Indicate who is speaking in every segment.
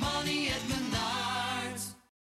Speaker 1: money at Menards.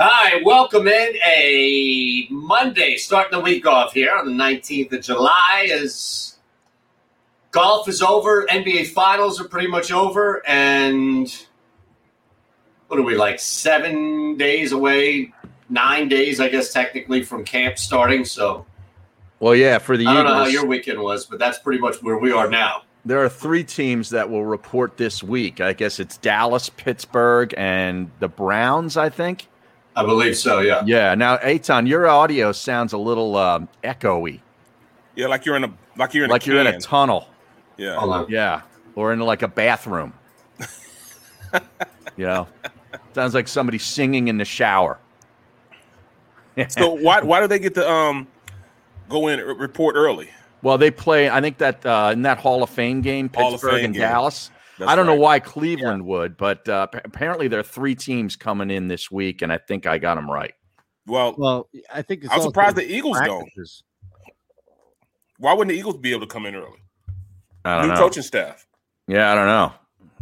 Speaker 2: Hi, welcome in a Monday, starting the week off here on the 19th of July. As golf is over, NBA finals are pretty much over, and what are we like seven days away? Nine days, I guess, technically from camp starting. So
Speaker 3: Well, yeah, for the
Speaker 2: I don't know how
Speaker 3: Eagles,
Speaker 2: your weekend was, but that's pretty much where we are now.
Speaker 3: there are three teams that will report this week. I guess it's Dallas, Pittsburgh, and the Browns, I think.
Speaker 2: I believe so. Yeah.
Speaker 3: Yeah. Now, Aton, your audio sounds a little um, echoey,
Speaker 4: Yeah, like you're in a like you're in
Speaker 3: like
Speaker 4: a
Speaker 3: you're in a
Speaker 4: can.
Speaker 3: tunnel.
Speaker 4: yeah.
Speaker 2: Hold on.
Speaker 3: Yeah. Or in like a bathroom. you know, sounds like somebody singing in the shower.
Speaker 4: So why why do they get to um go in and re- report early?
Speaker 3: Well, they play. I think that uh, in that Hall of Fame game,
Speaker 4: Hall of
Speaker 3: Pittsburgh
Speaker 4: Fame
Speaker 3: and
Speaker 4: game.
Speaker 3: Dallas.
Speaker 4: That's
Speaker 3: I don't
Speaker 4: right.
Speaker 3: know why Cleveland would, but uh, p- apparently there are three teams coming in this week, and I think I got them right.
Speaker 4: Well,
Speaker 5: Well, I think it's
Speaker 4: I'm
Speaker 5: also
Speaker 4: surprised the Eagles don't.
Speaker 5: practices.
Speaker 4: Why wouldn't the Eagles be able to come in early?
Speaker 3: I don't
Speaker 4: New
Speaker 3: know.
Speaker 4: coaching staff.
Speaker 3: Yeah, I don't know.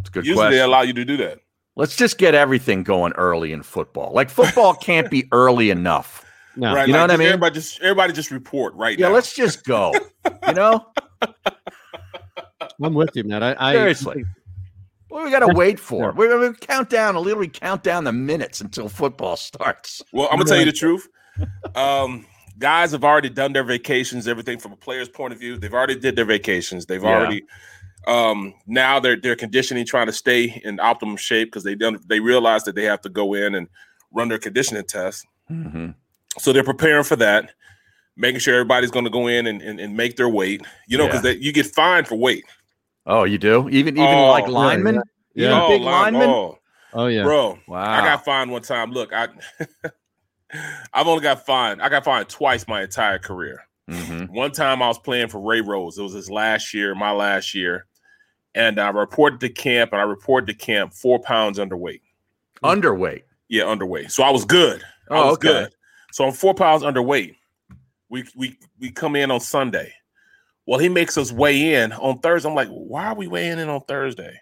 Speaker 3: It's a good
Speaker 4: Usually they
Speaker 3: question.
Speaker 4: allow you to do that.
Speaker 3: Let's just get everything going early in football. Like football can't be early enough.
Speaker 5: No,
Speaker 4: Right.
Speaker 3: You know what I
Speaker 4: like, just
Speaker 3: mean?
Speaker 4: Everybody just everybody just report right
Speaker 3: Yeah,
Speaker 4: now.
Speaker 3: let's just go. You know,
Speaker 5: I'm with you, man. I, I
Speaker 3: seriously. What do we got to wait for? We, we count down. Literally count down the minutes until football starts.
Speaker 4: Well, I'm gonna tell you the truth. Um, guys have already done their vacations, everything from a player's point of view. They've already did their vacations. They've
Speaker 3: Yeah.
Speaker 4: already um now they're they're conditioning, trying to stay in optimum shape because they done they realize that they have to go in and run their conditioning test.
Speaker 3: Mhm.
Speaker 4: So they're preparing for that, making sure everybody's going to go in and, and, and make their weight. You know, because you get fined for weight.
Speaker 3: Oh, you do? Even even
Speaker 4: Oh,
Speaker 3: like
Speaker 4: yeah,
Speaker 3: linemen?
Speaker 5: yeah.
Speaker 3: Even
Speaker 4: Oh,
Speaker 3: big
Speaker 4: line-
Speaker 3: linemen?
Speaker 4: oh,
Speaker 5: Oh yeah.
Speaker 4: bro,
Speaker 3: Wow.
Speaker 4: I got fined one time. Look, I I've only got fined. I got fined twice my entire career.
Speaker 3: Mhm.
Speaker 4: One time I was playing for Ray Rose. It was his last year, my last year, and I reported to camp, and I reported to camp four pounds underweight.
Speaker 3: Underweight.
Speaker 4: Yeah, underweight. So I was good. I
Speaker 3: Oh,
Speaker 4: was
Speaker 3: okay.
Speaker 4: good. So I'm four pounds underweight. We we we come in on Sunday. Well, he makes us weigh in on Thursday. I'm like, why are we weighing in on Thursday?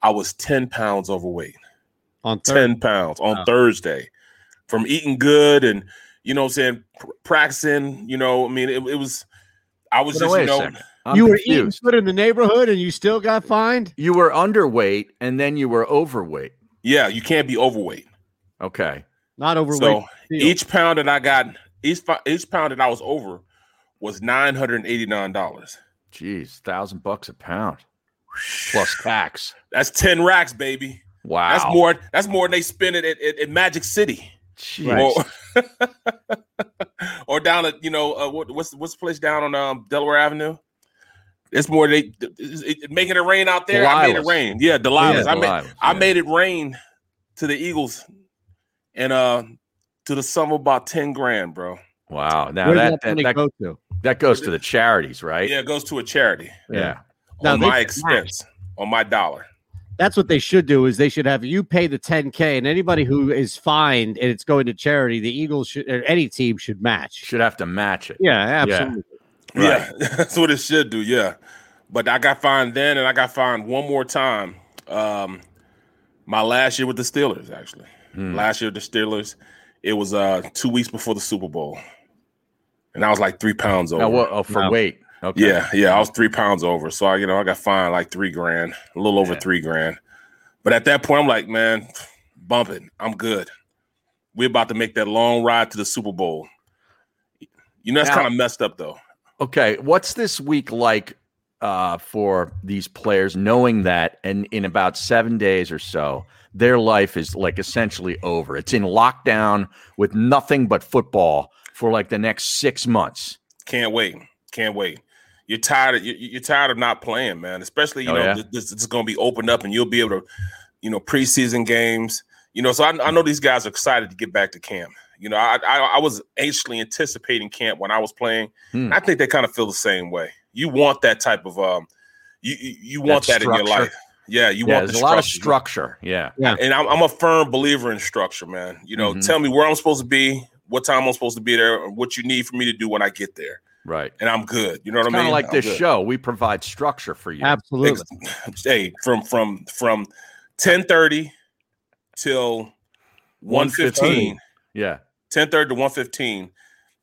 Speaker 4: I was 10 pounds overweight.
Speaker 5: On third,
Speaker 4: 10 pounds on
Speaker 5: Wow.
Speaker 4: Thursday from eating good and you know what I'm saying, pr- practicing, you know, I mean it, it was I was
Speaker 3: But
Speaker 4: just
Speaker 3: wait
Speaker 4: you
Speaker 3: a
Speaker 4: know
Speaker 3: second. I'm
Speaker 5: you were eating
Speaker 3: confused.
Speaker 5: food in the neighborhood, and you still got fined.
Speaker 3: You were underweight and then you were overweight.
Speaker 4: yeah, you can't be overweight.
Speaker 3: Okay.
Speaker 5: Not overweight.
Speaker 4: So
Speaker 5: deal.
Speaker 4: each pound that I got each fi- each pound that I was over was $989.
Speaker 3: Jeez, thousand bucks a pound plus tax.
Speaker 4: That's ten racks, baby.
Speaker 3: Wow.
Speaker 4: That's more. That's more than they spend it at, at, at Magic City,
Speaker 3: Jeez.
Speaker 4: or, or down at you know uh, what, what's what's the place down on um, Delaware Avenue. It's more they it, it- making it rain out there. I made it
Speaker 3: Delilah's.
Speaker 4: rain. Yeah, Delilah's. I made
Speaker 3: Delilah's,
Speaker 4: I
Speaker 3: yeah.
Speaker 4: made it rain to the Eagles, and uh to the sum of about ten grand, bro.
Speaker 3: Wow. Now
Speaker 5: Where did
Speaker 3: that
Speaker 5: that
Speaker 3: that,
Speaker 5: money
Speaker 3: that,
Speaker 5: go to?
Speaker 3: that goes to the charities, right?
Speaker 4: Yeah, it goes to a charity
Speaker 3: Yeah.
Speaker 5: Now
Speaker 4: on
Speaker 5: they-
Speaker 4: my expense, on my dollar.
Speaker 2: That's what they should do is they should have you pay the 10k and anybody who is fined and it's going to charity, the Eagles should or any team should match.
Speaker 3: Should have to match it.
Speaker 2: Yeah, absolutely.
Speaker 4: Yeah, that's what it should do. Yeah, but I got fined then, and I got fined one more time. Um, my last year with the Steelers, actually,
Speaker 3: Hmm.
Speaker 4: last year with the Steelers, it was uh two weeks before the Super Bowl, and I was like three pounds over.
Speaker 3: Now, what, oh, for
Speaker 2: No.
Speaker 3: weight. Okay.
Speaker 4: Yeah, yeah, I was three pounds over, so I, you know, I got fined like three grand, a little over
Speaker 3: Yeah.
Speaker 4: three grand. But at that point, I'm like, man, bump it, I'm good. We're about to make that long ride to the Super Bowl. You know, that's
Speaker 3: Now-
Speaker 4: kind of messed up, though.
Speaker 3: Okay. What's this week like uh, for these players, knowing that and in about seven days or so, their life is like essentially over? It's in lockdown with nothing but football for like the next six months.
Speaker 4: Can't wait. Can't wait. You're tired. Of, you- you're tired of not playing, man. Especially you
Speaker 3: Oh,
Speaker 4: know
Speaker 3: yeah?
Speaker 4: th- this, this is going to be opened up, and you'll be able to, you know, preseason games. You know, so I, I know these guys are excited to get back to camp. You know, I I, I was anxiously anticipating camp when I was playing.
Speaker 3: Hmm.
Speaker 4: I think they kind of feel the same way. You want that type of um, you you, you want
Speaker 3: That
Speaker 4: that, in your
Speaker 3: structure.
Speaker 4: life. Yeah, you
Speaker 3: yeah,
Speaker 4: want
Speaker 3: there's
Speaker 4: the
Speaker 3: a lot of
Speaker 4: structure
Speaker 3: structure. Yeah.
Speaker 4: and I'm, I'm a firm believer in structure, man. You know,
Speaker 3: Mhm.
Speaker 4: tell me where I'm supposed to be, what time I'm supposed to be there, or what you need for me to do when I get there,
Speaker 3: Right.
Speaker 4: and I'm good. You know what I
Speaker 3: Kind
Speaker 4: mean?
Speaker 3: of like
Speaker 4: I'm
Speaker 3: this
Speaker 4: good.
Speaker 3: show. We provide structure for you.
Speaker 2: Absolutely.
Speaker 4: Ex- Hey, from from from 10:30 till 1:15,
Speaker 3: 1:15. Yeah.
Speaker 4: 10:30 to 1:15.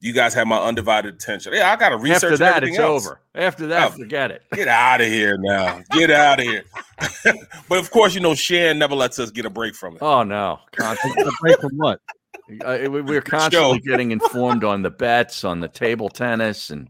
Speaker 4: You guys have my undivided attention. Yeah, I got to research.
Speaker 3: After that,
Speaker 4: everything
Speaker 3: it's
Speaker 4: else.
Speaker 3: over. After that,
Speaker 4: Oh.
Speaker 3: forget it.
Speaker 4: Get out of here now. Get out of here. but of course, you know, Shan never lets us get a break from it.
Speaker 3: Oh, no. Constant-
Speaker 2: A break from what?
Speaker 3: uh, we- we're constantly getting informed on the bets, on the table tennis, and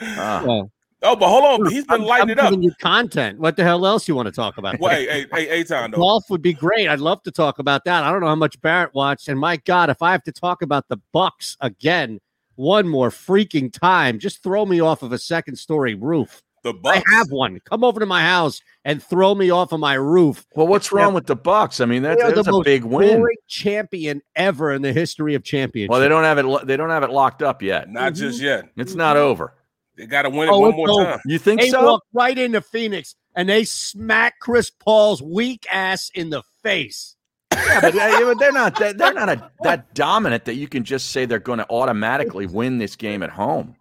Speaker 3: uh,
Speaker 2: Well,
Speaker 4: Oh, but hold on. He's
Speaker 2: I'm-
Speaker 4: been
Speaker 2: I'm
Speaker 4: lighting it up.
Speaker 2: giving you content. What the hell else you want to talk about?
Speaker 4: Well, hey, hey, hey, hey, Tom, though.
Speaker 2: Golf would be great. I'd love to talk about that. I don't know how much Barrett watched, and my God, if I have to talk about the Bucks again one more freaking time, just throw me off of a second story roof.
Speaker 4: The
Speaker 2: I
Speaker 4: Bucks.
Speaker 2: have one. Come over to my house and throw me off of my roof.
Speaker 3: Well, what's wrong with the Bucks? I mean, that,
Speaker 2: They are
Speaker 3: that's
Speaker 2: the
Speaker 3: a
Speaker 2: most
Speaker 3: big win.
Speaker 2: Great champion ever in the history of championships.
Speaker 3: Well, they don't have it. lo- They don't have it locked up yet.
Speaker 4: Not just yet.
Speaker 3: It's not over.
Speaker 4: They got to win it
Speaker 2: Mm-hmm. Oh,
Speaker 4: one
Speaker 2: it's
Speaker 4: more
Speaker 2: over.
Speaker 4: time.
Speaker 3: You think
Speaker 2: They
Speaker 3: so?
Speaker 2: walk right into Phoenix and they smack Chris Paul's weak ass in the face.
Speaker 3: Yeah, but uh, yeah, but they're not. That, they're not a, that dominant that you can just say they're going to automatically win this game at home.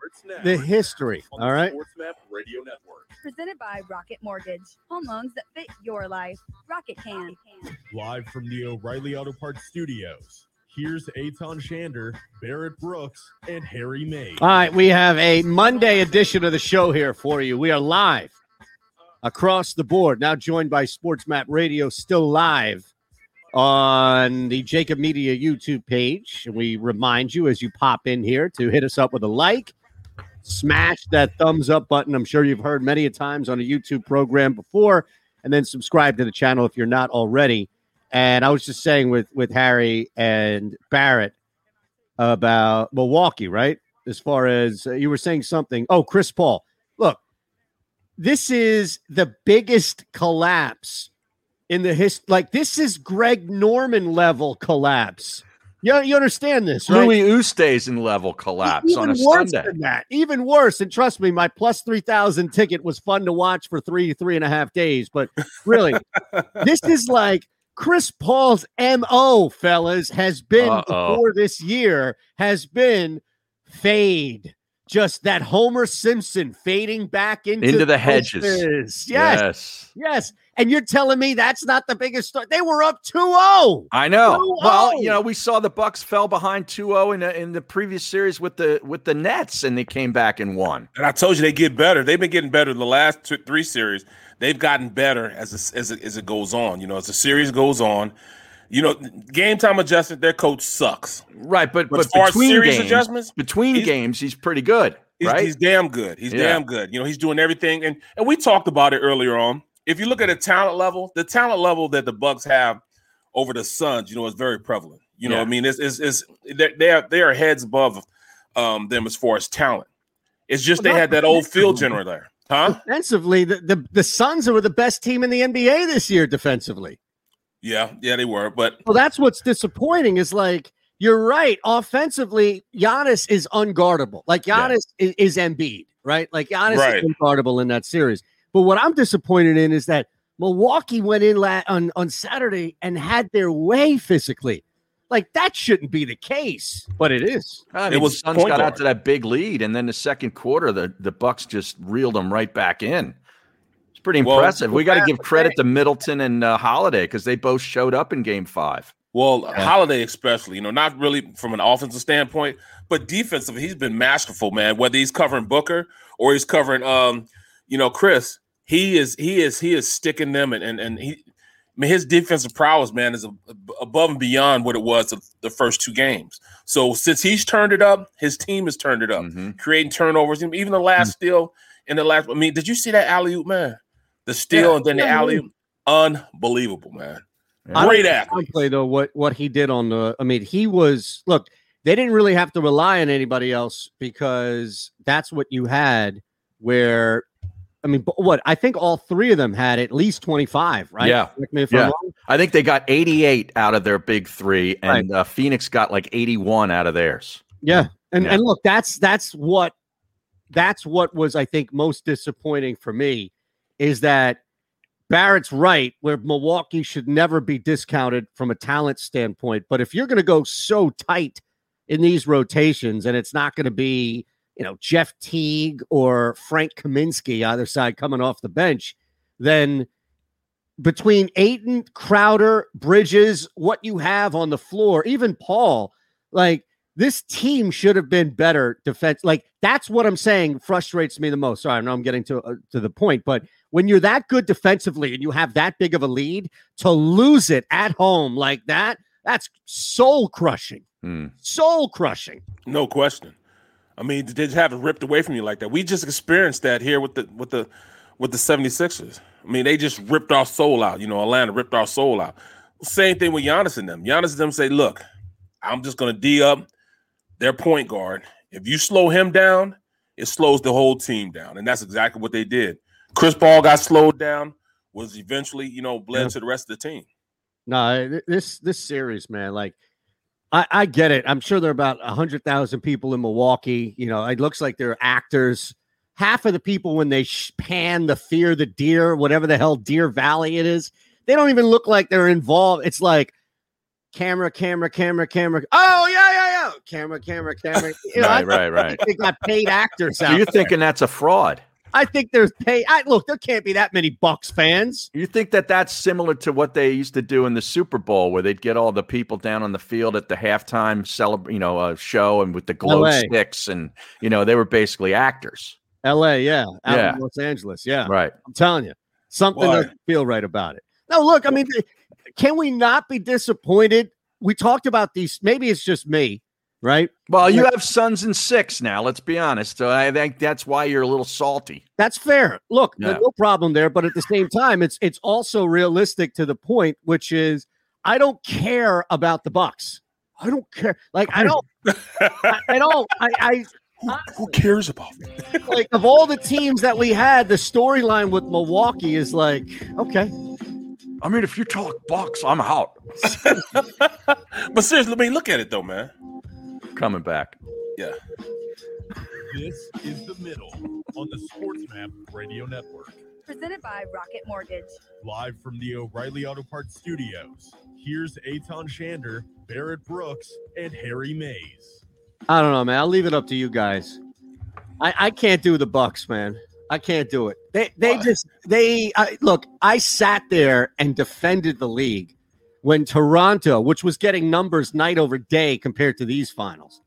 Speaker 2: The history. All right.
Speaker 6: Presented by Rocket Mortgage. Home loans that fit your life. Rocket can.
Speaker 7: Live from the O'Reilly Auto Parts studios, here's Aton Shander, Barrett Brooks, and Harry May.
Speaker 2: All right, we have a Monday edition of the show here for you. We are live across the board, now joined by Sports Map Radio, still live on the Jacob Media YouTube page. And we remind you as you pop in here to hit us up with a like, smash that thumbs up button. I'm sure you've heard many a times on a YouTube program before, and then subscribe to the channel if you're not already. And I was just saying with with Harry and Barrett about Milwaukee, right? As far as uh, you were saying something. Oh, Chris Paul. Look, this is the biggest collapse in the hist. Like this is Greg Norman level collapse. You, you understand this, right?
Speaker 3: Louis Oosthuizen level collapse
Speaker 2: Even
Speaker 3: on a
Speaker 2: worse
Speaker 3: Sunday.
Speaker 2: than that. Even worse. And trust me, my plus three thousand ticket was fun to watch for three, three and a half days. But really, this is like Chris Paul's MO, fellas, has been
Speaker 3: Uh-oh.
Speaker 2: before this year, has been fade. Just that Homer Simpson fading back into,
Speaker 3: Into the hedges.
Speaker 2: bushes. Yes,
Speaker 3: Yes,
Speaker 2: yes. And you're telling me that's not the biggest story. They were up oh. 2-0.
Speaker 3: I know.
Speaker 2: 2-0.
Speaker 3: Well, you know, we saw the Bucks fell behind 2-0 in the, in the previous series with the with the Nets, and they came back and won.
Speaker 4: And I told you they get better. They've been getting better the last two, three series. They've gotten better as a, as a, as it goes on. You know, as the series goes on. You know, game time adjustment. Their coach sucks.
Speaker 3: Right, but
Speaker 4: But
Speaker 3: but,
Speaker 4: as far as
Speaker 3: between
Speaker 4: series
Speaker 3: games,
Speaker 4: adjustments,
Speaker 3: between
Speaker 4: he's-
Speaker 3: games, he's pretty good,
Speaker 4: He's,
Speaker 3: right?
Speaker 4: he's damn good. He's
Speaker 3: Yeah.
Speaker 4: damn good. You know, he's doing everything. And and we talked about it earlier on. If you look at the talent level, the talent level that the Bucks have over the Suns, you know, is very prevalent. You know,
Speaker 3: Yeah.
Speaker 4: what I mean, it's it's, it's they're, they are they are heads above um, them as far as talent. It's just
Speaker 2: Well,
Speaker 4: they
Speaker 2: not
Speaker 4: had that old field
Speaker 2: defensively.
Speaker 4: general there, huh?
Speaker 2: Defensively, the, the, the Suns were the best team in the NBA this year defensively.
Speaker 4: Yeah, yeah, they were. But
Speaker 2: Well, that's what's disappointing is like, you're right. Offensively, Giannis is unguardable. Like,
Speaker 3: Yeah.
Speaker 2: Giannis is, is Embiid, right? Like, Giannis is
Speaker 4: Right.
Speaker 2: unguardable in that series. But what I'm disappointed in is that Milwaukee went in la- on, on Saturday and had their way physically. Like that shouldn't be the case, but it is.
Speaker 3: I
Speaker 4: It
Speaker 3: mean,
Speaker 4: was
Speaker 3: the Suns
Speaker 4: point
Speaker 3: got out
Speaker 4: guard.
Speaker 3: to that big lead, and then the second quarter, the, the Bucks just reeled them right back in. It's pretty
Speaker 4: Well,
Speaker 3: impressive. we got to
Speaker 2: that's
Speaker 3: give
Speaker 2: the
Speaker 3: credit to Middleton and uh, Holiday because they both showed up in Game Five.
Speaker 4: Well, Holiday especially, you know, not really from an offensive standpoint, but defensively, he's been masterful, man. Whether he's covering Booker or he's covering, um, you know, Chris, he is, he is, he is sticking them, and and, and he, I mean, his defensive prowess, man, is ab- above and beyond what it was the, the first two games. So since he's turned it up, his team has turned it up,
Speaker 3: Mhm.
Speaker 4: creating turnovers. Even the last steal in the last, I mean, did you see that alley oop, man? The steal and then the
Speaker 2: Yeah.
Speaker 4: alley oop, unbelievable, man.
Speaker 3: Yeah.
Speaker 4: Great
Speaker 2: I don't
Speaker 4: athlete.
Speaker 2: downplay though what what he did on the. I mean, he was look. They didn't really have to rely on anybody else because that's what you had. Where, I mean, but what I think all three of them had at least twenty five, right?
Speaker 3: Yeah.
Speaker 2: Correct me if
Speaker 3: Yeah.
Speaker 2: I'm wrong.
Speaker 3: I think they got 88 out of their big three, and uh, Phoenix got like 81 out of theirs.
Speaker 2: Yeah. And
Speaker 3: Yeah.
Speaker 2: and look, that's that's what that's what was I think most disappointing for me is that Barrett's right where Milwaukee should never be discounted from a talent standpoint, but if you're going to go so tight in these rotations and it's not going to be, you know, Jeff Teague or Frank Kaminsky either side coming off the bench, then between Aiton, Crowder, Bridges, what you have on the floor, even Paul, like this team should have been better defense. Like that's what I'm saying frustrates me the most. Sorry, I know I'm getting to uh, to the point, but when you're that good defensively and you have that big of a lead to lose it at home like that, that's soul crushing.
Speaker 3: Hmm.
Speaker 2: Soul crushing.
Speaker 4: No question. I mean, did you have it ripped away from you like that? We just experienced that here with the with the with the 76ers. I mean, they just ripped our soul out. You know, Atlanta ripped our soul out. Same thing with Giannis and them. Giannis and them say, look, I'm just gonna D up their point guard. If you slow him down, it slows the whole team down. And that's exactly what they did. Chris Paul got slowed down, was eventually, you know, bled
Speaker 2: Yeah.
Speaker 4: to the rest of the team.
Speaker 2: No, th- this this series, man. Like, I I get it. I'm sure there are about hundred thousand people in Milwaukee. You know, it looks like they're actors. Half of the people when they sh- pan the fear, the deer, whatever the hell Deer Valley it is, they don't even look like they're involved. It's like camera, camera, camera, camera. Oh yeah, yeah, yeah. Camera, camera, camera. You know, I
Speaker 3: Right, right, right.
Speaker 2: think they got paid actors
Speaker 3: So
Speaker 2: out.
Speaker 3: you're
Speaker 2: there.
Speaker 3: thinking that's a fraud.
Speaker 2: I think there's pay. I, look, there can't be that many Bucks fans.
Speaker 3: You think that that's similar to what they used to do in the Super Bowl, where they'd get all the people down on the field at the halftime celebr you know, uh, show, and with the glow
Speaker 2: LA.
Speaker 3: sticks, and you know, they were basically actors,
Speaker 2: L.A. Yeah, out
Speaker 3: Yeah.
Speaker 2: in Los Angeles. Yeah,
Speaker 3: right?
Speaker 2: I'm telling you, something
Speaker 4: Why?
Speaker 2: doesn't feel right about it. No, look, I mean, can we not be disappointed? We talked about these. Maybe it's just me, right?
Speaker 3: Well, you
Speaker 2: Like-
Speaker 3: have sons and six now. Let's be honest. So I think that's why you're a little salty.
Speaker 2: That's fair. Look,
Speaker 3: Yeah.
Speaker 2: no problem there. But at the same time, it's it's also realistic to the point, which is I don't care about the Bucks. I don't care. Like I don't. I, I don't. I, I
Speaker 4: Who, who cares about them?
Speaker 2: like of all the teams that we had, the storyline with Milwaukee is like okay.
Speaker 3: I mean, if you talk box, I'm out.
Speaker 4: But seriously, I mean, look at it though, man.
Speaker 3: Coming back.
Speaker 4: Yeah.
Speaker 7: This is the middle on the Sports Map Radio Network.
Speaker 6: Presented by Rocket Mortgage.
Speaker 7: Live from the O'Reilly Auto Parts Studios, here's Aton Shander, Barrett Brooks, and Harry Mays.
Speaker 2: I don't know, man. I'll leave it up to you guys. I, I can't do the Bucks, man. I can't do it. They they
Speaker 4: Why?
Speaker 2: just they I, look. I sat there and defended the league when Toronto, which was getting numbers night over day compared to these finals,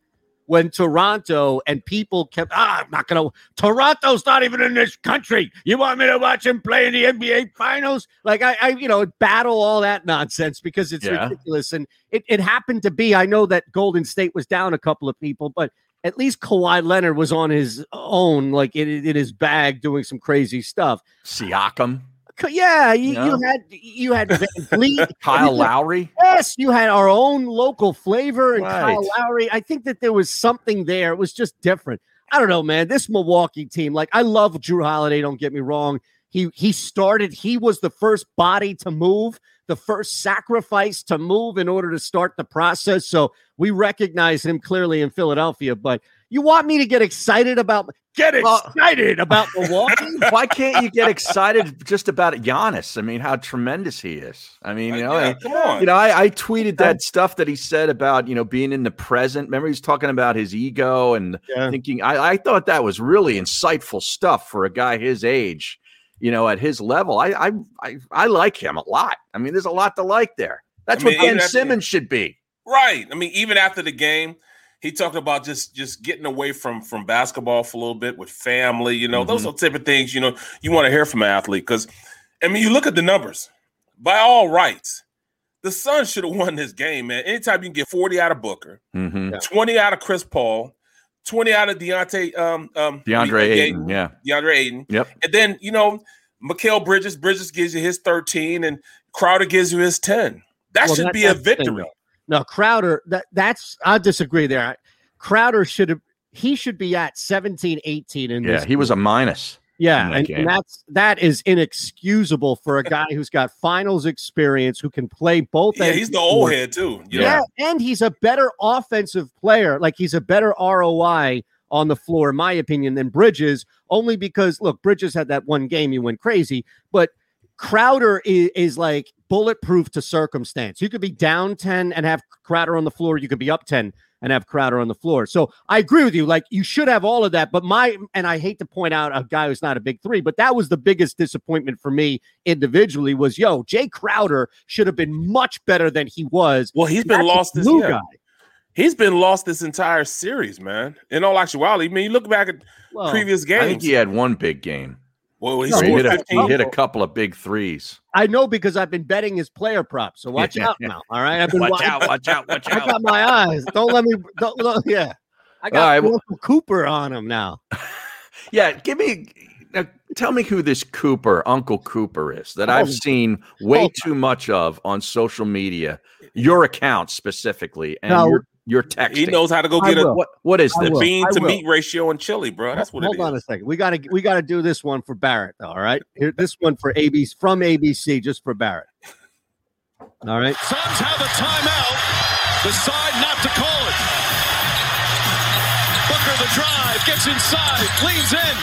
Speaker 2: when Toronto and people kept ah, I'm not gonna. Toronto's not even in this country. You want me to watch him play in the NBA Finals? Like I, I you know, battle all that nonsense because it's
Speaker 3: Yeah.
Speaker 2: ridiculous. And it, it happened to be. I know that Golden State was down a couple of people, but at least Kawhi Leonard was on his own, like in, in his bag, doing some crazy stuff.
Speaker 3: Siakam,
Speaker 2: C- Yeah, you,
Speaker 3: Yeah.
Speaker 2: you had you had Van Vliet.
Speaker 3: Kyle Lowry.
Speaker 2: Yes, you had our own local flavor and Kyle
Speaker 3: Right.
Speaker 2: Lowry. I think that there was something there. It was just different. I don't know, man. This Milwaukee team, like I love Drew Holiday. Don't get me wrong. He he started. He was the first body to move. the first sacrifice to move in order to start the process. So we recognize him clearly in Philadelphia. But you want me to get excited about get
Speaker 3: Well-
Speaker 2: excited about Milwaukee?
Speaker 3: Why can't you get excited just about Giannis? I mean, how tremendous he is. I mean, you know,
Speaker 4: Yeah,
Speaker 3: and-
Speaker 4: come on.
Speaker 3: you know, I, I tweeted that stuff that he said about you know being in the present. Remember, he's talking about his ego and
Speaker 2: Yeah.
Speaker 3: thinking. I, I thought that was really insightful stuff for a guy his age. You know, at his level, I I I, I like him a lot. I mean, there's a lot to like there. That's
Speaker 4: I mean,
Speaker 3: what Ben
Speaker 4: even after-
Speaker 3: Simmons should be.
Speaker 4: Right. I mean, even after the game, he talked about just just getting away from from basketball for a little bit with family. You know,
Speaker 2: Mm-hmm.
Speaker 4: those are the type of things you know you want to hear from an athlete because, I mean, you look at the numbers. By all rights, the Suns should have won this game, man. Anytime you can get forty out of Booker,
Speaker 3: Mm-hmm.
Speaker 4: twenty out of Chris Paul, twenty out of Deontay, um, um,
Speaker 3: DeAndre
Speaker 4: Ayton,
Speaker 3: Ayton, yeah,
Speaker 4: DeAndre Ayton,
Speaker 3: yep.
Speaker 4: and then you know, Mikael Bridges, Bridges gives you his thirteen, and Crowder gives you his ten. That
Speaker 2: Well,
Speaker 4: should
Speaker 2: that-
Speaker 4: be a
Speaker 2: that's the thing,
Speaker 4: victory.
Speaker 2: No, Crowder, that that's I disagree there. Crowder should have he should be at 17, 18 in
Speaker 3: Yeah,
Speaker 2: this.
Speaker 3: he was a minus.
Speaker 2: Yeah,
Speaker 3: in that
Speaker 2: and,
Speaker 3: game.
Speaker 2: and that's that is inexcusable for a guy who's got finals experience who can play both.
Speaker 4: Yeah,
Speaker 2: ends
Speaker 4: he's
Speaker 2: of
Speaker 4: the old
Speaker 2: court.
Speaker 4: head too. you know?
Speaker 2: Yeah. and he's a better offensive player. Like he's a better ROI on the floor, in my opinion, than Bridges. Only because look, Bridges had that one game he went crazy, but Crowder is, is like bulletproof to circumstance. You could be down ten and have Crowder on the floor. You could be up ten and have Crowder on the floor. So I agree with you. Like you should have all of that. But my and I hate to point out a guy who's not a big three, but that was the biggest disappointment for me individually was yo, Jay Crowder should have been much better than he was.
Speaker 4: Well, he's been
Speaker 2: That's
Speaker 4: lost
Speaker 2: the
Speaker 4: this
Speaker 2: blue
Speaker 4: yeah.
Speaker 2: guy.
Speaker 4: He's been lost this entire series, man. In all actuality, I mean, you look back at
Speaker 2: Well,
Speaker 4: previous
Speaker 3: Oh, I
Speaker 4: games.
Speaker 3: think he had one big game.
Speaker 4: Well, he
Speaker 2: No,
Speaker 3: where He
Speaker 4: scored
Speaker 3: hit, a, he
Speaker 4: 15.
Speaker 3: hit a couple of big threes.
Speaker 2: I know because I've been betting his player props. So watch out now. All right. I've been
Speaker 3: Watch
Speaker 2: wa-
Speaker 3: out! Watch out! Watch
Speaker 2: I
Speaker 3: out!
Speaker 2: got my eyes. Don't let me don't look. Yeah. I
Speaker 3: All
Speaker 2: got
Speaker 3: right, well-
Speaker 2: Michael Cooper on him now.
Speaker 3: Yeah, give me. Now, tell me who this Cooper, Uncle Cooper, is that
Speaker 2: Oh.
Speaker 3: I've seen way
Speaker 2: Oh.
Speaker 3: too much of on social media. Your account specifically, and
Speaker 2: No.
Speaker 3: your, your texting.
Speaker 4: He knows how to go
Speaker 2: I
Speaker 4: get a
Speaker 2: will.
Speaker 3: what what is
Speaker 2: I
Speaker 3: this?
Speaker 2: will.
Speaker 4: bean
Speaker 2: I
Speaker 4: to
Speaker 2: will.
Speaker 4: meat ratio in Chile, bro. That's what
Speaker 2: Hold
Speaker 4: it
Speaker 2: on a
Speaker 4: is.
Speaker 2: second. We gotta we gotta do this one for Barrett. Though, all right, here this one for ABC from ABC just for Barrett. All right.
Speaker 1: Suns have a timeout. Decide not to call it. Booker the drive, gets inside, leans in,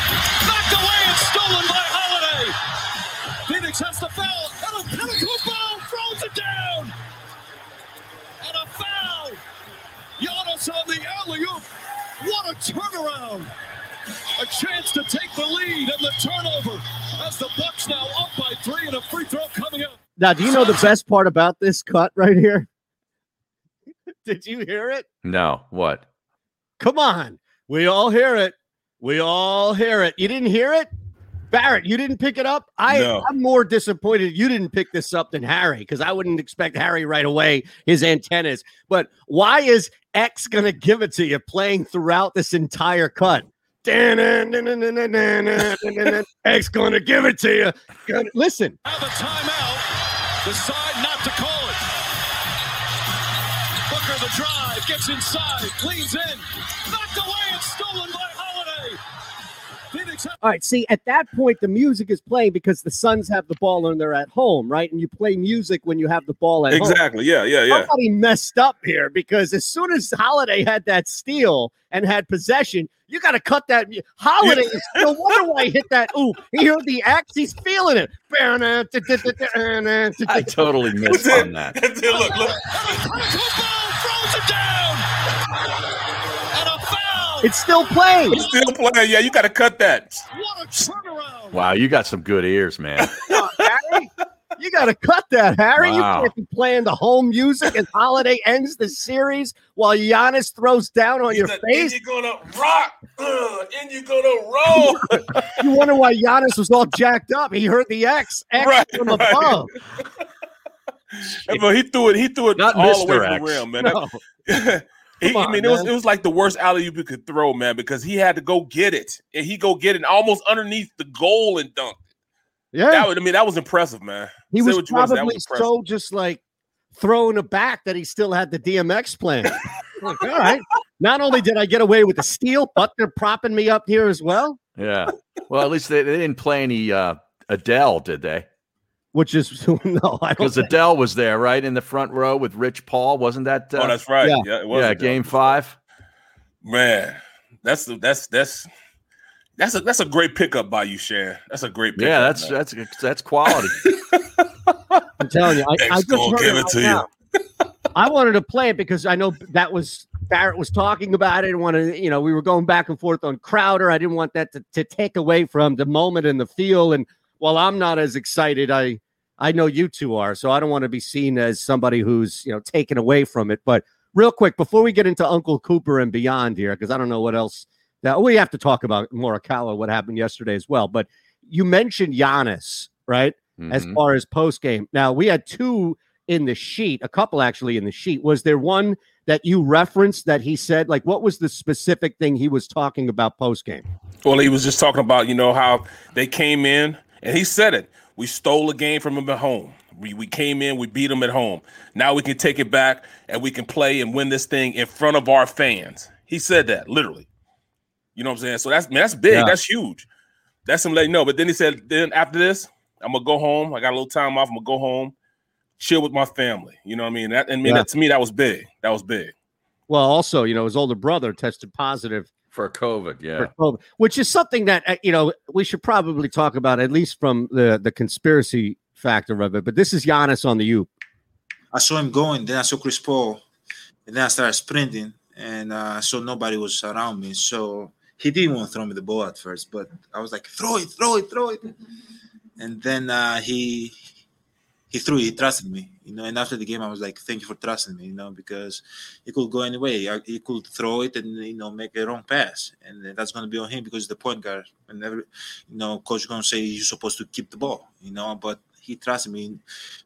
Speaker 1: knocked away and stolen by Holiday. Phoenix has the foul. And a penalty foul throws it down. And a foul. Giannis on the alley oop. What a turnaround. A chance to take the lead and the turnover as the Bucks now up by three and a free throw coming up.
Speaker 2: Now, do you know the best part about this cut right here? Did you hear it?
Speaker 3: No, what?
Speaker 2: Come on. We all hear it. We all hear it. You didn't hear it? Barrett, you didn't pick it up? I,
Speaker 4: No.
Speaker 2: I'm more disappointed you didn't pick this up than Harry because I wouldn't expect Harry right away, his antennas. But why is X going to give it to you playing throughout this entire cut? X going to give it to you. Gonna- Listen,
Speaker 1: Have a timeout. Decide not to call it. Booker the drive, gets inside, leans in, knocked away and stolen by Holiday. Phoenix has
Speaker 2: All right. See, at that point, the music is playing because the Suns have the ball and they're at home, right? And you play music when you have the ball at home.
Speaker 4: Exactly. Yeah, yeah, yeah.
Speaker 2: Somebody messed up here because as soon as Holiday had that steal and had possession, you got to cut that. mu- Holiday, is- no wonder why he hit that. Ooh, he heard the axe. He's feeling it.
Speaker 3: I totally missed on that.
Speaker 4: That's it. Look, look.
Speaker 1: Cooper throws it down. And a foul.
Speaker 2: It's still playing.
Speaker 4: He's still playing. Yeah, you got to cut that.
Speaker 1: What a turnaround.
Speaker 3: Wow, you got some good ears, man.
Speaker 2: Harry, you got to cut that, Harry.
Speaker 3: Wow.
Speaker 2: You can't be playing the home music as Holiday ends the series while Giannis throws down on your
Speaker 4: He's like,
Speaker 2: face.
Speaker 4: And you're going to rock. Uh, and you're going to roll.
Speaker 2: You wonder why Giannis was all jacked up. He heard the X, X
Speaker 4: Right,
Speaker 2: from
Speaker 4: right.
Speaker 2: above.
Speaker 4: but he threw it. He threw it
Speaker 3: Not
Speaker 4: all the way
Speaker 3: Mr.
Speaker 4: to the
Speaker 3: X.
Speaker 4: rim, man.
Speaker 2: No.
Speaker 4: He,
Speaker 2: Come
Speaker 4: I
Speaker 2: on,
Speaker 4: mean, it was
Speaker 2: man.
Speaker 4: it was like the worst alley oop you could throw, man, because he had to go get it, and he go get it almost underneath the goal and dunk.
Speaker 2: Yeah.
Speaker 4: That was, I mean, that was impressive, man.
Speaker 2: he
Speaker 4: Say
Speaker 2: was
Speaker 4: what you want to say, that
Speaker 2: probably
Speaker 4: was impressive.
Speaker 2: so just like thrown aback that he still had the DMX plan. Like, all right. Not only did I get away with the steal, but they're propping me up here as well.
Speaker 3: Yeah. Well, at least they, they didn't play any uh, Adele, did they?
Speaker 2: which is no, I don't.
Speaker 3: because
Speaker 2: Think.
Speaker 3: Adele was there, right, in the front row with Rich Paul. Wasn't that? Uh,
Speaker 4: oh, that's right.
Speaker 2: yeah.
Speaker 4: Yeah, it was
Speaker 3: yeah,
Speaker 4: a-
Speaker 3: game five.
Speaker 4: Man, that's the that's that's that's a that's a great pickup by you, Sharon. That's a great pickup.
Speaker 3: Yeah, that's
Speaker 4: man.
Speaker 3: that's that's quality.
Speaker 2: I'm telling you, I, I
Speaker 4: Thanks,
Speaker 2: just
Speaker 4: Cole.
Speaker 2: heard
Speaker 4: Give it
Speaker 2: right
Speaker 4: to you.
Speaker 2: now. I wanted to play it because I know that was Barrett was talking about it. And wanted you know we were going back and forth on Crowder. I didn't want that to, to take away from the moment in the field. And while I'm not as excited, I I know you two are, so I don't want to be seen as somebody who's you know taken away from it. But real quick before we get into Uncle Cooper and beyond here, because I don't know what else that we have to talk about Morikawa, what happened yesterday as well. But you mentioned Giannis, right? as
Speaker 3: Mhm.
Speaker 2: far as post game. Now we had two in the sheet, a couple actually in the sheet. Was there one that you referenced that he said? Like, what was the specific thing he was talking about post game?
Speaker 4: Well, he was just talking about, you know, how they came in and he said it. We stole a game from him at home. We, we came in, we beat him at home. Now we can take it back and we can play and win this thing in front of our fans. He said that literally. You know what I'm saying? So that's man, that's big.
Speaker 2: Yeah.
Speaker 4: That's huge. That's him letting you know. But then he said, then after this, I'm gonna go home. I got a little time off. I'm gonna go home, chill with my family. You know what I mean? That and I mean
Speaker 2: Yeah.
Speaker 4: that to me, that was big. That was big.
Speaker 2: Well, also, you know, his older brother tested positive
Speaker 3: for COVID. Yeah,
Speaker 2: for COVID, which is something that uh, you know we should probably talk about at least from the the conspiracy factor of it. But this is Giannis on the U.
Speaker 8: I saw him going, then I saw Chris Paul, and then I started sprinting, and uh, so nobody was around me. So he didn't want to throw me the ball at first, but I was like, throw it, throw it, throw it. And then uh, he he threw it, he trusted me, you know. And after the game, I was like, thank you for trusting me, you know, because it could go any way. I- He could throw it and you know make a wrong pass, and that's gonna be on him because he's the point guard. And every you know, coach gonna say you're supposed to keep the ball, you know, but. He trusted me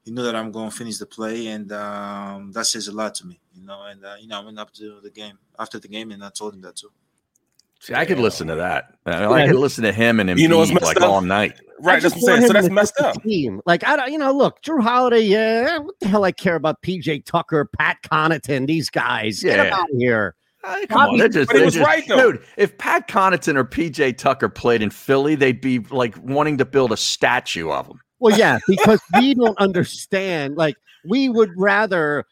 Speaker 8: he knew that I'm going to finish the play, and um, that says a lot to me, you know. And uh, you know, I went up to the game after the game, and I told him that too.
Speaker 3: See, I could listen to that. I, I could listen to him and him
Speaker 4: You know what's
Speaker 3: like
Speaker 4: messed up?
Speaker 3: all night.
Speaker 2: I
Speaker 4: Right. That's
Speaker 2: just
Speaker 4: what
Speaker 2: want
Speaker 4: I'm saying. So
Speaker 2: him
Speaker 4: that's
Speaker 2: to
Speaker 4: messed
Speaker 2: fit
Speaker 4: up.
Speaker 2: the Team, like I don't, you know, look, Drew Holiday. Yeah, what the hell? I care about PJ Tucker, Pat Connaughton, these guys. Get 'em
Speaker 3: Yeah.
Speaker 2: out of here.
Speaker 3: Ah, come on,
Speaker 2: Bobby-
Speaker 3: they're just,
Speaker 4: but he
Speaker 3: they're
Speaker 4: was
Speaker 3: just-
Speaker 4: right, though.
Speaker 3: dude. If Pat Connaughton or PJ Tucker played in Philly, they'd be like wanting to build a statue of them.
Speaker 2: Well, yeah, because we don't understand. Like, we would rather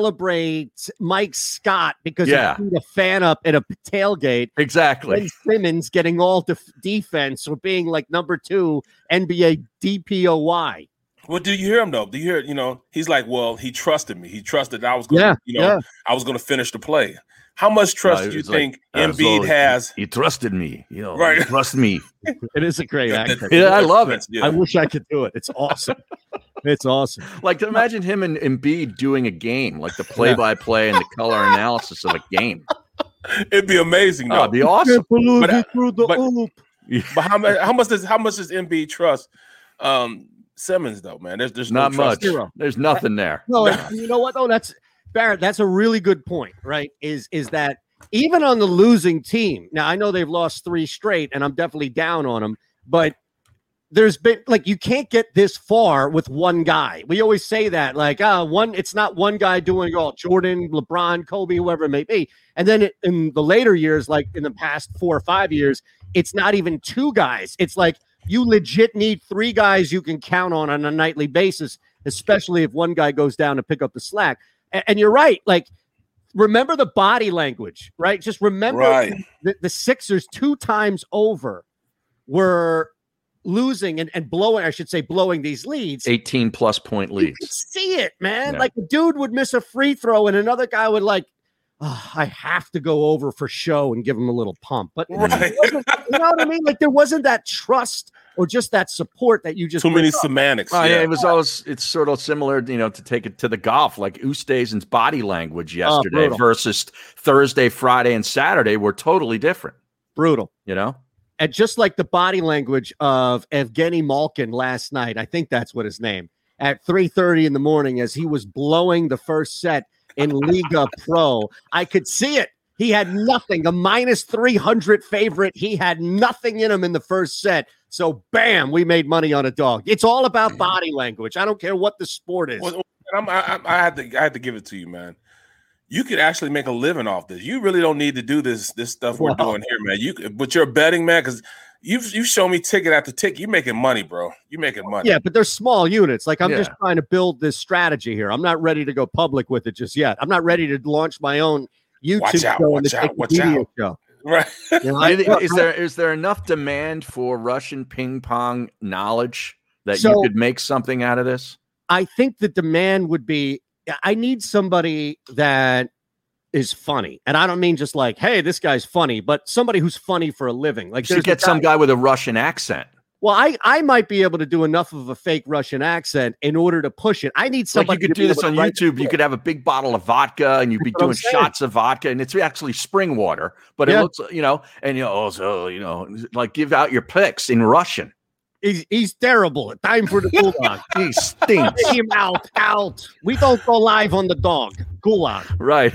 Speaker 2: celebrate Mike Scott because
Speaker 3: Yeah.
Speaker 2: he beat a fan up at a tailgate.
Speaker 3: Exactly.
Speaker 2: Ben Simmons getting all def- defense or being like number two NBA DPOY.
Speaker 4: Well, do you hear him though? Do you hear? You know, he's like, well, he trusted me. He trusted I was going.
Speaker 2: Yeah,
Speaker 4: to you know,
Speaker 2: yeah.
Speaker 4: I was going to finish the play. How much trust
Speaker 3: No,
Speaker 4: do you
Speaker 3: it's like,
Speaker 4: think
Speaker 3: uh, it's all-
Speaker 4: Embiid has?
Speaker 3: You trusted me. You know,
Speaker 4: Right.
Speaker 3: you trust me.
Speaker 2: It is a great
Speaker 4: That-
Speaker 2: accent.
Speaker 4: that-
Speaker 3: Yeah, I love it.
Speaker 4: Yeah.
Speaker 2: I wish I could do it. It's awesome. It's awesome.
Speaker 3: Like imagine him and Embiid doing a game, like the play-by-play and the color analysis of a game.
Speaker 4: It'd be amazing.
Speaker 3: Oh,
Speaker 4: though.
Speaker 3: it'd be awesome.
Speaker 2: believe
Speaker 4: But I-
Speaker 2: threw the
Speaker 4: but-
Speaker 2: oop.
Speaker 4: but how much? How much does? How much does Embiid trust um, Simmons though? Man, there's there's
Speaker 3: Not
Speaker 4: no
Speaker 3: much.
Speaker 4: trust.
Speaker 2: zero.
Speaker 3: There's nothing there.
Speaker 2: No, and you know what though? That's Barrett. That's a really good point, right? Is is that even on the losing team? Now I know they've lost three straight, and I'm definitely down on them. But there's been like you can't get this far with one guy. We always say that, like, ah, one. It's not one guy doing it all. Jordan, LeBron, Kobe, whoever it may be. And then it, in the later years, like in the past four or five years, it's not even two guys. It's like you legit need three guys you can count on on a nightly basis, especially if one guy goes down to pick up the slack. A- And, you're right. Like, remember the body language, right? Just remember
Speaker 4: Right.
Speaker 2: the, the Sixers two times over were losing and, and blowing, I should say, blowing these leads.
Speaker 3: 18 plus point
Speaker 2: You could
Speaker 3: leads.
Speaker 2: see it, man.
Speaker 3: Yeah.
Speaker 2: Like a dude would miss a free throw, and another guy would like, "Ah, I have to go over for show and give him a little pump. But
Speaker 4: Right.
Speaker 2: you know what I mean? Like there wasn't that trust or just that support that you just
Speaker 4: Too many
Speaker 2: bring up.
Speaker 4: semantics.
Speaker 3: Well, Oh, yeah.
Speaker 4: yeah.
Speaker 3: it was always it's sort of similar, you know, to take it to the golf, like Ustazen's body language yesterday
Speaker 2: Oh, brutal.
Speaker 3: versus Thursday, Friday, and Saturday were totally different.
Speaker 2: brutal.
Speaker 3: You know,
Speaker 2: And just like the body language of Evgeny Malkin last night, I think that's what his name at 3:30 in the morning as he was blowing the first set in Liga Pro. I could see it. He had nothing. A minus 300 favorite. He had nothing in him in the first set. So bam, we made money on a dog. It's all about body language. I don't care what the sport is.
Speaker 4: Well, well, I'm, I, I, I had to I had to give it to you, man. You could actually make a living off this. You really don't need to do this this stuff we're
Speaker 2: Wow.
Speaker 4: doing here, man. You could- but you're betting, man, because You've you've shown me ticket after ticket. You're making money, bro. You're making money.
Speaker 2: Yeah, but they're small units. Like I'm just
Speaker 4: Yeah.
Speaker 2: trying to build this strategy here. I'm not ready to go public with it just yet. I'm not ready to launch my own YouTube
Speaker 3: Watch out,
Speaker 2: show and
Speaker 3: watch
Speaker 2: the
Speaker 3: out,
Speaker 2: Jacob
Speaker 3: watch
Speaker 2: Media
Speaker 3: out.
Speaker 2: show.
Speaker 4: Right.
Speaker 2: You know, I-
Speaker 3: is,
Speaker 2: look,
Speaker 3: is
Speaker 2: I-
Speaker 3: there is there enough demand for Russian ping pong knowledge that
Speaker 2: So-
Speaker 3: you could make something out of this?
Speaker 2: I think the demand would be I need somebody that is funny. And I don't mean just like, hey, this guy's funny, but somebody who's funny for a living. Like
Speaker 3: You should
Speaker 2: there's a
Speaker 3: get some guy with a Russian accent.
Speaker 2: Well, I, I might be able to do enough of a fake Russian accent in order to push it. I need
Speaker 3: Like
Speaker 2: somebody
Speaker 3: you could
Speaker 2: to
Speaker 3: do
Speaker 2: be
Speaker 3: this
Speaker 2: able
Speaker 3: on
Speaker 2: to write the
Speaker 3: YouTube. You
Speaker 2: script.
Speaker 3: could have a big bottle of vodka, and you'd be
Speaker 2: That's what I'm
Speaker 3: doing
Speaker 2: saying.
Speaker 3: shots of vodka, and it's actually spring water, but
Speaker 2: Yeah.
Speaker 3: it looks, you know, and you know, also, you know, like give out your picks in Russian.
Speaker 2: He's, he's terrible. Time for the gulag.
Speaker 3: he stinks.
Speaker 2: Get him out, out. We don't go live on the dog. Gulag.
Speaker 3: Right.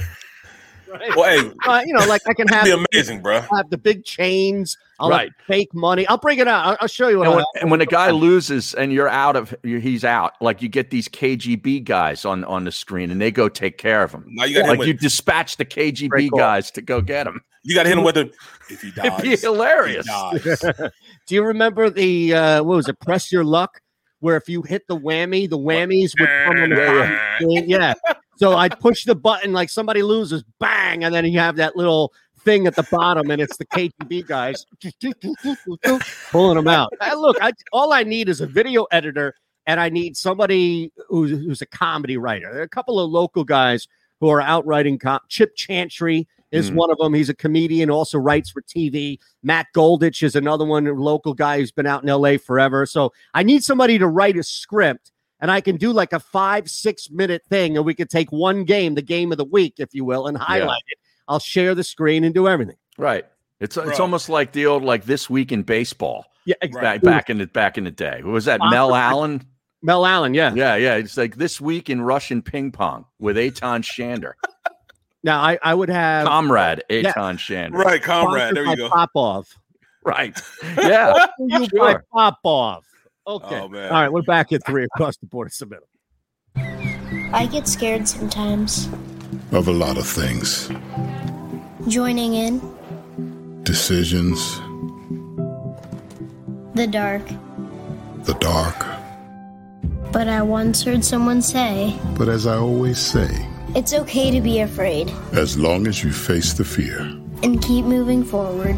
Speaker 4: Well, hey,
Speaker 2: Uh, you know, like I can have
Speaker 4: that'd be amazing, bro.
Speaker 2: I'll have the big chains. I'll have
Speaker 3: Right.
Speaker 2: fake money. I'll bring it out. I'll, I'll show you what.
Speaker 3: And
Speaker 2: I
Speaker 3: when, and when a guy loses and you're out of, you- he's out. Like you get these KGB guys on on the screen, and they go take care of him.
Speaker 4: Now you got him
Speaker 3: like
Speaker 4: with-
Speaker 3: you dispatch the KGB
Speaker 2: Great call.
Speaker 3: guys to go get him.
Speaker 4: You got to hit him with a. If he dies,
Speaker 3: It'd be hilarious.
Speaker 4: He dies.
Speaker 2: Do you remember the uh, what was it? Press your luck, where if you hit the whammy, the whammies would come on the
Speaker 4: Yeah,
Speaker 2: bottom screen. Yeah. So I'd push the button like somebody loses, bang, and then you have that little thing at the bottom, and it's the KGB guys pulling them out. Uh, look, I, all I need is a video editor, and I need somebody who's, who's a comedy writer. There are a couple of local guys who are out writing. Com- Chip Chantry is
Speaker 3: Mm.
Speaker 2: one of them. He's a comedian, also writes for TV. Matt Goldich is another one, a local guy who's been out in LA forever. So I need somebody to write a script and I can do like a five, six minute thing, and we could take one game, the game of the week, if you will, and highlight it. I'll share the screen and do everything.
Speaker 3: Right. It's it's
Speaker 4: Bro.
Speaker 3: almost like the old like this week in baseball
Speaker 2: Yeah,
Speaker 3: back,
Speaker 4: Right.
Speaker 3: back in the back in the day. Who was that? Mel
Speaker 2: Awesome.
Speaker 3: Allen.
Speaker 2: Mel Allen, yeah.
Speaker 3: Yeah, yeah. It's like this week in Russian ping pong with Aton Shander,
Speaker 2: Now I, I would have
Speaker 3: comrade
Speaker 2: yeah.
Speaker 3: Aton Shander.
Speaker 4: right, comrade. There you go.
Speaker 2: Pop off.
Speaker 3: Right. Yeah.
Speaker 2: You by
Speaker 3: Sure.
Speaker 2: pop off. Okay.
Speaker 4: Oh, man.
Speaker 2: All right, we're back at three across the board. Submit.
Speaker 9: I get scared sometimes.
Speaker 10: of a lot of things
Speaker 9: Joining in
Speaker 10: decisions,
Speaker 9: the dark.
Speaker 10: the dark.
Speaker 9: But I once heard someone say,
Speaker 10: But as I always say,
Speaker 9: it's okay to be afraid
Speaker 10: as long as you face the fear,
Speaker 9: and keep moving forward.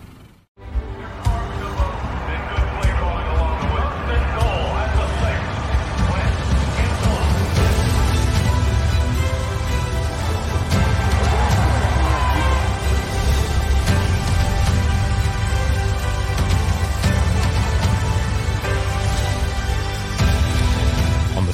Speaker 11: on the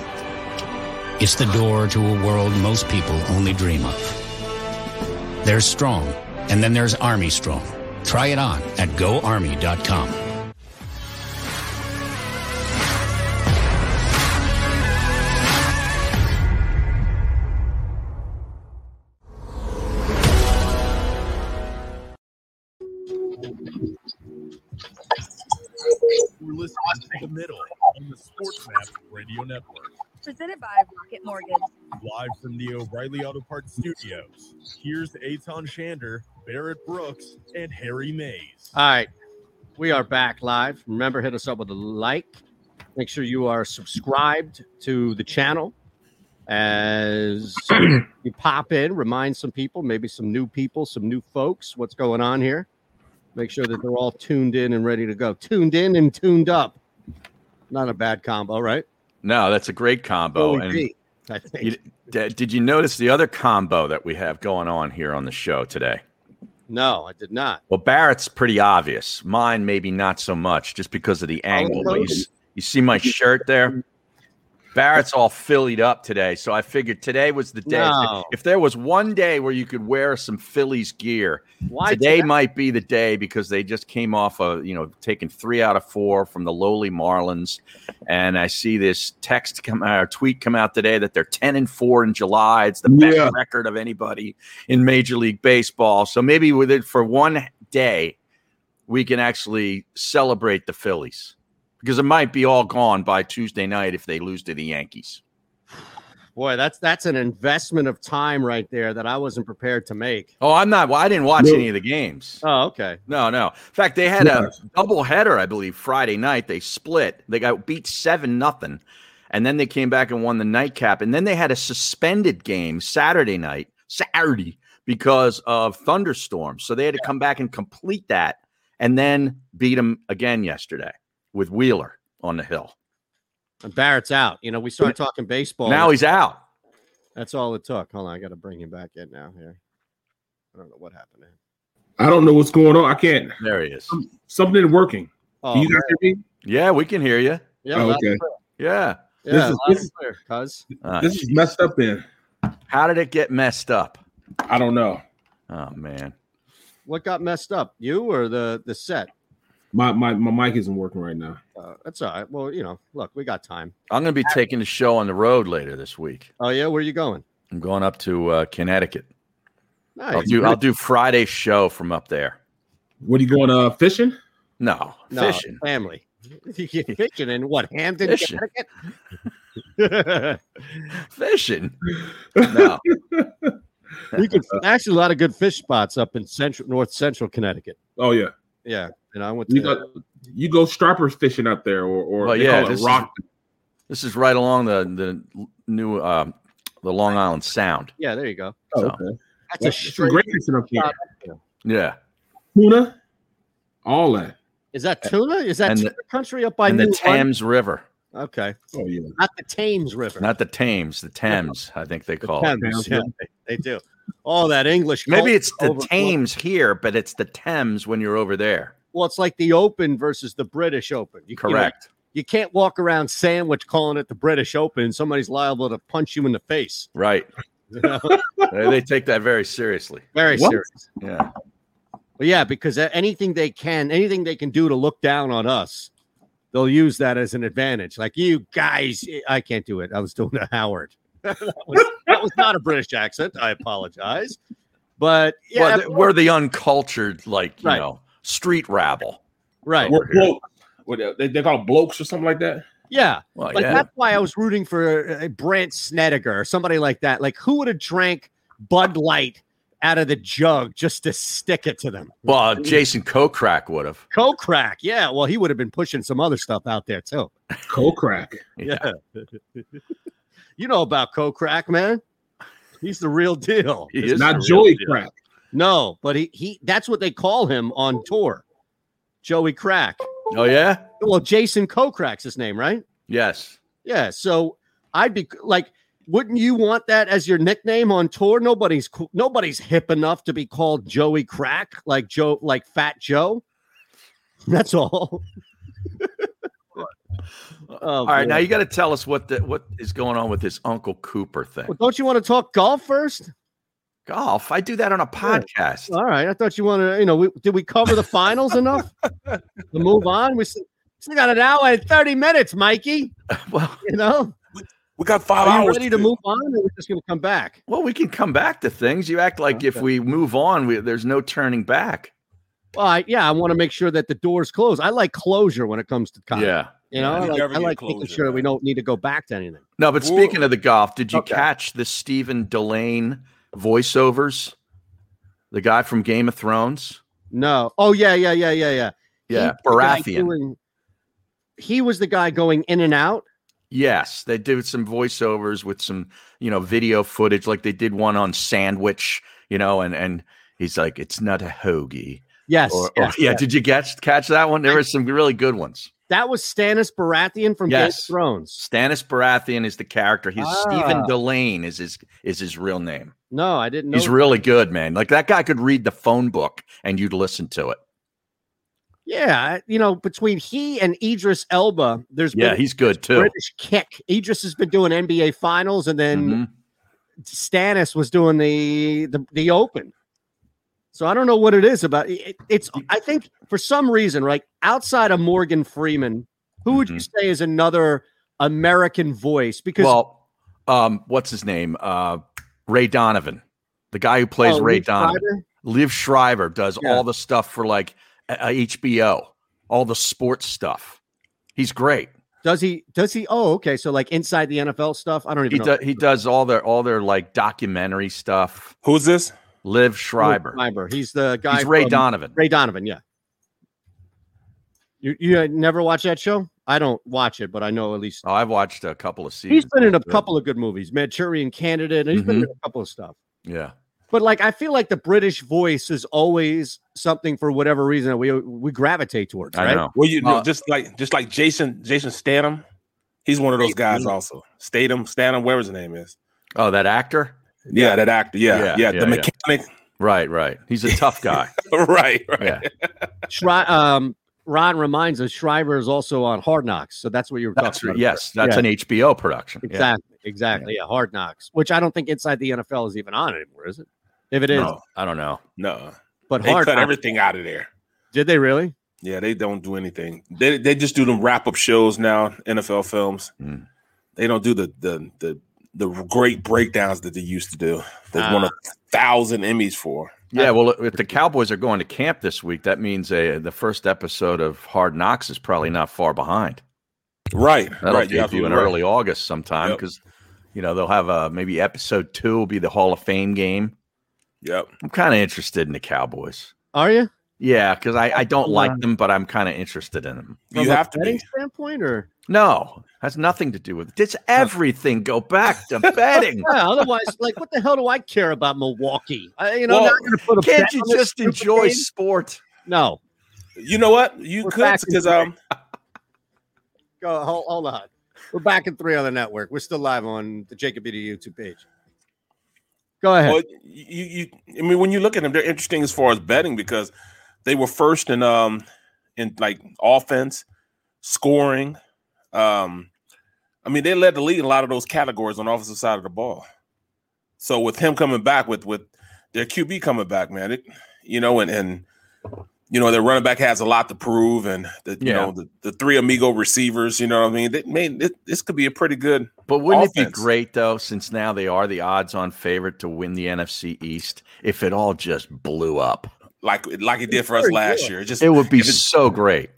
Speaker 12: It's the door to a world most people only dream of. There's strong, and then there's Army Strong. Try it on at goarmy.com.
Speaker 7: You're listening to the middle on the Sports Map Radio Network.
Speaker 6: Presented by Rocket Mortgage.
Speaker 7: Live from the O'Reilly Auto Parts Studios, here's Aton Shander, Barrett Brooks, and Harry Mays.
Speaker 2: All right. We are back live. Remember, hit us up with a like. Make sure you are subscribed to the channel. As you pop in, remind some people, maybe some new people, some new folks, what's going on here. Make sure that they're all tuned in and ready to go. Tuned in and tuned up. Not a bad combo, right?
Speaker 3: No, that's a great combo.
Speaker 2: OEG, I think.
Speaker 3: Oh, you, d- did you notice the other combo that we have going on here on the show today?
Speaker 2: No, I did not.
Speaker 3: Well, Barrett's pretty obvious. Mine, maybe not so much, just because of
Speaker 2: Oh,
Speaker 3: the angle. But you, s- you see my shirt there? Barrett's all Phillied up today. So I figured today was the day.
Speaker 2: No.
Speaker 3: If there was one day where you could wear some Phillies gear,
Speaker 2: Why
Speaker 3: today
Speaker 2: today?
Speaker 3: might be the day because they just came off of, you know, taking three out of four from the lowly Marlins. And I see this text come or tweet come out today that they're 10 and four in July. It's the best
Speaker 13: Yeah.
Speaker 3: record of anybody in Major League Baseball. So maybe with it for one day, we can actually celebrate the Phillies because it might be all gone by Tuesday night if they lose to the Yankees.
Speaker 2: Boy, that's that's an investment of time right there that I wasn't prepared to make.
Speaker 3: Oh, I'm not. Well, I didn't watch any of the games.
Speaker 2: Oh, okay.
Speaker 3: No, no. In fact, they had a double header, I believe, Friday night. They split. They got beat seven nothing, and then they came back and won the nightcap. And then they had a suspended game Saturday night, Saturday, because of thunderstorms. So they had to come back and complete that, and then beat them again yesterday with Wheeler on the hill.
Speaker 2: And Barrett's out. You know, we started talking baseball.
Speaker 3: Now he's out.
Speaker 2: That's all it took. Hold on, I got to bring him back in now. Here, I don't know what happened. There.
Speaker 13: I don't know what's going on. I can't. Um,
Speaker 3: There he is.
Speaker 13: Something working.
Speaker 2: Oh,
Speaker 13: Can you guys
Speaker 2: man.
Speaker 13: hear me?
Speaker 3: Yeah, we can hear you.
Speaker 2: Yeah,
Speaker 13: Oh,
Speaker 2: loud
Speaker 13: okay.
Speaker 2: and clear.
Speaker 3: Yeah.
Speaker 2: Yeah,
Speaker 13: This is-
Speaker 2: loud
Speaker 13: this
Speaker 2: and
Speaker 13: is-
Speaker 2: clear, cuz.
Speaker 3: Uh,
Speaker 13: This is messed up. Then
Speaker 3: how did it get messed up?
Speaker 13: I don't know.
Speaker 3: Oh man.
Speaker 2: What got messed up? You or the the set?
Speaker 13: My my my mic isn't working right now.
Speaker 2: Uh, that's all right. Well, you know, look, we got time.
Speaker 3: I'm going to be taking the show on the road later this week.
Speaker 2: Oh yeah, where you going?
Speaker 3: I'm going up to uh, Connecticut.
Speaker 2: Nice.
Speaker 3: I'll do I'll do Friday's show from up there.
Speaker 13: What are you going uh fishing?
Speaker 3: No,
Speaker 2: No,
Speaker 3: fishing.
Speaker 2: family. you get fishing in what Hampton,
Speaker 3: Fishing.
Speaker 2: Connecticut?
Speaker 3: Fishing. No.
Speaker 2: you could actually a lot of good fish spots up in central north central Connecticut.
Speaker 13: Oh yeah.
Speaker 2: Yeah, and I went to
Speaker 13: You got you go striper fishing out there, or or
Speaker 3: Well,
Speaker 13: they
Speaker 3: yeah,
Speaker 13: call it
Speaker 3: this is-
Speaker 13: rock.
Speaker 3: This is right along the the new um, the Long Island Sound.
Speaker 2: yeah. There you go.
Speaker 13: Oh,
Speaker 3: So,
Speaker 13: okay.
Speaker 2: That's a
Speaker 13: That's some
Speaker 2: straight
Speaker 13: great fishing up here.
Speaker 2: spot up there.
Speaker 3: Yeah,
Speaker 13: Tuna, all that.
Speaker 2: Is that tuna? Is that
Speaker 3: And
Speaker 2: tuna country up by
Speaker 3: and the
Speaker 2: New Lon-
Speaker 3: Thames River,
Speaker 2: Okay,
Speaker 13: Oh yeah.
Speaker 2: not the Thames River.
Speaker 3: not the Thames, the Thames. I think they call it.
Speaker 2: Thames, yeah, they, they do. Oh, that English.
Speaker 3: Maybe
Speaker 2: culture
Speaker 3: it's the
Speaker 2: over-
Speaker 3: Thames here, but it's the Thames when you're over there.
Speaker 2: Well, it's like the Open versus the British Open. You, you know,
Speaker 3: Correct.
Speaker 2: you can't walk around sandwich calling it the British Open. Somebody's liable to punch you in the face.
Speaker 3: Right.
Speaker 2: you know?
Speaker 3: they, they take that very seriously.
Speaker 2: Very
Speaker 13: What?
Speaker 2: serious.
Speaker 3: Yeah.
Speaker 2: But yeah, because a- anything they can, anything they can do to look down on us, they'll use that as an advantage. Like you guys, eh, I can't do it. I was doing a Howard. that, was, that was not a British accent. I apologize. But yeah,
Speaker 3: well, th- we're the uncultured, like you
Speaker 2: Right.
Speaker 3: know, street rabble.
Speaker 2: right.
Speaker 13: We're bloke. What, uh, they, they call it blokes or something like that.
Speaker 2: Yeah.
Speaker 3: Well,
Speaker 2: like
Speaker 3: yeah.
Speaker 2: that's why I was rooting for uh, Brant Snedeker or somebody like that. Like who would have drank Bud Light out of the jug just to stick it to them?
Speaker 3: Well, Jason Kokrak would have.
Speaker 2: Co crack. Yeah. Well, he would have been pushing some other stuff out there too.
Speaker 13: Cold crack.
Speaker 2: Yeah. you know about co crack, man. He's the real deal.
Speaker 3: He
Speaker 13: It's
Speaker 3: is
Speaker 13: not
Speaker 3: the real
Speaker 13: Joey
Speaker 3: deal.
Speaker 13: crack.
Speaker 2: No, but he, he that's what they call him on tour. Joey Crack.
Speaker 3: Oh yeah.
Speaker 2: Well, Jason Co-Crack's his name, right?
Speaker 3: Yes.
Speaker 2: Yeah. So I'd be like wouldn't you want that as your nickname on tour? Nobody's cool, nobody's hip enough to be called Joey Crack, like Joe, like Fat Joe. That's all.
Speaker 3: All right,
Speaker 2: oh, boy.
Speaker 3: now you got to tell us what the what is going on with this Uncle Cooper thing.
Speaker 2: Well, don't you want to talk golf first?
Speaker 3: Golf. I do that on a podcast.
Speaker 2: All right. I thought you wanted. You know, we, did we cover the finals enough to move on? We still, still got an hour and thirty minutes, Mikey.
Speaker 3: Well,
Speaker 2: you know,
Speaker 4: we got five
Speaker 2: Are you
Speaker 3: hours
Speaker 2: ready to
Speaker 3: to-
Speaker 2: move on, or we're just going to come back?
Speaker 3: Well, we can come back to things. You act like if we move on, we, there's no turning back.
Speaker 2: Well, I, yeah, I want to make sure that the doors close. I like closure when it comes to comedy.
Speaker 3: Yeah.
Speaker 2: You know,
Speaker 3: Yeah,
Speaker 2: I
Speaker 3: you
Speaker 2: like,
Speaker 3: never
Speaker 2: I
Speaker 3: get
Speaker 2: like making sure that we don't need to go back to anything.
Speaker 3: No, but
Speaker 2: Whoa.
Speaker 3: speaking of the golf, did you
Speaker 2: Okay.
Speaker 3: catch the Stephen Delane voiceovers? The guy from Game of Thrones.
Speaker 2: No. Oh yeah, yeah, yeah, yeah, yeah.
Speaker 3: Yeah,
Speaker 2: the guy
Speaker 3: Baratheon.
Speaker 2: doing- he was the guy going in and out.
Speaker 3: Yes, they did some voiceovers with some, you know, video footage. Like they did one on Sandwich, you know, and and he's like, "It's not a hoagie."
Speaker 2: Yes,
Speaker 3: Or- or-
Speaker 2: yes,
Speaker 3: yeah.
Speaker 2: yes.
Speaker 3: Did you catch catch that one? There were some really good ones.
Speaker 2: That was Stannis Baratheon from Game of
Speaker 3: yes,
Speaker 2: Thrones.
Speaker 3: Stannis Baratheon is the character. He's Stephen
Speaker 2: Ah.
Speaker 3: Delane is his is his real name.
Speaker 2: No, I didn't know.
Speaker 3: He's really good, man. Like that guy could read the phone book and you'd listen to it.
Speaker 2: Yeah, I- you know, between he and Idris Elba, there's
Speaker 3: Yeah,
Speaker 2: been
Speaker 3: he's good too.
Speaker 2: British kick. Idris has been doing NBA Finals, and then
Speaker 3: Mm-hmm.
Speaker 2: Stannis was doing the, the the Open. So I don't know what it is about. It, it's I think for some reason, right outside of Morgan Freeman, who would you
Speaker 3: Mm-hmm.
Speaker 2: say is another American voice? Because
Speaker 3: well, um, what's his name? Uh, Ray Donovan, the guy who plays
Speaker 2: Oh,
Speaker 3: Ray
Speaker 2: Liv
Speaker 3: Donovan.
Speaker 2: Schreiber?
Speaker 3: Liv Schreiber does
Speaker 2: Yeah.
Speaker 3: all the stuff for like uh, HBO, all the sports stuff. He's great.
Speaker 2: does he does he? Oh, okay. So like inside the NFL stuff, I don't even
Speaker 3: He
Speaker 2: know.
Speaker 3: does. He does all their all their like documentary stuff.
Speaker 4: Who's this?
Speaker 3: Liv Schreiber.
Speaker 2: Schreiber. He's the guy.
Speaker 3: He's Ray
Speaker 2: from-
Speaker 3: Donovan.
Speaker 2: Ray Donovan. Yeah. You you uh, never watch that show? I don't watch it, but I know at least.
Speaker 3: Oh, I've watched a couple of Mm-hmm. seasons.
Speaker 2: He's been in a
Speaker 3: Good.
Speaker 2: couple of good movies, Manchurian Candidate. And he's been in a couple of stuff.
Speaker 3: Yeah.
Speaker 2: But like, I feel like the British voice is always something for whatever reason that we we gravitate towards. Right?
Speaker 4: Well, you know,
Speaker 2: Uh,
Speaker 4: just like just like Jason Jason Statham, he's one of those guys also. Statham Statham, whatever his name is.
Speaker 3: Oh, that actor.
Speaker 4: Yeah, that actor. Yeah, yeah, the mechanic.
Speaker 3: Right, right. He's a tough guy.
Speaker 4: right, right.
Speaker 2: Shri- um, Ron reminds us Shriver is also on Hard Knocks, so that's what you were
Speaker 3: That's
Speaker 2: talking
Speaker 3: right.
Speaker 2: about.
Speaker 3: Yes, that's
Speaker 2: Yeah.
Speaker 3: an HBO production. Yeah.
Speaker 2: Exactly. Exactly. Yeah. Hard Knocks, which I don't think Inside the NFL is even on anymore, is it? If it is,
Speaker 4: No.
Speaker 3: I don't know.
Speaker 4: No,
Speaker 2: But
Speaker 4: they
Speaker 2: hard
Speaker 4: cut
Speaker 2: knock-
Speaker 4: everything out of there.
Speaker 2: did they really?
Speaker 4: Yeah, they don't do anything. They they just do them wrap up shows now. NFL films.
Speaker 3: Hmm.
Speaker 4: They don't do the the the the great breakdowns that they used to do. They
Speaker 3: Ah.
Speaker 4: won a thousand Emmys for.
Speaker 3: Yeah, well, if the Cowboys are going to camp this week, that means uh, the first episode of Hard Knocks is probably not far behind.
Speaker 4: Right,
Speaker 3: That'll
Speaker 4: right, you're
Speaker 3: debut in
Speaker 4: absolutely right.
Speaker 3: early August sometime because you know they'll have uh, maybe episode two will be the Hall of Fame game.
Speaker 4: Yep,
Speaker 3: I'm kind of interested in the Cowboys.
Speaker 2: Are you?
Speaker 3: Yeah, because I, I don't
Speaker 2: Uh,
Speaker 3: like them, but I'm kind of interested in them.
Speaker 2: From a betting standpoint, or
Speaker 3: No, has nothing to do with it. It's everything. Go back to betting.
Speaker 2: Yeah, otherwise, like, what the hell do I care about Milwaukee? I, you know,
Speaker 3: Well,
Speaker 2: I'm not going to put a
Speaker 3: can't
Speaker 2: bet
Speaker 3: you
Speaker 2: on this
Speaker 3: just
Speaker 2: stupid
Speaker 3: enjoy
Speaker 2: game.
Speaker 3: sport?
Speaker 2: No,
Speaker 4: You know what? You could
Speaker 2: back in
Speaker 4: because um
Speaker 2: go hold, hold on. We're back in three on the network. We're still live on the Jacob Eater YouTube page. Go ahead.
Speaker 4: Well, you, you, I mean, when you look at them, they're interesting as far as betting because they were first in um in like offense, scoring. Um, I mean, they led the league in a lot of those categories on the offensive side of the ball. So with him coming back, with with their QB coming back, man, it, you know, and and you know their running back has a lot to prove, and the, you
Speaker 3: Yeah.
Speaker 4: know the, the three amigo receivers, you know, what I mean, they made it, this could be a pretty good.
Speaker 3: But wouldn't it be
Speaker 4: offense.
Speaker 3: great though, since now they are the odds-on favorite to win the NFC East, if it all just blew up?
Speaker 4: Like like it did for us
Speaker 3: Sure,
Speaker 4: last
Speaker 3: yeah.
Speaker 4: year. It just
Speaker 3: it would be
Speaker 4: if it-
Speaker 3: so great.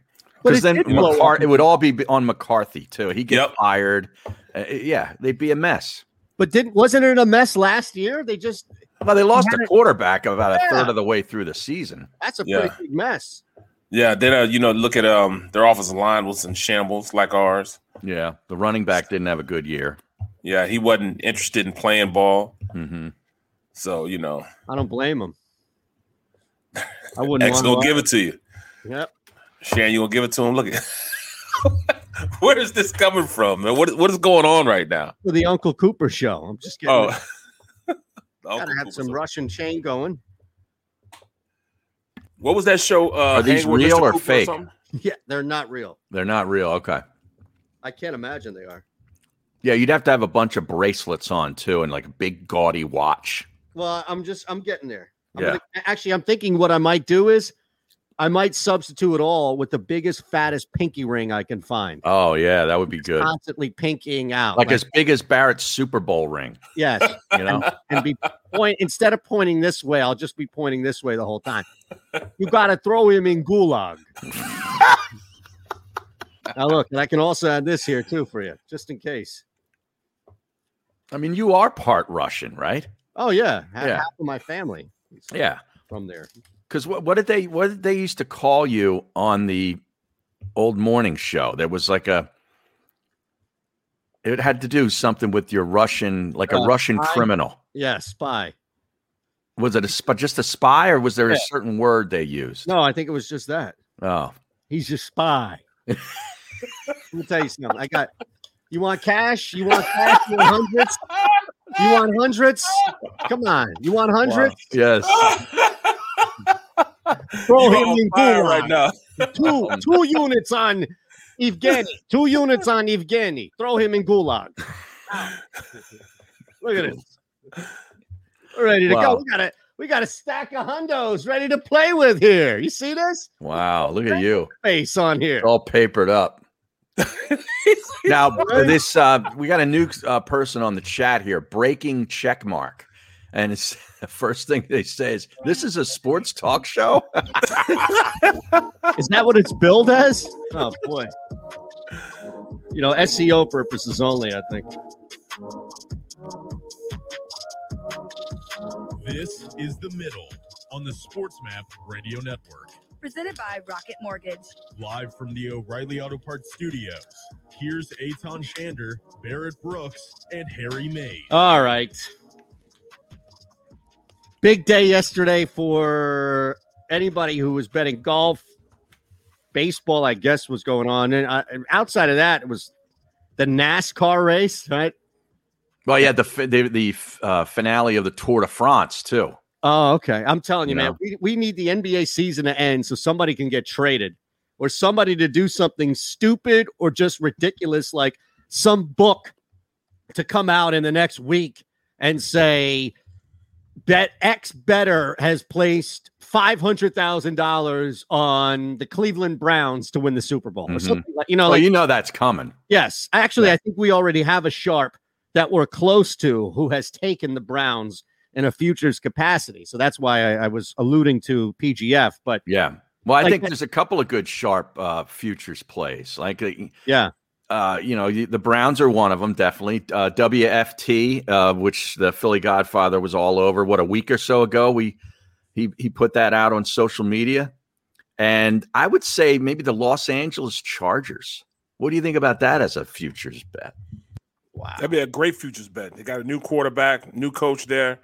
Speaker 4: But
Speaker 3: Because then
Speaker 4: it did blow
Speaker 3: McCar-
Speaker 4: up.
Speaker 3: it would all be b- on McCarthy too. He gets fired. Uh, yeah, they'd be a mess.
Speaker 2: But didn't wasn't it a mess last year? They just
Speaker 3: Well, they lost
Speaker 2: had
Speaker 3: a
Speaker 2: it-
Speaker 3: quarterback about a
Speaker 2: Yeah.
Speaker 3: third of the way through the season.
Speaker 2: That's a
Speaker 4: Yeah.
Speaker 2: pretty big mess.
Speaker 4: Yeah, then uh, you know, look at um their offensive line was in shambles like ours.
Speaker 3: Yeah, the running back didn't have a good year.
Speaker 4: Yeah, he wasn't interested in playing ball,
Speaker 3: Mm-hmm.
Speaker 4: so you know,
Speaker 2: I don't blame them. I wouldn't.
Speaker 4: X
Speaker 2: want
Speaker 4: gonna give it to you.
Speaker 2: Yep.
Speaker 4: Shan, you gonna give it to him? Look at Where is this coming from? man? What what is going on right now?
Speaker 2: For the Uncle Cooper show. I'm just kidding.
Speaker 4: Oh.
Speaker 2: Gotta have some Russian chain going.
Speaker 4: What was that show? Uh,
Speaker 3: Are these
Speaker 4: Hanging with
Speaker 3: real
Speaker 4: Mr.
Speaker 3: or
Speaker 4: Cooper
Speaker 3: fake?
Speaker 4: something?
Speaker 2: Yeah, they're not real.
Speaker 3: They're not real. Okay.
Speaker 2: I can't imagine they are.
Speaker 3: Yeah, you'd have to have a bunch of bracelets on too, and like a big gaudy watch.
Speaker 2: Well, I'm just I'm getting there. I'm
Speaker 3: Yeah.
Speaker 2: gonna, actually, I'm thinking what I might do is I might substitute it all with the biggest, fattest pinky ring I can find.
Speaker 3: Oh yeah, that would be good.
Speaker 2: Constantly pinkying out,
Speaker 3: Like as big as Barrett's Super Bowl ring.
Speaker 2: yes,
Speaker 3: You know?
Speaker 2: and, and be point instead of pointing this way, I'll just be pointing this way the whole time. You got to throw him in gulag. now look, and I can also add this here too for you, just in case.
Speaker 3: I mean, you are part Russian, right?
Speaker 2: Oh yeah, half,
Speaker 3: Yeah.
Speaker 2: half of my family. is
Speaker 3: Yeah.
Speaker 2: from there.
Speaker 3: Because what, what did they what did they used to call you on the old morning show? There was like a it had to do something with your Russian, like a
Speaker 2: Uh,
Speaker 3: Russian
Speaker 2: I-
Speaker 3: criminal.
Speaker 2: Yeah, spy.
Speaker 3: Was it a sp- just a spy, or was there a
Speaker 2: Yeah.
Speaker 3: certain word they used?
Speaker 2: No, I think it was just that.
Speaker 3: Oh,
Speaker 2: He's your spy. Let me tell you something. I got. You want cash? You want cash? You want hundreds? You want hundreds? Come on. You want hundreds?
Speaker 3: yes.
Speaker 2: Throw
Speaker 4: You
Speaker 2: him
Speaker 4: on
Speaker 2: in
Speaker 4: fire
Speaker 2: gulag.
Speaker 4: right now.
Speaker 2: Two two units on Evgeny. Two units on Evgeny. Throw him in gulag. Look at this. We're ready to
Speaker 3: Wow.
Speaker 2: go. We got a we got a stack of hundos ready to play with here. You see this
Speaker 3: Wow, look at you.
Speaker 2: face on here?
Speaker 3: all papered up. now this uh we got a new uh, person on the chat here breaking check mark and it's the first thing they say is this is a sports talk show
Speaker 2: Oh, Is that what it's billed as? Oh boy. You know, SEO purposes only, I think.
Speaker 7: This is the middle on the Sports Map Radio Network.
Speaker 6: Presented by Rocket Mortgage.
Speaker 7: Live from the O'Reilly Auto Parts Studios, here's Aton Shander, Barrett Brooks, and Harry May.
Speaker 2: All right. Big day yesterday for anybody who was betting golf. Baseball, I guess, was going on. And uh, and outside of that, it was the NASCAR race, right?
Speaker 3: well yeah the fi- the, the uh, finale of the tour de france too
Speaker 2: Oh, okay. I'm telling you, man,
Speaker 3: No.
Speaker 2: we, we need the NBA season to end so somebody can get traded or somebody to do something stupid or just ridiculous, like some book to come out in the next week and say, Bet X Better has placed $500,000 on the Cleveland Browns to win the Super Bowl or
Speaker 3: Mhm.
Speaker 2: something like you know,
Speaker 3: Well,
Speaker 2: like,
Speaker 3: you know that's coming
Speaker 2: Yes, actually, I think we already have a sharp that we're close to who has taken the Browns in a futures capacity. So that's why I, I was alluding to PGF. But
Speaker 3: yeah well i
Speaker 2: Like
Speaker 3: think
Speaker 2: that-
Speaker 3: there's a couple of good sharp uh futures plays like uh,
Speaker 2: yeah,
Speaker 3: uh, you know, the Browns are one of them, definitely. Uh, WFT, uh, which the Philly Godfather was all over, what a week or so ago, we he he put that out on social media, and I would say maybe the Los Angeles Chargers. What do you think about that as a futures bet?
Speaker 4: That'd be a great futures bet. They got a new quarterback, new coach there.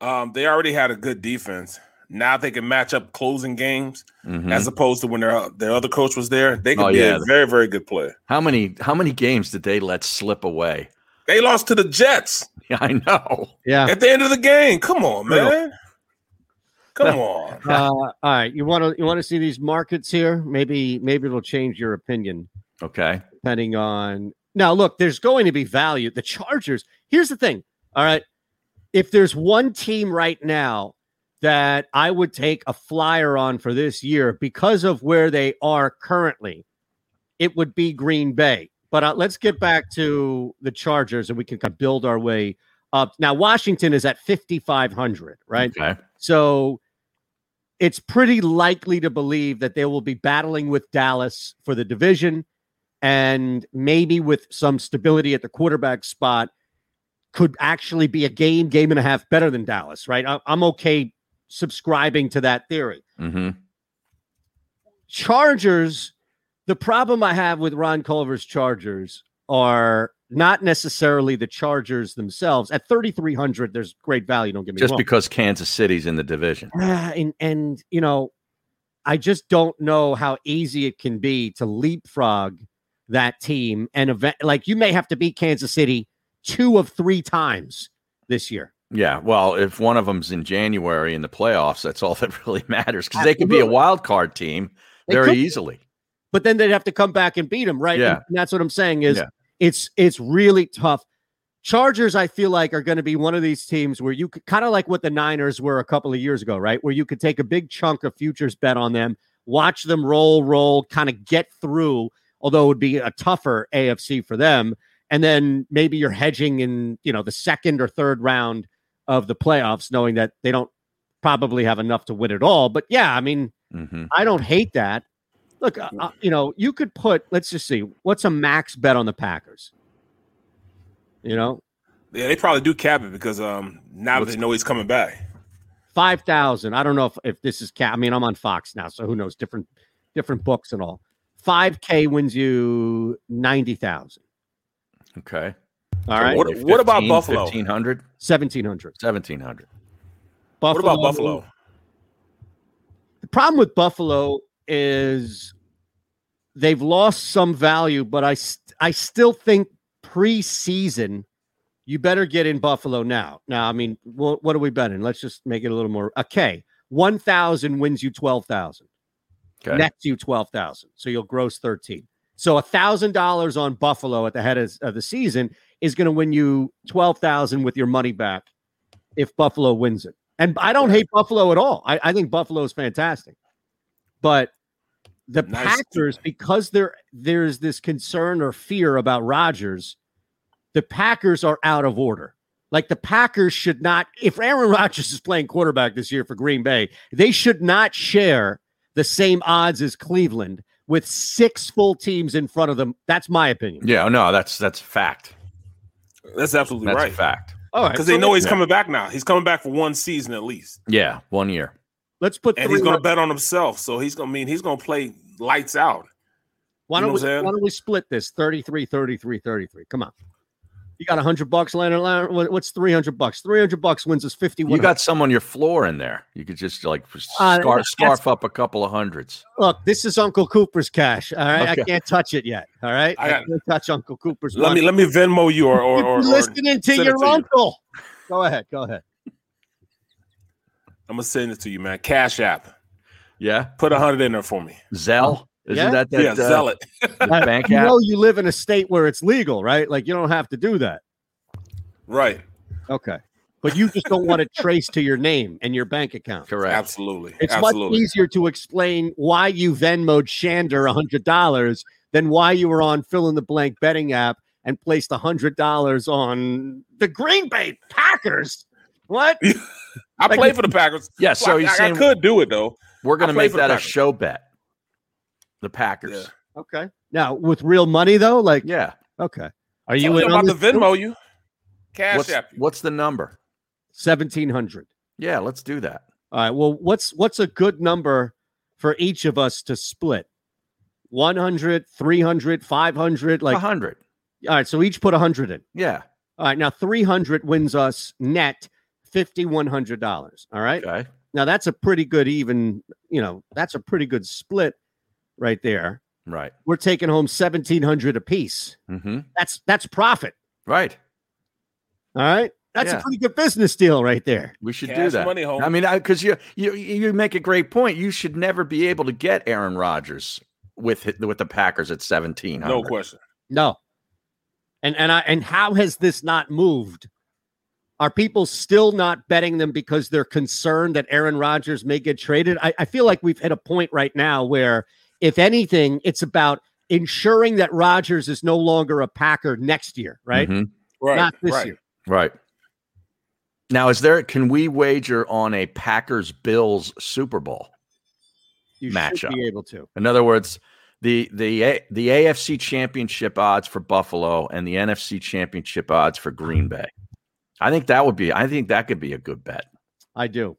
Speaker 4: Um, they already had a good defense. Now they can match up closing games
Speaker 3: Mhm.
Speaker 4: as opposed to when their their other coach was there. They could
Speaker 3: Oh,
Speaker 4: be
Speaker 3: yeah.
Speaker 4: a very very good player.
Speaker 3: How many how many games did they let slip away?
Speaker 4: They lost to the Jets
Speaker 3: Yeah, I know.
Speaker 2: yeah.
Speaker 4: at the end of the game. Come on,
Speaker 3: Brutal.
Speaker 4: man. Come on.
Speaker 2: Uh, all right, you want to you want to see these markets here? Maybe maybe it'll change your opinion
Speaker 3: Okay.
Speaker 2: depending on. Now, look, there's going to be value. The Chargers. Here's the thing. All right, if there's one team right now that I would take a flyer on for this year because of where they are currently, it would be Green Bay. But uh, let's get back to the Chargers and we can kind of build our way up. Now, Washington is at 5,500, right?
Speaker 3: Okay.
Speaker 2: So it's pretty likely to believe that they will be battling with Dallas for the division and maybe with some stability at the quarterback spot could actually be a game, game and a half better than Dallas, right? I- I'm okay subscribing to that theory.
Speaker 3: Mm-hmm.
Speaker 2: Chargers, the problem I have with Ron Culver's Chargers are not necessarily the Chargers themselves. At 3,300, there's great value. Don't get me
Speaker 3: Just
Speaker 2: wrong.
Speaker 3: because Kansas City's in the division.
Speaker 2: Ah, and and you know, I just don't know how easy it can be to leapfrog that team and event like you may have to beat Kansas City two of three times this year.
Speaker 3: Yeah, well, if one of them's in January in the playoffs, that's all that really matters because they could be a
Speaker 2: Absolutely.
Speaker 3: wild card team
Speaker 2: They
Speaker 3: very
Speaker 2: could be.
Speaker 3: easily.
Speaker 2: But then they'd have to come back and beat them, right?
Speaker 3: Yeah.
Speaker 2: And, that's what I'm saying is
Speaker 3: Yeah.
Speaker 2: it's it's really tough. Chargers, I feel like, are going to be one of these teams where you could kind of like what the Niners were a couple of years ago, right? Where you could take a big chunk of futures bet on them, watch them roll, roll, kind of get through, although it would be a tougher AFC for them. And then maybe you're hedging in, you know, the second or third round of the playoffs, knowing that they don't probably have enough to win it all. But yeah, I mean,
Speaker 3: Mm-hmm.
Speaker 2: I don't hate that. Look, uh, uh, you know, you could put, let's just see, what's a max bet on the Packers? You know,
Speaker 4: Yeah, they probably do cap it because um now that they know he's coming back.
Speaker 2: 5,000. I don't know if, if this is cap. I mean, I'm on Fox now, so who knows? Different different books and all. 5K wins you 90,000.
Speaker 3: Okay.
Speaker 2: All right.
Speaker 4: What, what about Buffalo?
Speaker 3: 1500?
Speaker 2: 1700.
Speaker 3: 1700.
Speaker 4: What about Buffalo?
Speaker 2: The problem with Buffalo is they've lost some value, but I st- I still think preseason you better get in Buffalo now. Now, I mean, what, what are we betting? Let's just make it a little more. Okay, one thousand wins you twelve thousand.
Speaker 3: Okay.
Speaker 2: Nets you twelve thousand, so you'll gross thirteen. So a thousand dollars on Buffalo at the head of, of the season is going to win you twelve thousand with your money back if Buffalo wins it. And I don't hate Buffalo at all. I, I think Buffalo is fantastic, but the Packers because there there's this concern or fear about Rodgers, the Packers are out of order. Like the Packers should not, if Aaron Rodgers is playing quarterback this year for Green Bay, they should not share the same odds as Cleveland with six full teams in front of them. That's my opinion.
Speaker 3: Yeah, no, that's that's fact.
Speaker 4: That's absolutely
Speaker 3: That's
Speaker 4: right.
Speaker 3: a fact.
Speaker 2: All right,
Speaker 4: Because
Speaker 2: so
Speaker 4: they know
Speaker 2: let's-
Speaker 4: he's coming back now. He's coming back for one season at least.
Speaker 3: Yeah, one year.
Speaker 2: Let's put
Speaker 4: And
Speaker 2: three
Speaker 4: he's gonna
Speaker 2: months-
Speaker 4: bet on himself. So he's gonna mean he's gonna play lights out.
Speaker 2: Why
Speaker 4: You know
Speaker 2: don't we
Speaker 4: what I'm saying?
Speaker 2: why don't we split this 33 33 33. Come on. You got 100 bucks Leonard, Leonard what- what's 300 bucks? 300 bucks wins us 51.
Speaker 3: You got some on your floor in there. You could just like
Speaker 2: Uh,
Speaker 3: scar-
Speaker 2: that's-
Speaker 3: scarf up a couple of hundreds.
Speaker 2: Look, this is Uncle Cooper's cash. All right.
Speaker 3: Okay.
Speaker 2: I can't touch it yet. All right.
Speaker 4: I
Speaker 2: I,
Speaker 4: got-
Speaker 2: can't touch Uncle Cooper's
Speaker 4: Let
Speaker 2: money.
Speaker 4: me let me Venmo you or or, or, or
Speaker 2: You're listening to
Speaker 4: send it
Speaker 2: your
Speaker 4: you.
Speaker 2: uncle. Go ahead. Go ahead.
Speaker 4: I'm gonna send it to you, man. Cash app.
Speaker 3: Yeah.
Speaker 4: Put a hundred in there for me.
Speaker 3: Zell.
Speaker 2: Isn't Yeah? that that,
Speaker 4: yeah,
Speaker 2: uh,
Speaker 4: sell it.
Speaker 2: I- you know you live in a state where it's legal, right? Like you don't have to do that.
Speaker 4: Right.
Speaker 2: Okay. But you just don't want to trace to your name and your bank account.
Speaker 3: Correct.
Speaker 4: Absolutely.
Speaker 2: It's much
Speaker 4: absolutely.
Speaker 2: easier to explain why you Venmoed Shander hundred dollars than why you were on fill in the blank betting app and placed hundred dollars on the Green Bay Packers. What?
Speaker 4: I
Speaker 2: Like-
Speaker 4: play for the Packers.
Speaker 3: Yeah, so
Speaker 4: I,
Speaker 3: he's
Speaker 4: I- I
Speaker 3: saying-
Speaker 4: could do it though.
Speaker 3: We're going
Speaker 4: I
Speaker 3: to
Speaker 4: play
Speaker 3: make
Speaker 4: for the
Speaker 3: that a
Speaker 4: Packers.
Speaker 3: show bet. The Packers.
Speaker 2: Okay. Now with real money though, like
Speaker 3: yeah.
Speaker 2: Okay. Are
Speaker 4: Tell
Speaker 2: you
Speaker 4: me
Speaker 2: in
Speaker 4: about
Speaker 2: on
Speaker 4: the
Speaker 2: this
Speaker 4: Venmo you? Cash
Speaker 3: what's,
Speaker 4: app.
Speaker 3: what's the number?
Speaker 2: Seventeen hundred.
Speaker 3: Yeah, let's do that.
Speaker 2: All right. Well, what's what's a good number for each of us to split? 100, 300, 500, like
Speaker 3: 100.
Speaker 2: All right, so each put 100 in.
Speaker 3: Yeah.
Speaker 2: All right, now 300 wins us net $5100, all right? Now that's a pretty good even, you know, that's a pretty good split right there.
Speaker 3: Right.
Speaker 2: We're taking home 1700 apiece.
Speaker 3: Mhm.
Speaker 2: That's that's profit.
Speaker 3: Right.
Speaker 2: All right? That's
Speaker 3: Yeah.
Speaker 2: a pretty good business deal right there.
Speaker 3: We should do
Speaker 2: Cash
Speaker 3: that.
Speaker 2: money, homie.
Speaker 3: I mean, because you you you make a great point. You should never be able to get Aaron Rodgers with hi- with the Packers at seventeen.
Speaker 4: No question.
Speaker 2: No. And and I and how has this not moved? Are people still not betting them because they're concerned that Aaron Rodgers may get traded? I, I feel like we've hit a point right now where, if anything, it's about ensuring that Rodgers is no longer a Packer next year, right?
Speaker 3: Mhm.
Speaker 4: Right,
Speaker 2: Not this
Speaker 4: right.
Speaker 2: year.
Speaker 3: Right. Now, is there? Can we wager on a Packers Bills Super Bowl
Speaker 2: You
Speaker 3: matchup?
Speaker 2: should be able to.
Speaker 3: In other words, the the A- the AFC Championship odds for Buffalo and the NFC Championship odds for Green Bay. I think that would be. I think that could be a good bet.
Speaker 2: I do.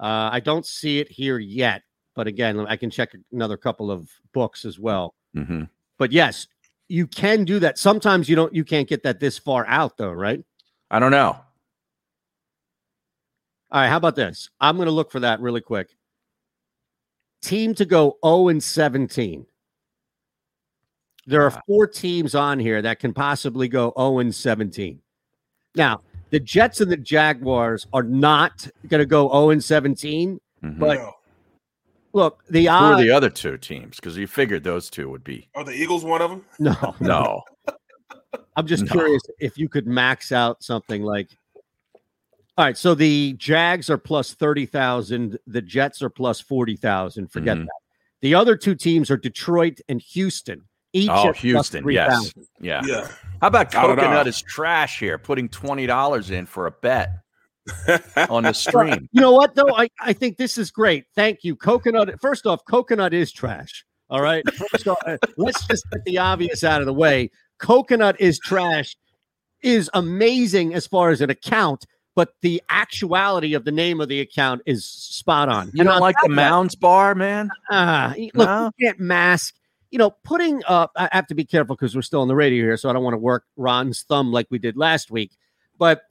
Speaker 2: Uh, I don't see it here yet, but again, I can check another couple of books as well.
Speaker 3: Mm-hmm.
Speaker 2: But yes, you can do that. Sometimes you don't. You can't get that this far out, though, right?
Speaker 3: I don't know.
Speaker 2: All right, how about this? I'm going to look for that really quick. Team to go 0 and 17. oh There are four teams on here that can possibly go 0 and 17. Now, the Jets and the Jaguars are not going to go 0 and 17, but look, the
Speaker 3: Mm-hmm. Who are
Speaker 2: odds.
Speaker 3: the other two teams? Because you figured those two would be.
Speaker 4: Are the Eagles one of them?
Speaker 2: No,
Speaker 3: No.
Speaker 2: I'm just
Speaker 3: No.
Speaker 2: curious if you could max out something like. All right, so the Jags are plus thirty thousand. The Jets are plus forty thousand. Forget
Speaker 3: Mhm.
Speaker 2: that. The other two teams are Detroit and Houston. Each
Speaker 3: oh,
Speaker 2: at plus
Speaker 3: Houston. Yes.
Speaker 2: 3,000.
Speaker 3: Yeah.
Speaker 2: Yeah.
Speaker 3: How about
Speaker 2: Not at all.
Speaker 3: coconut is trash here? Putting twenty dollars in for a bet on the
Speaker 2: Well,
Speaker 3: stream.
Speaker 2: You know what though? I, I think this is great. Thank you. Coconut. First off, coconut is trash. All right. So uh, let's just get the obvious out of the way. Coconut is trash is amazing as far as an account, but the actuality of the name of the account is spot on.
Speaker 3: You don't
Speaker 2: on
Speaker 3: like the
Speaker 2: top of that-
Speaker 3: Mounds bar, man?
Speaker 2: Ah, y- look, you can't mask. You know, putting up. I have to be careful because we're still on the radio here, so I don't want to work Ron's thumb like we did last week. But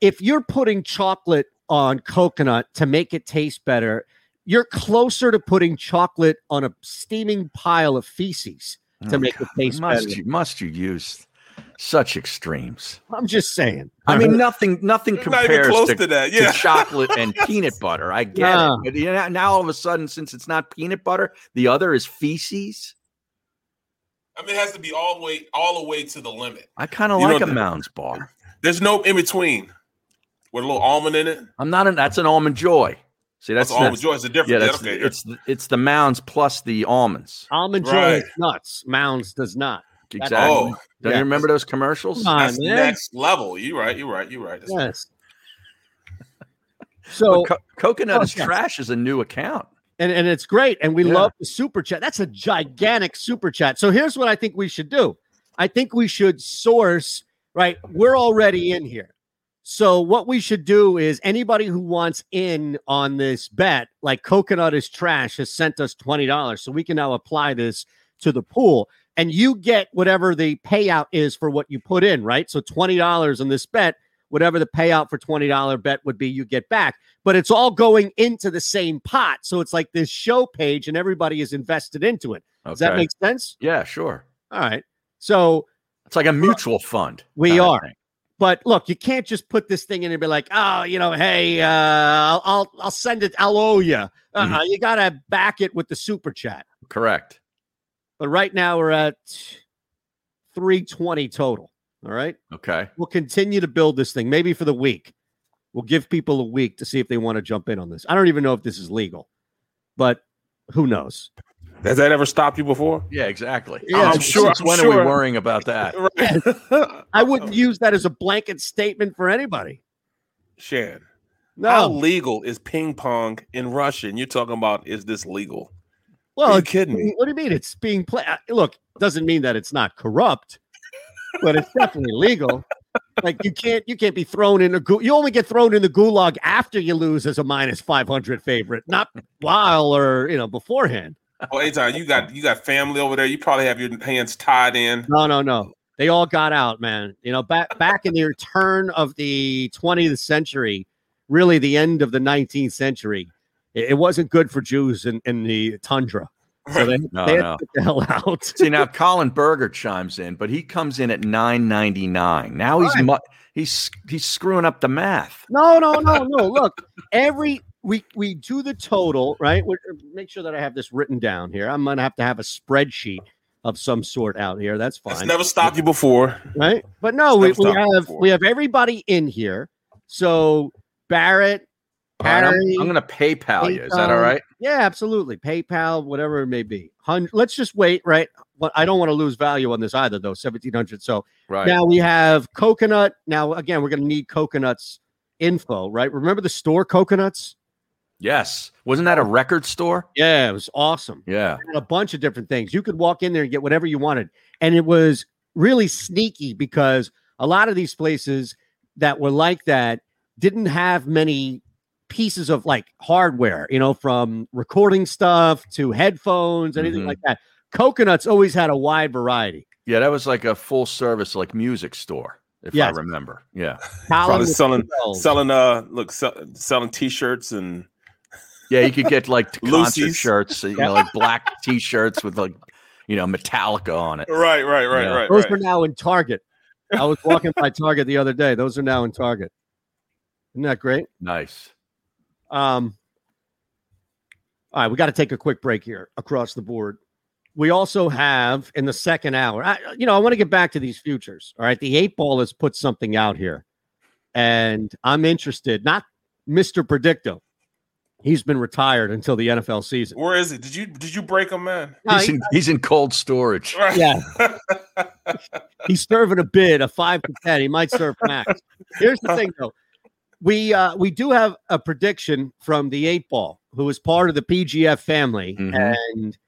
Speaker 2: if you're putting chocolate on coconut to make it taste better, you're closer to putting chocolate on a steaming pile of feces to
Speaker 3: Oh,
Speaker 2: make it taste
Speaker 3: Must
Speaker 2: better.
Speaker 3: you must you use such extremes?
Speaker 2: I'm just saying.
Speaker 3: I mean, nothing nothing
Speaker 2: not even
Speaker 3: compares
Speaker 2: close to that, yeah.
Speaker 3: chocolate and peanut butter. I get
Speaker 2: Nah.
Speaker 3: it. But you know, now all of a sudden, since it's not peanut butter, the other is feces.
Speaker 4: I mean, it has to be all the way, all the way to the limit.
Speaker 3: I kind of
Speaker 4: You
Speaker 3: like
Speaker 4: know
Speaker 3: a
Speaker 4: the-
Speaker 3: Mounds bar.
Speaker 4: There's no in between with a little almond in it.
Speaker 3: I'm not an. That's an almond joy. See, that's
Speaker 4: That's an almond joy. It's a different-
Speaker 3: Yeah,
Speaker 4: yeah,
Speaker 3: that's,
Speaker 4: okay, yeah.
Speaker 3: it's the- it's the mounds plus the almonds.
Speaker 2: Almond joy
Speaker 3: Right.
Speaker 2: is nuts. Mounds does not. That's-
Speaker 3: Exactly. Don't
Speaker 2: Yeah.
Speaker 3: you remember those commercials?
Speaker 2: Come on,
Speaker 4: That's
Speaker 2: man.
Speaker 4: next level. You're right. You're right. You're right. That's-
Speaker 2: Yes. So
Speaker 3: Co- coconut
Speaker 2: Oh,
Speaker 3: is
Speaker 2: yeah.
Speaker 3: trash is a new account.
Speaker 2: and and it's great and we love the super chat that's a gigantic super chat so here's what i think we should do i think we should source right we're already in here so what we should do is anybody who wants in on this bet like coconut is trash has sent us $20 so we can now apply this to the pool and you get whatever the payout is for what you put in right so $20 on this bet whatever the payout for $20 bet would be, you get back. But it's all going into the same pot. So it's like this show page and everybody is invested into it. Does that
Speaker 3: Okay.
Speaker 2: make sense?
Speaker 3: Yeah, sure.
Speaker 2: All right. So
Speaker 3: it's like a mutual fund.
Speaker 2: We
Speaker 3: kinda
Speaker 2: are.
Speaker 3: thing.
Speaker 2: But look, you can't just put this thing in and be like, oh, you know, hey, uh, I'll I'll- I'll send it, I'll owe you. Uh, uh You gotta back it with the super chat.
Speaker 3: Mm-hmm. Correct.
Speaker 2: But right now we're at 320 total. All right.
Speaker 3: Okay.
Speaker 2: We'll continue to build this thing, maybe for the week. We'll give people a week to see if they want to jump in on this. I don't even know if this is legal, but who knows?
Speaker 4: Has that ever stopped you before?
Speaker 3: Yeah, exactly.
Speaker 2: Yeah,
Speaker 3: I'm
Speaker 2: it's-
Speaker 3: sure.
Speaker 2: it's-
Speaker 3: when are
Speaker 2: sure.
Speaker 3: we worrying about that?
Speaker 2: I wouldn't use that as a blanket statement for anybody.
Speaker 4: Shan,
Speaker 2: no.
Speaker 4: how legal is ping pong in Russian? You're talking about is this legal?
Speaker 2: Well,
Speaker 4: Are you
Speaker 2: it's-
Speaker 4: kidding me?
Speaker 2: What do you mean it's being played? Look, doesn't mean that it's not corrupt, but it's definitely legal. Like you can't you can't be thrown in a gu- you only get thrown in the gulag after you lose as a minus five hundred favorite, not while or you know beforehand.
Speaker 4: Oh, anytime you got you got family over there, you probably have your hands tied in.
Speaker 2: No, no, no. They all got out, man. You know, back back in the turn of the 20th century, really the end of the 19th century, it, it wasn't good for Jews in, in the tundra. So they,
Speaker 3: No,
Speaker 2: they had to
Speaker 3: no.
Speaker 2: get the hell out.
Speaker 3: See now, Colin Berger chimes in, but he comes in at nine ninety nine. Now he's mu- he's he's screwing up the math.
Speaker 2: No, no, no, no. Look, every we we do the total, right? we make sure that I have this written down here. I'm gonna have to have a spreadsheet of some sort out here. That's fine.
Speaker 4: It's never stopped you before.
Speaker 2: right? But no, we,
Speaker 4: Stuff
Speaker 2: we
Speaker 4: stopped
Speaker 2: have
Speaker 4: before.
Speaker 2: we have everybody in here. So Barrett,
Speaker 3: All right, I'm,
Speaker 2: Harry,
Speaker 3: I'm going to PayPal you. Is that all
Speaker 2: PayPal.
Speaker 3: right?
Speaker 2: Yeah, absolutely. PayPal, whatever it may be. Hun- Let's just wait, right? But I don't want to lose value on this either, though. Seventeen hundred. So
Speaker 3: Right.
Speaker 2: now we have coconut. Now again, we're going to need coconuts info, right? Remember the store coconuts?
Speaker 3: Yes. Wasn't that a record store?
Speaker 2: Yeah, it was awesome.
Speaker 3: Yeah.
Speaker 2: had a bunch of different things. You could walk in there and get whatever you wanted. And it was really sneaky because a lot of these places that were like that didn't have many pieces of like hardware, you know, from recording stuff to headphones, anything
Speaker 3: Mhm.
Speaker 2: like that. Coconuts always had a wide variety.
Speaker 3: Yeah, that was like a full service like music store, if
Speaker 2: Yes.
Speaker 3: I remember. Yeah.
Speaker 2: Colin
Speaker 4: Probably
Speaker 2: was
Speaker 4: selling
Speaker 2: 12.
Speaker 4: selling uh look sell, selling t-shirts and
Speaker 3: Yeah, you could get like concert
Speaker 4: Lucy's.
Speaker 3: shirts, you know, like black t-shirts with like you know, Metallica on it.
Speaker 4: Right, right, right,
Speaker 3: Yeah.
Speaker 4: right.
Speaker 2: Those
Speaker 4: right.
Speaker 2: are now in Target. I was walking by Target the other day. Those are now in Target. Isn't that great?
Speaker 3: Nice.
Speaker 2: Um, all right, we got to take a quick break here across the board. We also have in the second hour, I, you know, I want to get back to these futures. All right, the eight ball has put something out here, and I'm interested. Not Mr. Predicto. He's been retired until the NFL season.
Speaker 4: Where is it? Did you did you break him, man?
Speaker 3: he's, in, he's in cold storage.
Speaker 2: Yeah. He's serving a bid, a five to ten. He might serve max. Here's the thing, though. We uh, we do have a prediction from the eight ball, who is part of the PGF family,
Speaker 3: Mm-hmm.
Speaker 2: and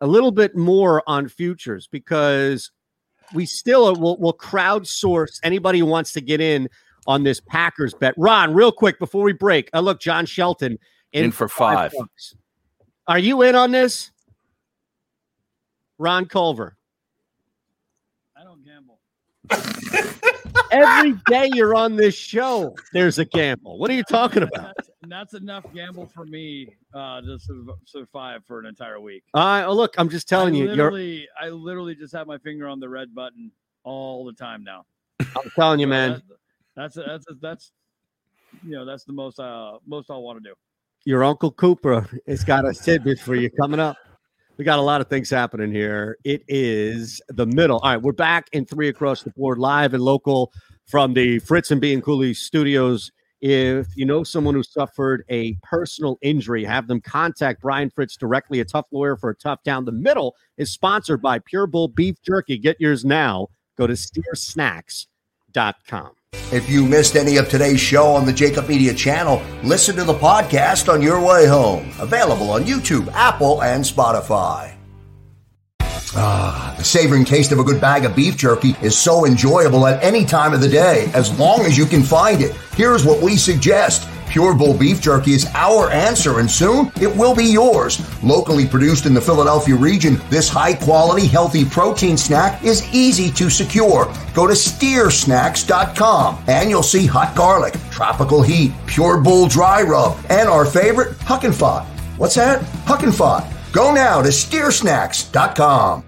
Speaker 2: a little bit more on futures because we still will will crowdsource anybody who wants to get in on this Packers bet. Ron, real quick before we break, uh, look, John Shelton
Speaker 3: In for five.
Speaker 2: bucks. Are you in on this, Ron Culver? Every day you're on this show, there's a gamble. What are you talking about?
Speaker 14: And that's enough gamble for me uh, to su- survive for an entire week.
Speaker 2: Uh, oh, look, I'm just telling
Speaker 14: I
Speaker 2: you, you're,
Speaker 14: literally, I literally just have my finger on the red button all the time now.
Speaker 2: I'm telling you,
Speaker 14: uh,
Speaker 2: man,
Speaker 14: That's that's that's you know that's the most uh most I want to do.
Speaker 2: your Uncle Cooper has got a tidbit for you coming up. We got a lot of things happening here. It is the middle. All right, we're back in three across the board, live and local from the Fritz and B and Cooley studios. If you know someone who suffered a personal injury, have them contact Brian Fritz directly, a tough lawyer for a tough town. The middle is sponsored by Pure Bull Beef Jerky. Get yours now. Go to steersnacks.com.
Speaker 15: If you missed any of today's show on the Jacob Media channel, listen to the podcast on your way home. Available on YouTube, Apple, and Spotify. Ah, the savoring taste of a good bag of beef jerky is so enjoyable at any time of the day, as long as you can find it. Here's what we suggest. Pure Bull Beef Jerky is our answer, and soon it will be yours. Locally produced in the Philadelphia region, this high quality, healthy protein snack is easy to secure. Go to steersnacks.com and you'll see hot garlic, tropical heat, pure bull dry rub, and our favorite, Huck and Fod. What's that? Huck and Fod. Go now to steersnacks.com.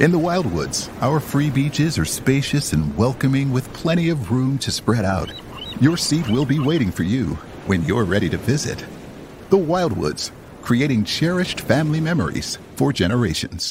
Speaker 10: In the Wildwoods, our free beaches are spacious and welcoming with plenty of room to spread out. Your seat will be waiting for you when you're ready to visit. The Wildwoods, creating cherished family memories for generations.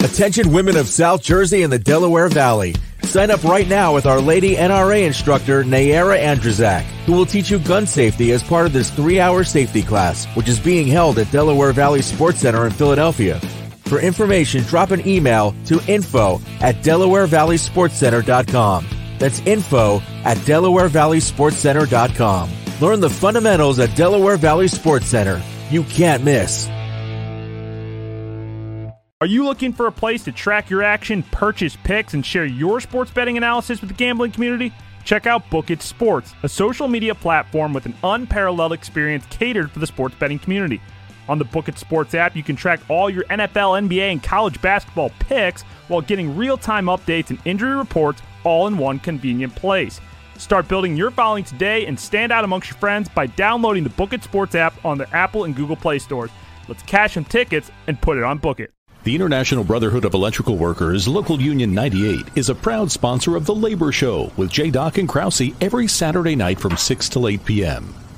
Speaker 16: Attention women of South Jersey and the Delaware Valley. Sign up right now with our lady NRA instructor, Nayara Andrzak, who will teach you gun safety as part of this three hour safety class, which is being held at Delaware Valley Sports Center in Philadelphia. For information, drop an email to info at delawarevalleysportscenter.com. That's info at delawarevalleysportscenter.com. Learn the fundamentals at Delaware Valley Sports Center. You can't miss.
Speaker 5: Are you looking for a place to track your action, purchase picks, and share your sports betting analysis with the gambling community? Check out Book It Sports, a social media platform with an unparalleled experience catered for the sports betting community. On the Book It Sports app, you can track all your NFL, NBA, and college basketball picks while getting real time updates and injury reports all in one convenient place. Start building your following today and stand out amongst your friends by downloading the Book It Sports app on the Apple and Google Play stores. Let's cash some tickets and put it on Book It.
Speaker 17: The International Brotherhood of Electrical Workers, Local Union 98, is a proud sponsor of The Labor Show with J. Dock and Krause every Saturday night from 6 to 8 p.m.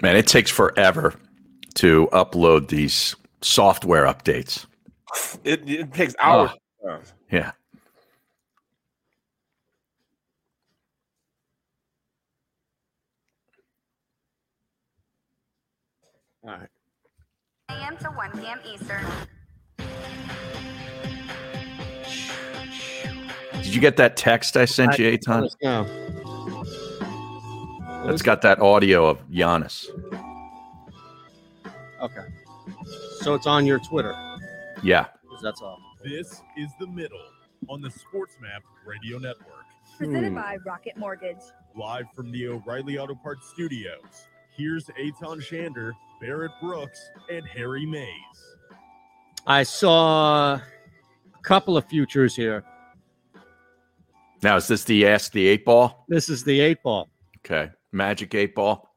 Speaker 3: Man, it takes forever to upload these software updates.
Speaker 4: It, it takes hours.
Speaker 3: Yeah.
Speaker 2: All right.
Speaker 6: a.m. to 1 p.m. Eastern.
Speaker 3: Did you get that text I sent you, Aton?
Speaker 2: Yeah.
Speaker 3: It's got that audio of Giannis.
Speaker 2: Okay. So it's on your Twitter.
Speaker 3: Yeah.
Speaker 2: That's all.
Speaker 7: This is the middle on the Sports Map Radio Network. Hmm.
Speaker 6: Presented by Rocket Mortgage.
Speaker 7: Live from the O'Reilly Auto Parts Studios, here's Aton Shander, Barrett Brooks, and Harry Mays.
Speaker 2: I saw a couple of futures here.
Speaker 3: Now is this the ask the eight ball?
Speaker 2: This is the eight ball.
Speaker 3: Okay, magic eight ball.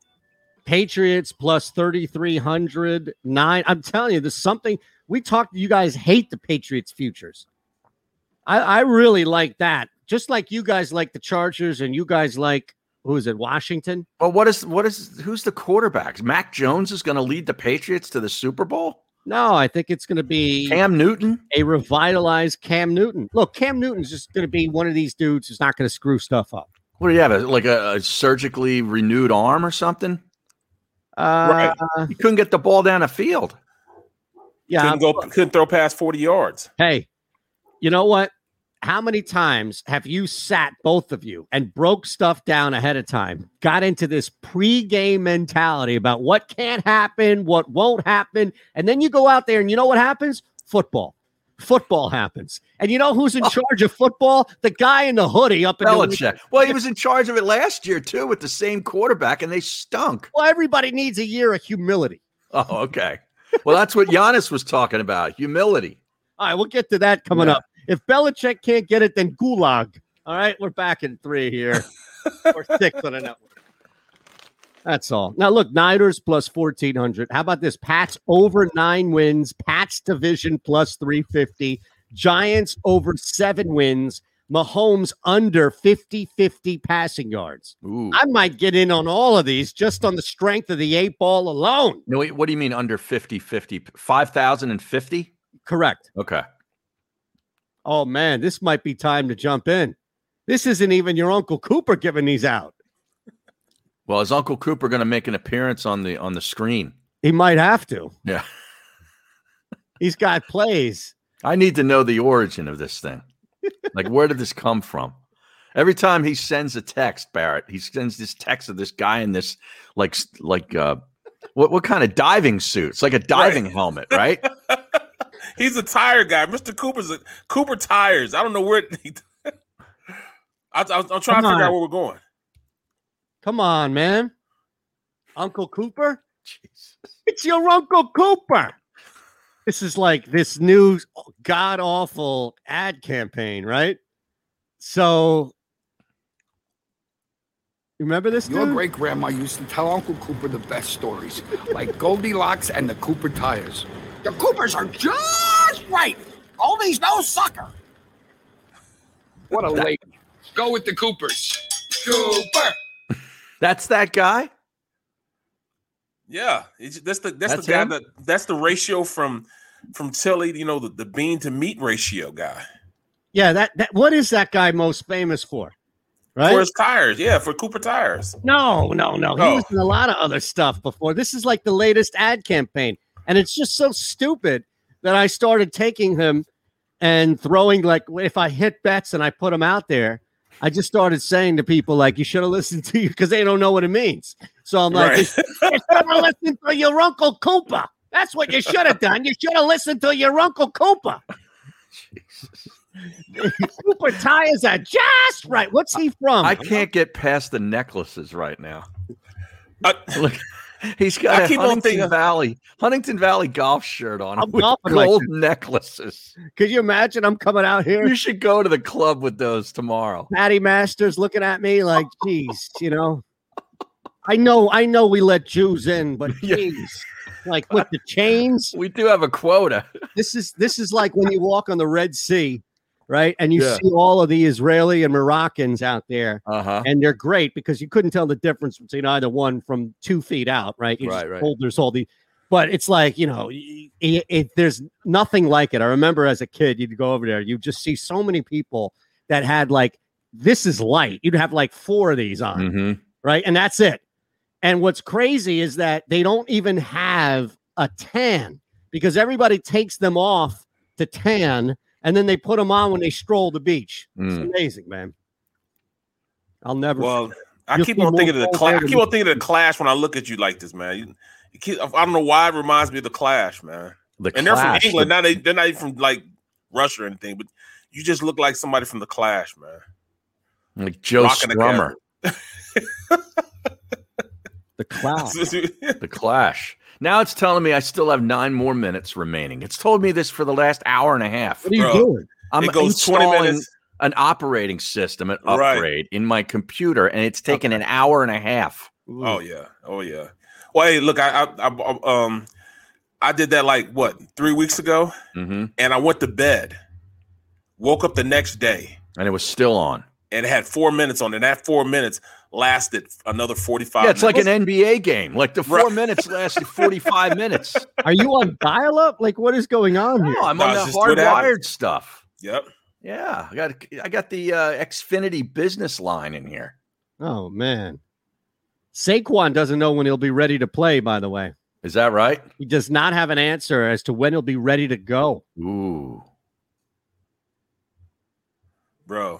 Speaker 2: Patriots plus 3,300, nine. I'm telling you, there's something we talked. You guys hate the Patriots futures. I, I really like that. Just like you guys like the Chargers and you guys like, who is it, Washington?
Speaker 3: Well, what is, what is, who's the quarterbacks? Mac Jones is going to lead the Patriots to the Super Bowl?
Speaker 2: No, I think it's going to be
Speaker 3: Cam Newton,
Speaker 2: a revitalized Cam Newton. Look, Cam Newton's just going to be one of these dudes who's not going to screw stuff up.
Speaker 3: What do you have? a- Like a, a surgically renewed arm or something?
Speaker 2: Uh,
Speaker 3: right. He couldn't get the ball down the field.
Speaker 2: Yeah,
Speaker 4: couldn't go, couldn't throw past forty yards.
Speaker 2: Hey, you know what? How many times have you sat both of you and broke stuff down ahead of time? Got into this pre-game mentality about what can't happen, what won't happen, and then you go out there and you know what happens? Football. Football happens. And you know who's in charge of football? The guy in the hoodie up in New
Speaker 3: Oh. Belichick.
Speaker 2: England.
Speaker 3: Well, he was in charge of it last year too with the same quarterback, and they stunk.
Speaker 2: Well, everybody needs a year of humility.
Speaker 3: Oh, okay. Well, that's what Giannis was talking about. Humility.
Speaker 2: All right, we'll get to that coming up. If Belichick can't get it, then gulag. All right, we're back in three here. or six on the network. That's all. Now look, Niners plus fourteen hundred. How about this? Pats over nine wins. Pats division plus three fifty. Giants over seven wins. Mahomes under 50-50 passing yards. I might get in on all of these just on the strength of the eight ball alone.
Speaker 3: No, wait, what do you mean under 50 50? 5,050?
Speaker 2: Correct.
Speaker 3: Okay.
Speaker 2: Oh man, this might be time to jump in. This isn't even your Uncle Cooper giving these out.
Speaker 3: Well, is Uncle Cooper going to make an appearance on the on the screen?
Speaker 2: He might have to.
Speaker 3: Yeah.
Speaker 2: He's got plays.
Speaker 3: I need to know the origin of this thing. Like, where did this come from? Every time he sends a text, Barrett, he sends this text of this guy in this like s- like uh what what kind of diving suit? It's like a diving helmet, right?
Speaker 4: He's a tire guy. Mr. Cooper's a Cooper tires. I don't know where. I, I, I'm trying
Speaker 2: Come
Speaker 4: to figure
Speaker 2: on.
Speaker 4: out where we're going.
Speaker 2: Come on, man. Uncle Cooper? It's your Uncle Cooper. This is like this new god awful ad campaign, right? So remember this
Speaker 18: Your
Speaker 2: dude?
Speaker 18: great grandma used to tell Uncle Cooper the best stories, like Goldilocks and the Cooper tires. The Coopers are just right. Goldie's no sucker. What a lady. Go with the Coopers. Cooper.
Speaker 3: That's that guy.
Speaker 4: Yeah, it's, that's the that's,
Speaker 3: That's
Speaker 4: the guy
Speaker 3: him?
Speaker 4: that that's the ratio from from Tilly. You know, the, the bean to meat ratio guy
Speaker 2: Yeah, that, that what is that guy most famous for? Right?
Speaker 4: for his tires. Yeah, for Cooper tires.
Speaker 2: No, no, no. He
Speaker 4: Oh.
Speaker 2: was in a lot of other stuff before. This is like the latest ad campaign. And it's just so stupid that I started taking him and throwing like if I hit bets and I put him out there, I just started saying to people like you should have listened to you because they don't know what it means. So I'm like,
Speaker 1: Right.
Speaker 2: you should have listened to your Uncle Cooper. That's what you should have done. You should have listened to your Uncle Cooper. Cooper tires are just right. What's he from?
Speaker 3: I can't get past the necklaces right now. Look, he's
Speaker 1: I
Speaker 3: got a
Speaker 1: keep on
Speaker 3: Huntington
Speaker 1: thinking-
Speaker 3: Valley Huntington Valley golf shirt on
Speaker 2: I'm
Speaker 3: with gold
Speaker 2: golfing like that.
Speaker 3: necklaces.
Speaker 2: Could you imagine I'm coming out here?
Speaker 3: You should go to the club with those tomorrow.
Speaker 2: Patty Masters looking at me like, geez, you know. I know, I know we let Jews in, but geez, like with the chains.
Speaker 3: We do have a quota.
Speaker 2: This is this is like when you walk on the Red Sea, right? And you
Speaker 3: Yeah.
Speaker 2: see all of the Israeli and Moroccans out there.
Speaker 3: Uh-huh.
Speaker 2: And they're great because you couldn't tell the difference between either one from two feet out, right? You
Speaker 1: Right, right.
Speaker 2: Hold, there's all the but it's like, you know, y- y- it, there's nothing like it. I remember as a kid, you'd go over there, you just see so many people that had like, this is light. You'd have like four of these on,
Speaker 1: Mm-hmm.
Speaker 2: right? And that's it. And what's crazy is that they don't even have a tan because everybody takes them off to tan and then they put them on when they stroll the beach. It's
Speaker 4: Mm.
Speaker 2: amazing, man. I'll never.
Speaker 4: Well, I
Speaker 2: You'll
Speaker 4: keep
Speaker 2: see
Speaker 4: on
Speaker 2: more
Speaker 4: thinking of the
Speaker 2: Paul
Speaker 4: clash. I
Speaker 2: Bettany.
Speaker 4: keep on thinking of the clash when I look at you like this, man. You, you keep, I don't know why it reminds me of the clash, man.
Speaker 3: The
Speaker 4: and they're from
Speaker 3: Clash,
Speaker 4: England.
Speaker 3: the-
Speaker 4: Now they they're not even from like Russia or anything, but you just look like somebody from the clash, man.
Speaker 3: Like Joe
Speaker 4: Rocking the
Speaker 3: Strummer.
Speaker 2: the Clash.
Speaker 3: the Clash. Now it's telling me I still have nine more minutes remaining. It's told me this for the last hour and a half.
Speaker 2: What are you Bro, doing?
Speaker 3: I'm
Speaker 4: it goes 20
Speaker 3: installing
Speaker 4: minutes.
Speaker 3: an operating system, an
Speaker 4: Right.
Speaker 3: upgrade in my computer, and it's taken an hour and a half.
Speaker 4: Oh yeah, oh yeah. Well, hey, look, I, I, I um, I did that like what three weeks ago,
Speaker 3: Mm-hmm.
Speaker 4: and I went to bed, woke up the next day,
Speaker 3: And it was still on.
Speaker 4: and it had four minutes on. it. And that four minutes lasted another forty-five.
Speaker 3: Yeah, it's like
Speaker 4: minutes.
Speaker 3: an NBA game. Like the four
Speaker 4: Right.
Speaker 3: minutes lasted 45 minutes.
Speaker 2: Are you on dial up? Like, what is going on here?
Speaker 3: No, I'm
Speaker 4: No,
Speaker 3: on
Speaker 4: it's
Speaker 3: the
Speaker 4: just what happens.
Speaker 3: hardwired stuff.
Speaker 4: Yep.
Speaker 3: Yeah, I got I got the uh, Xfinity business line in here.
Speaker 2: Oh man. Saquon doesn't know when he'll be ready to play, by the way.
Speaker 3: Is that right?
Speaker 2: He does not have an answer as to when he'll be ready to go.
Speaker 3: Ooh.
Speaker 4: bro.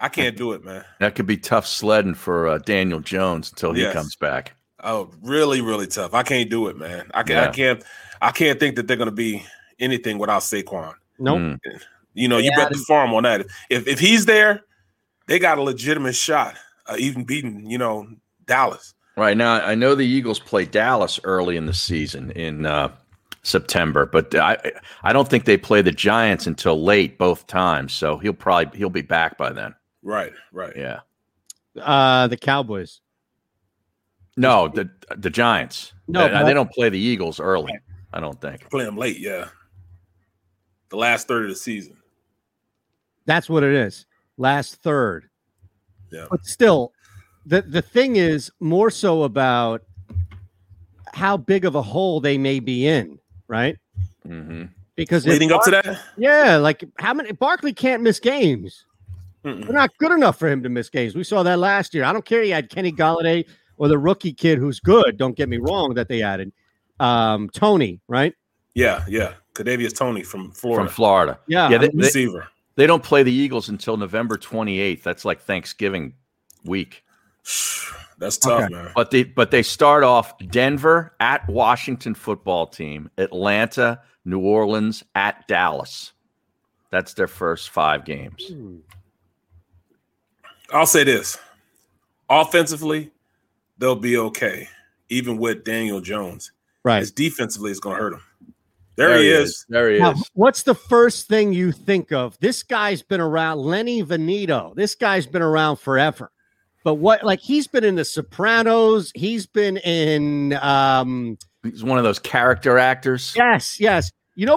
Speaker 4: I can't do it, man.
Speaker 3: That could be tough sledding for uh, Daniel Jones until he
Speaker 4: Yes.
Speaker 3: comes back.
Speaker 4: Oh, really, really tough. I can't do it, man. I can
Speaker 3: Yeah.
Speaker 4: I can't. I can't think that they're gonna be anything without Saquon.
Speaker 2: Nope.
Speaker 3: Mm. Hmm.
Speaker 4: You know, you
Speaker 2: Yeah,
Speaker 4: bet the
Speaker 2: they-
Speaker 4: farm on that. If if he's there, they got a legitimate shot, uh, even beating you know Dallas.
Speaker 3: Right now, I know the Eagles play Dallas early in the season in uh, September, but I I don't think they play the Giants until late both times. So he'll probably he'll be back by then.
Speaker 4: Right, right.
Speaker 3: Yeah.
Speaker 2: Uh the Cowboys.
Speaker 3: No, the the Giants.
Speaker 2: No,
Speaker 3: they,
Speaker 2: but-
Speaker 3: they don't play the Eagles early. I don't think.
Speaker 4: Play him late, yeah. The last third of the season.
Speaker 2: That's what it is. Last third.
Speaker 4: Yeah.
Speaker 2: But still, the the thing is more so about how big of a hole they may be in, right?
Speaker 3: Mm-hmm.
Speaker 2: Because if
Speaker 4: Leading up to
Speaker 2: Bar-
Speaker 4: that,
Speaker 2: yeah, like how many Barkley can't miss games. They're not good enough for him to miss games. We saw that last year. I don't care. You had Kenny Galladay or the rookie kid who's good. Don't get me wrong. That they added um, Tony, right?
Speaker 4: yeah, yeah. Kadavius Tony from Florida.
Speaker 3: From Florida.
Speaker 2: Yeah,
Speaker 3: They, they-
Speaker 4: receiver.
Speaker 3: they don't play the Eagles until November 28th. That's like Thanksgiving week.
Speaker 4: That's tough, man.
Speaker 3: But they but they start off Denver at Washington football team, Atlanta, New Orleans at Dallas. That's their first five games.
Speaker 4: I'll say this: offensively, they'll be okay, even with Daniel Jones.
Speaker 2: Right.
Speaker 4: It's defensively, it's going to hurt them. There,
Speaker 3: There
Speaker 4: he
Speaker 3: he
Speaker 4: is.
Speaker 3: is. There he
Speaker 2: Now,
Speaker 3: is.
Speaker 2: what's the first thing you think of? This guy's been around, Lenny Veneto. This guy's been around forever. But what, like, he's been in The Sopranos. He's been in, um,
Speaker 3: He's one of those character actors.
Speaker 2: yes, yes. You know,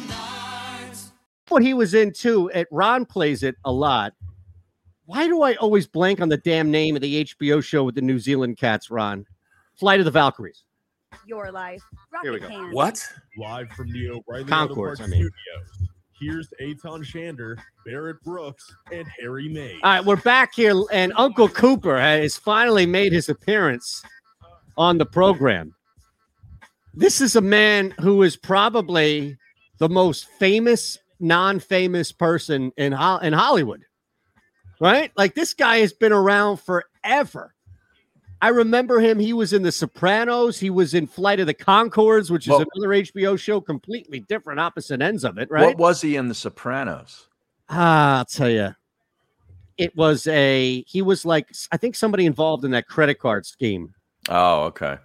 Speaker 2: what he was in too. At Ron plays it a lot. Why do I always blank on the damn name of the HBO show with the New Zealand cats? Ron, Flight of the Valkyries.
Speaker 6: Your life. Rocket
Speaker 2: Here we go.
Speaker 6: Hand.
Speaker 7: Live from the O'Reilly
Speaker 2: Concourse,
Speaker 7: Auto Parts
Speaker 2: I mean.
Speaker 7: Studios. Here's Aton Shander, Barrett Brooks, and Harry May.
Speaker 2: All right, we're back here, and Uncle Cooper has finally made his appearance on the program. This is a man who is probably the most famous, non-famous person in Hol- in Hollywood, right? Like this guy has been around forever. I remember him. He was in The Sopranos. He was in Flight of the Concords, which is
Speaker 3: Well-
Speaker 2: another HBO show, completely different, opposite ends of it, right?
Speaker 3: What was he in The Sopranos?
Speaker 2: Ah, I'll tell you. it was a he was like I think somebody involved in that credit card scheme.
Speaker 3: Oh, okay.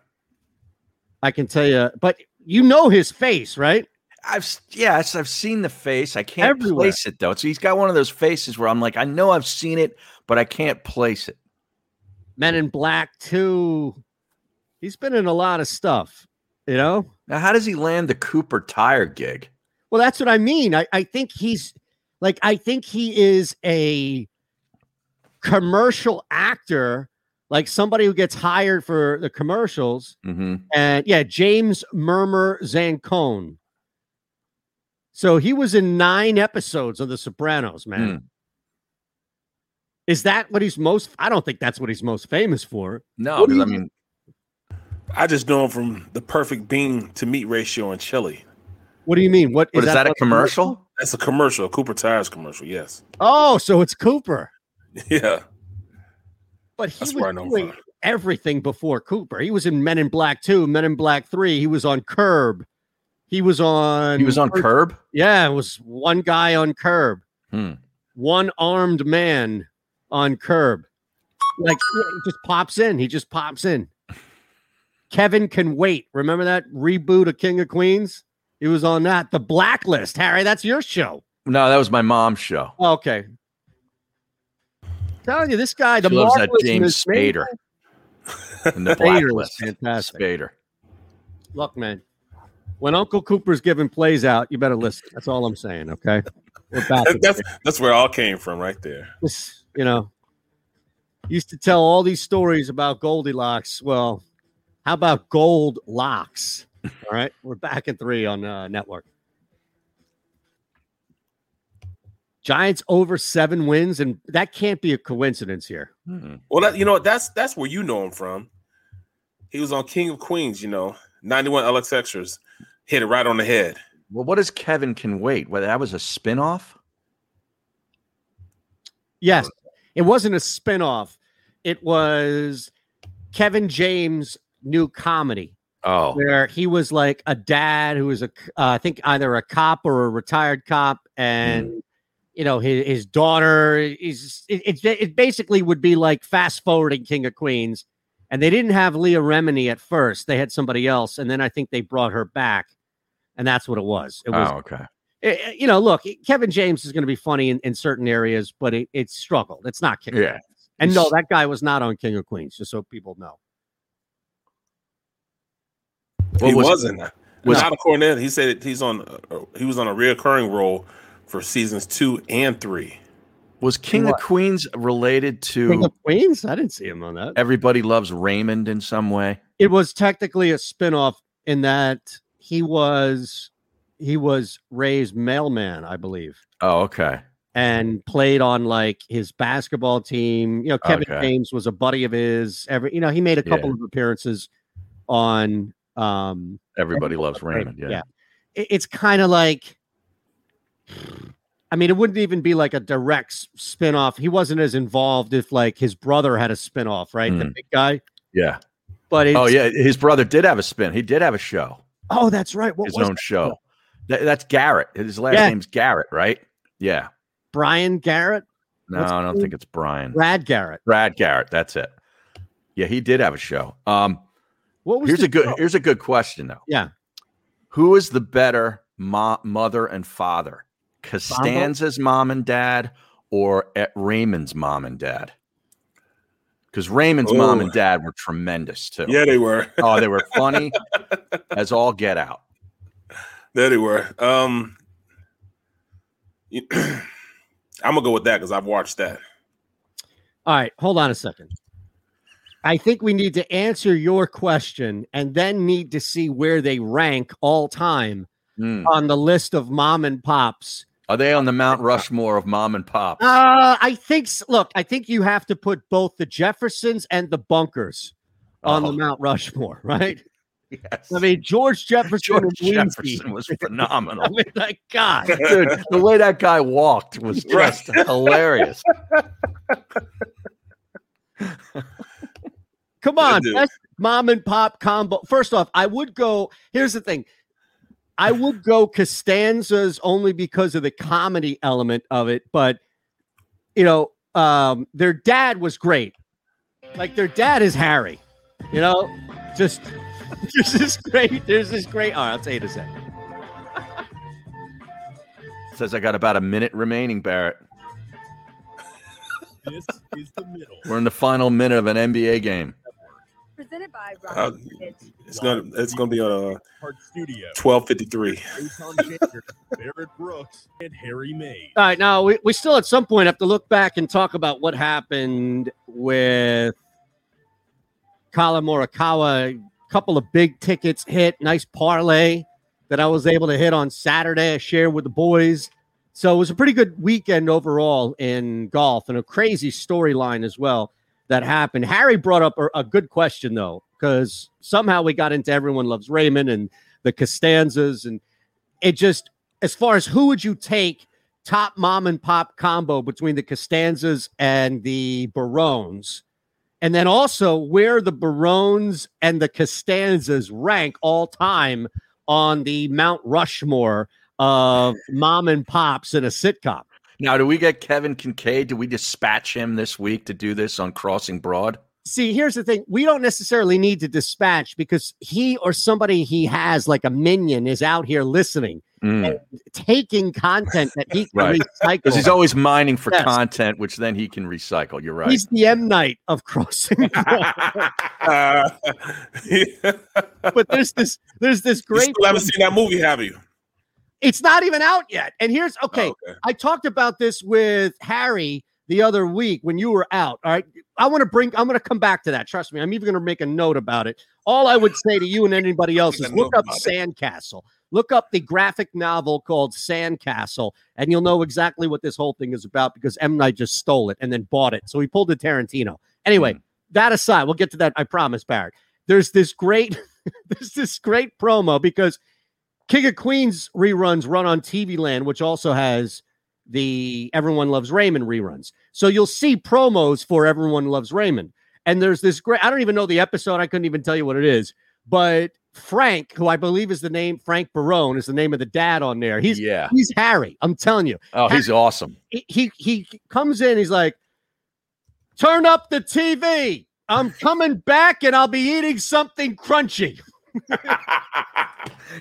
Speaker 2: I can tell you, but you know his face, right?
Speaker 3: I've yes, I've seen the face. I can't
Speaker 2: Everywhere.
Speaker 3: place it though. So he's got one of those faces where I'm like, I know I've seen it, but I can't place it.
Speaker 2: Men in Black too. He's been in a lot of stuff, you know.
Speaker 3: Now, how does he land the Cooper Tire gig?
Speaker 2: Well, that's what I mean. I, I think he's like I think he is a commercial actor, like somebody who gets hired for the commercials.
Speaker 3: Mm-hmm.
Speaker 2: And yeah, James Murmur Zancone. So he was in nine episodes of The Sopranos,
Speaker 4: Hmm.
Speaker 2: man. Is that what he's most? I don't think that's what he's most famous for.
Speaker 3: No,
Speaker 4: because, I
Speaker 3: mean,
Speaker 4: I just know him from the perfect bean to meat ratio in chili.
Speaker 2: What do you mean? What
Speaker 4: What is
Speaker 2: like
Speaker 4: That's a commercial, a Cooper Tires commercial. Yes.
Speaker 2: Oh, so it's Cooper.
Speaker 4: Yeah.
Speaker 2: But he
Speaker 4: That's where I
Speaker 2: was
Speaker 4: know him
Speaker 2: doing everything before Cooper. He was in Men in Black 2, Men in Black 3. He was on Curb. He was on.
Speaker 3: He was on Curb?
Speaker 2: Yeah, it was one guy on Curb,
Speaker 3: Hmm.
Speaker 2: one armed man on Curb. Like, yeah, he just pops in. He just pops in. Kevin Can Wait. Remember that reboot of King of Queens? He was on that. The Blacklist, Harry. That's your show.
Speaker 3: No, that was my mom's show.
Speaker 2: Okay. Telling you, this guy, the
Speaker 3: she loves that
Speaker 2: marvelous
Speaker 3: James
Speaker 2: Miss Maisel-
Speaker 3: Spader. and the
Speaker 2: Spader was
Speaker 3: blacklist. Fantastic. Spader.
Speaker 2: Look, man, when Uncle Cooper's giving plays out, you better listen. That's all I'm saying. Okay. We're back. to
Speaker 4: that's that's where it all came from, right there.
Speaker 2: this, you know, used to tell all these stories about Goldilocks. Well, how about Gold Locks? All right. We're back in three on uh, network. Giants over seven wins, and that can't be a coincidence here.
Speaker 4: Well, that, you know what? That's that's where you know him from. He was on King of Queens. You know, ninety-one LX extras hit it right on the head.
Speaker 3: Well, what is Kevin Can Wait? Whether that was a spinoff?
Speaker 2: Yes. It wasn't a spinoff. It was Kevin James' new comedy.
Speaker 3: Oh.
Speaker 2: Where he was like a dad who was a, c- uh, I think either a cop or a retired cop, and
Speaker 3: Mm.
Speaker 2: you know his, his daughter is. It, it it basically would be like fast forwarding King of Queens, and they didn't have Leah Remini at first. They had somebody else, and then I think they brought her back, and that's what it was. It was
Speaker 3: oh, okay.
Speaker 2: Eh, eh, you know, look, Kevin James is going to be funny in, in certain areas, but it, it's struggled. It's not King. of
Speaker 3: Yeah.
Speaker 2: Queens. And no, that guy was not on King of Queens, just so people know.
Speaker 3: What
Speaker 4: he
Speaker 3: was-
Speaker 4: was, not
Speaker 3: was-
Speaker 4: Was Adam Cornett? He said he's on. Uh, he was on a reoccurring role for seasons two and three.
Speaker 3: Was King
Speaker 4: What?
Speaker 3: of Queens related to
Speaker 2: King of Queens? I didn't see him on that.
Speaker 3: Everybody Loves Raymond in some way?
Speaker 2: It was technically a spinoff in that he was he was Ray's mailman, I believe,
Speaker 3: Oh, okay.
Speaker 2: and played on like his basketball team. You know, Kevin
Speaker 3: Okay.
Speaker 2: James was a buddy of his. Every you know, he made a
Speaker 3: Yeah.
Speaker 2: couple of appearances on um
Speaker 3: Everybody Loves Raymond. Yeah.
Speaker 2: It- it's kind of like I mean, it wouldn't even be like a direct s- spinoff. He wasn't as involved if like his brother had a spinoff, right? The
Speaker 3: Mm.
Speaker 2: big guy.
Speaker 3: Yeah.
Speaker 2: But
Speaker 3: oh
Speaker 2: it's-
Speaker 3: yeah, his brother did have a spin. He did have a show,
Speaker 2: Oh, that's right. What
Speaker 3: his
Speaker 2: was
Speaker 3: own
Speaker 2: that?
Speaker 3: show. That, that's Garrett. His last
Speaker 2: Yeah.
Speaker 3: name's Garrett, right? Yeah.
Speaker 2: Brian Garrett?
Speaker 3: No,
Speaker 2: What's
Speaker 3: I
Speaker 2: his
Speaker 3: don't
Speaker 2: name?
Speaker 3: think it's Brian.
Speaker 2: Brad Garrett.
Speaker 3: Brad Garrett. That's it. Yeah, he did have a show. Um,
Speaker 2: what was
Speaker 3: here's
Speaker 2: the
Speaker 3: a good
Speaker 2: show?
Speaker 3: here's a good question though.
Speaker 2: Yeah.
Speaker 3: Who is the better mo- mother and father, Costanza's mom and dad, or at Raymond's mom and dad? Because Raymond's mom
Speaker 4: Ooh.
Speaker 3: and dad were tremendous too.
Speaker 4: Yeah, they were.
Speaker 3: oh, they were funny as all get out.
Speaker 4: There they were. Um, you- I'm gonna go with that because I've watched that.
Speaker 2: All right, hold on a second. I think we need to answer your question and then need to see where they rank all time on the list of mom and pops.
Speaker 3: Hmm. Are they on the Mount Rushmore of mom and pop?
Speaker 2: Uh, I think. s- Look, I think you have to put both the Jeffersons and the Bunkers on the Mount Rushmore, right?
Speaker 3: Oh. Yes.
Speaker 2: I mean, George Jefferson.
Speaker 3: George
Speaker 2: and Wheezy.
Speaker 3: Jefferson was phenomenal.
Speaker 2: I mean, like God,
Speaker 3: Dude, the way that guy walked was
Speaker 2: Right.
Speaker 3: just hilarious.
Speaker 2: Come on,
Speaker 3: dude.
Speaker 2: best mom and pop combo. First off, I would go. Here's the thing. I would go Costanza's only because of the comedy element of it, but you know, um, their dad was great. Like their dad is Harry, you know, just there's this great, there's this great. All right, I'll tell you in a second.
Speaker 3: Says I got about a minute remaining, Barrett.
Speaker 7: This is the middle.
Speaker 3: We're in the final minute of an NBA game.
Speaker 6: Presented by
Speaker 4: Uh,
Speaker 6: Rocket Mortgage.
Speaker 4: it's gonna it's gonna be on uh,
Speaker 7: Studio.
Speaker 4: twelve fifty three.
Speaker 7: Aton Shander, Barrett Brooks, and Harry Mays.
Speaker 2: All right, now we, we still at some point have to look back and talk about what happened with Kala Morikawa. A couple of big tickets hit, nice parlay that I was able to hit on Saturday. I shared with the boys. So it was a pretty good weekend overall in golf and a crazy storyline as well that happened. Harry brought up a, a good question though, because somehow we got into Everyone Loves Raymond and the Costanzas. And it just, as far as who would you take top mom and pop combo between the Costanzas and the Barones? And then also where the Barones and the Costanzas rank all time on the Mount Rushmore of mom and pops in a sitcom.
Speaker 3: Now, do we get Kevin Kincaid? Do we dispatch him this week to do this on Crossing Broad?
Speaker 2: See, here's the thing. We don't necessarily need to dispatch because he or somebody he has, like a minion, is out here listening,
Speaker 3: Mm,
Speaker 2: taking content that he can
Speaker 3: right.
Speaker 2: recycle.
Speaker 3: Because he's always mining for
Speaker 2: Yes.
Speaker 3: content, which then he can recycle. You're right.
Speaker 2: He's the M night of crossing. but there's this there's this
Speaker 4: You
Speaker 2: great
Speaker 4: still haven't seen that movie, have you?
Speaker 2: It's not even out yet. And here's
Speaker 19: Oh,
Speaker 2: okay. I talked about this with Harry the other week when you were out. All right. I want to bring, I'm going to come back to that. Trust me. I'm even going to make a note about it. All I would say to you and anybody else is
Speaker 19: Make a
Speaker 2: look
Speaker 19: note
Speaker 2: up
Speaker 19: about it.
Speaker 2: Sandcastle. Look up the graphic novel called Sandcastle, and you'll know exactly what this whole thing is about because M. Night just stole it and then bought it. So he pulled a Tarantino. Anyway,
Speaker 19: Hmm.
Speaker 2: that aside, we'll get to that. I promise, Barrett. There's this great, there's this great promo because King of Queens reruns run on TV Land, which also has the Everyone Loves Raymond reruns. So you'll see promos for Everyone Loves Raymond. And there's this great, I don't even know the episode. I couldn't even tell you what it is. But Frank, who I believe is the name, Frank Barone is the name of the dad on there. He's
Speaker 3: Yeah.
Speaker 2: he's Harry. I'm telling you.
Speaker 3: Oh, he's awesome.
Speaker 2: He he, he comes in, he's like, turn up the TV. I'm coming back and I'll be eating something crunchy.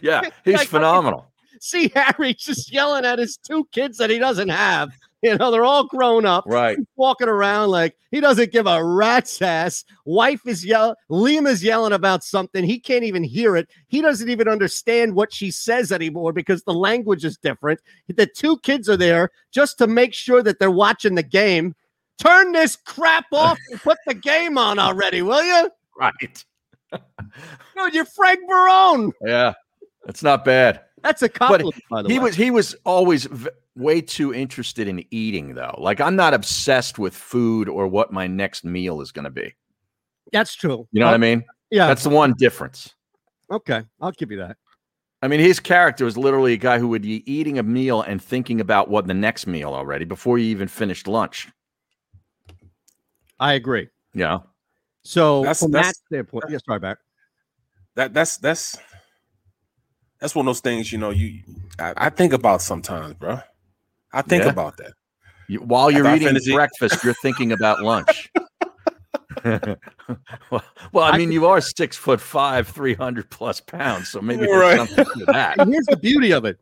Speaker 3: Yeah, he's
Speaker 2: Like,
Speaker 3: phenomenal.
Speaker 2: see Harry just yelling at his two kids that he doesn't have. You know, they're all grown up.
Speaker 3: Right.
Speaker 2: He's walking around like he doesn't give a rat's ass. Wife is yelling, Liam is yelling about something. He can't even hear it. He doesn't even understand what she says anymore because the language is different. The two kids are there just to make sure that they're watching the game. Turn this crap off and put the game on already, will you?
Speaker 3: Right.
Speaker 2: Dude, you're Frank Barone.
Speaker 3: Yeah, that's not bad.
Speaker 2: That's a compliment, by the
Speaker 3: he
Speaker 2: way.
Speaker 3: was he was always v- way too interested in eating, though. Like I'm not obsessed with food or what my next meal is going to be.
Speaker 2: That's true.
Speaker 3: You know what I mean?
Speaker 2: Uh, Yeah.
Speaker 3: that's the one difference.
Speaker 2: Okay. I'll give you that.
Speaker 3: I mean, his character was literally a guy who would be eating a meal and thinking about what the next meal already before you even finished lunch.
Speaker 2: I agree.
Speaker 3: Yeah.
Speaker 2: So
Speaker 4: That's-
Speaker 2: from
Speaker 4: that's-
Speaker 2: that standpoint, yes, sorry, back.
Speaker 4: That that's that's that's one of those things. You know, you I, I think about sometimes, bro. I think
Speaker 3: Yeah.
Speaker 4: about that.
Speaker 3: You, while you're
Speaker 4: After I
Speaker 3: eating
Speaker 4: finish eating-
Speaker 3: breakfast, you're thinking about lunch. well, well, I mean, you are six foot five, three hundred plus pounds, so maybe there's
Speaker 4: Right.
Speaker 3: something to that.
Speaker 2: And here's the beauty of it.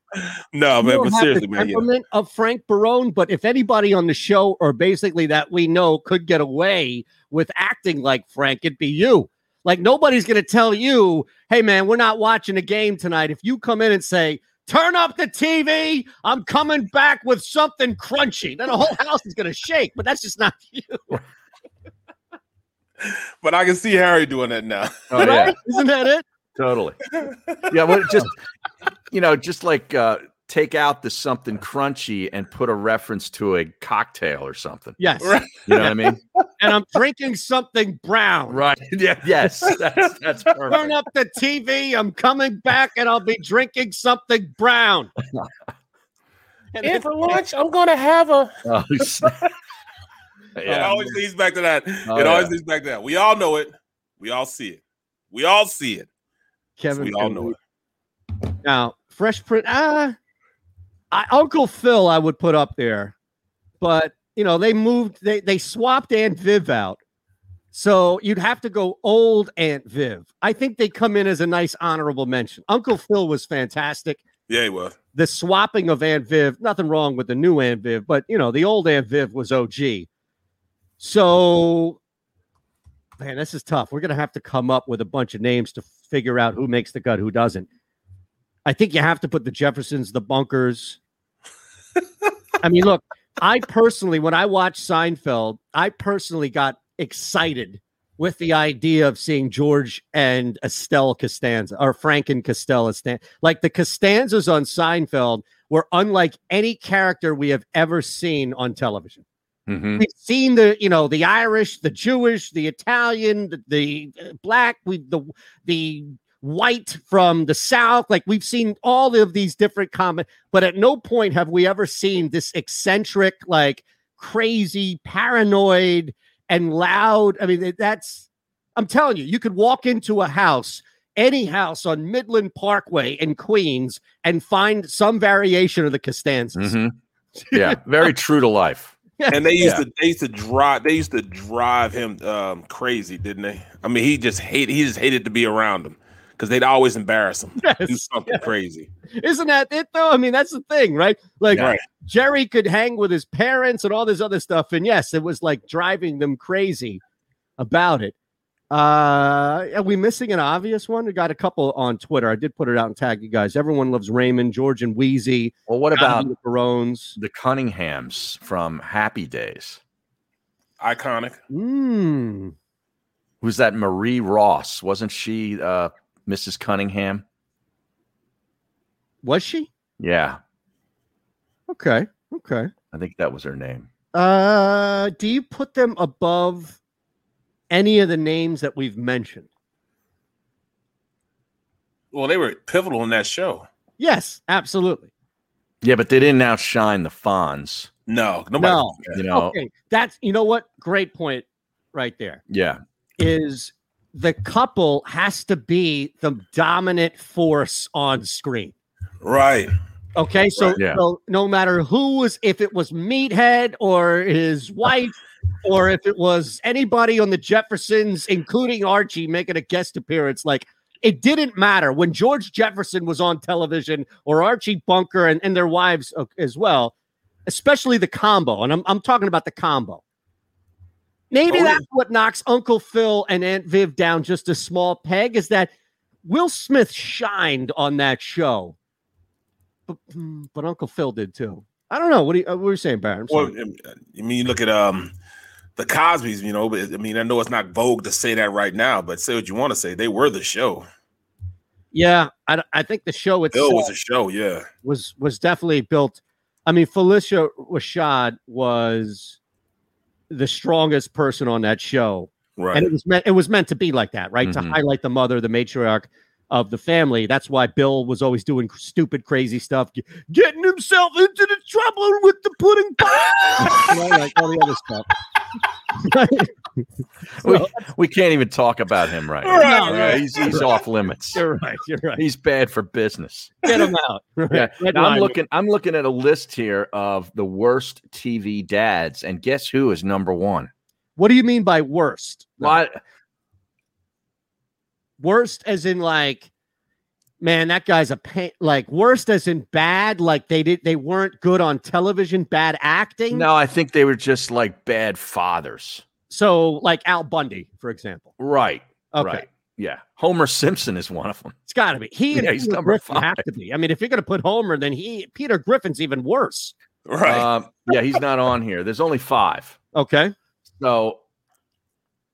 Speaker 4: No,
Speaker 2: You
Speaker 4: Oh, man,
Speaker 2: don't
Speaker 4: but
Speaker 2: have
Speaker 4: seriously,
Speaker 2: the
Speaker 4: man. Yeah.
Speaker 2: temperament of Frank Barone, but if anybody on the show or basically that we know could get away with acting like Frank, it'd be you. Like nobody's gonna tell you, hey man, we're not watching a game tonight. If you come in and say, turn up the TV, I'm coming back with something crunchy, then the whole house is gonna shake. But that's just not you.
Speaker 4: But I can see Harry doing that now.
Speaker 3: Oh, yeah.
Speaker 2: Isn't that it?
Speaker 3: Totally. Yeah, well, just you know, just like uh, take out the something crunchy and put a reference to a cocktail or something.
Speaker 2: Yes.
Speaker 3: You know what I mean?
Speaker 2: And I'm drinking something brown.
Speaker 3: Right. Yeah, yes. That's that's
Speaker 2: Turn
Speaker 3: perfect.
Speaker 2: up the TV. I'm coming back and I'll be drinking something brown.
Speaker 4: And for lunch, I'm gonna have a.
Speaker 3: Oh, snap.
Speaker 4: It
Speaker 3: Yeah.
Speaker 4: always leads back to that.
Speaker 3: Oh,
Speaker 4: it always
Speaker 3: yeah.
Speaker 4: leads back to that. We all know it. We all see it. We all see it.
Speaker 2: Kevin
Speaker 4: we all know it.
Speaker 2: Now, Fresh Prince. Ah, I, Uncle Phil, I would put up there, but you know, they moved, they they swapped Aunt Viv out. So you'd have to go old Aunt Viv. I think they come in as a nice honorable mention. Uncle Phil was fantastic.
Speaker 4: Yeah, he was.
Speaker 2: The swapping of Aunt Viv, nothing wrong with the new Aunt Viv, but you know, the old Aunt Viv was OG. So man, this is tough. We're gonna have to come up with a bunch of names to figure out who makes the cut, who doesn't. I think you have to put the Jeffersons, the Bunkers. I mean, look, I personally, when I watched Seinfeld, I personally got excited with the idea of seeing George and Estelle Costanza or Frank and Costello Costanza. Like the Costanzas on Seinfeld were unlike any character we have ever seen on television.
Speaker 3: Mm-hmm.
Speaker 2: We've seen the you know the Irish, the Jewish, the Italian, the, the uh, black, we the the white from the South. Like we've seen all of these different common, but at no point have we ever seen this eccentric, like crazy, paranoid, and loud. I mean, it- that's I'm telling you, you could walk into a house, any house on Midland Parkway in Queens, and find some variation of the Costanzas.
Speaker 3: Mm-hmm. Yeah, very true to life.
Speaker 4: and they used
Speaker 3: Yeah.
Speaker 4: to they used to drive they used to drive him um, crazy, didn't they? I mean, he just hated he just hated to be around them because they'd always embarrass him, do something crazy.
Speaker 2: Isn't that it though? I mean, that's the thing, right? Like
Speaker 4: Yeah. Right.
Speaker 2: Jerry could hang with his parents and all this other stuff. And yes, it was like driving them crazy about it. Uh are we missing an obvious one? We got a couple on Twitter. I did put it out and tag you guys. Everyone loves Raymond, George and Wheezy.
Speaker 3: Well, what about
Speaker 2: the Barones,
Speaker 3: the Cunninghams from Happy Days?
Speaker 4: Iconic.
Speaker 2: Mm.
Speaker 3: Who's that? Marie Ross wasn't she uh, Mrs. Cunningham?
Speaker 2: Was she?
Speaker 3: Yeah,
Speaker 2: Okay. Okay.
Speaker 3: I think that was her name.
Speaker 2: Uh do you put them above any of the names that we've mentioned?
Speaker 4: Well, they were pivotal in that show.
Speaker 2: Yes, absolutely.
Speaker 3: Yeah, but they didn't outshine the Fonz.
Speaker 4: No,
Speaker 2: No,
Speaker 3: you know.
Speaker 2: okay. That's you know what? Great point right there.
Speaker 3: Yeah,
Speaker 2: Is the couple has to be the dominant force on screen.
Speaker 4: Right.
Speaker 2: Okay, so,
Speaker 4: Right. Yeah.
Speaker 2: so no matter who was, if it was Meathead or his wife, or if it was anybody on the Jeffersons, including Archie making a guest appearance, like it didn't matter when George Jefferson was on television or Archie Bunker and, and their wives uh, as well, especially the combo. And I'm, I'm talking about the combo. Maybe
Speaker 4: Oh,
Speaker 2: that's what knocks Uncle Phil and Aunt Viv down just a small peg is that Will Smith shined on that show but, mm, but Uncle Phil did too. I don't know. What, do you, uh, what were you saying, Barry? I'm
Speaker 4: Well,
Speaker 2: sorry.
Speaker 4: I mean, you look at um the Cosby's, you know. But I mean, I know it's not vogue to say that right now, but say what you want to say. They were the show.
Speaker 2: yeah, I, d- I think the show
Speaker 4: Bill
Speaker 2: itself
Speaker 4: was a show. Yeah.
Speaker 2: was was definitely built. I mean, Felicia Rashad was the strongest person on that show,
Speaker 4: Right.
Speaker 2: And it was meant it was meant to be like that, right? To
Speaker 4: Mhm.
Speaker 2: highlight the mother, the matriarch of the family. That's why Bill was always doing stupid, crazy stuff, g- getting himself into the trouble with the pudding pie, you know, like all the other stuff.
Speaker 3: we, we can't even talk about him right now.
Speaker 2: All right,
Speaker 3: Yeah,
Speaker 2: right.
Speaker 3: He's, he's off limits.
Speaker 2: You're right. You're right.
Speaker 3: He's bad for business.
Speaker 2: Get him out.
Speaker 3: Yeah.
Speaker 2: Red
Speaker 3: Now I'm
Speaker 2: line.
Speaker 3: looking. I'm looking at a list here of the worst TV dads, and guess who is number one?
Speaker 2: What do you mean by worst?
Speaker 3: Well, I-
Speaker 2: Worst as in like, man, that guy's a pain. Like worst as in bad. Like they did, they weren't good on television. Bad acting.
Speaker 3: no, I think they were just like bad fathers.
Speaker 2: So like Al Bundy, for example.
Speaker 3: Right.
Speaker 2: Okay.
Speaker 3: Right. Yeah. Homer Simpson is one of them.
Speaker 2: It's got to be he and
Speaker 3: Yeah, he's
Speaker 2: Peter
Speaker 3: number
Speaker 2: Griffin have to be. I mean, if you're gonna put Homer, then he Peter Griffin's even worse.
Speaker 4: Right.
Speaker 3: Um, yeah, he's not on here. There's only five.
Speaker 2: Okay.
Speaker 3: So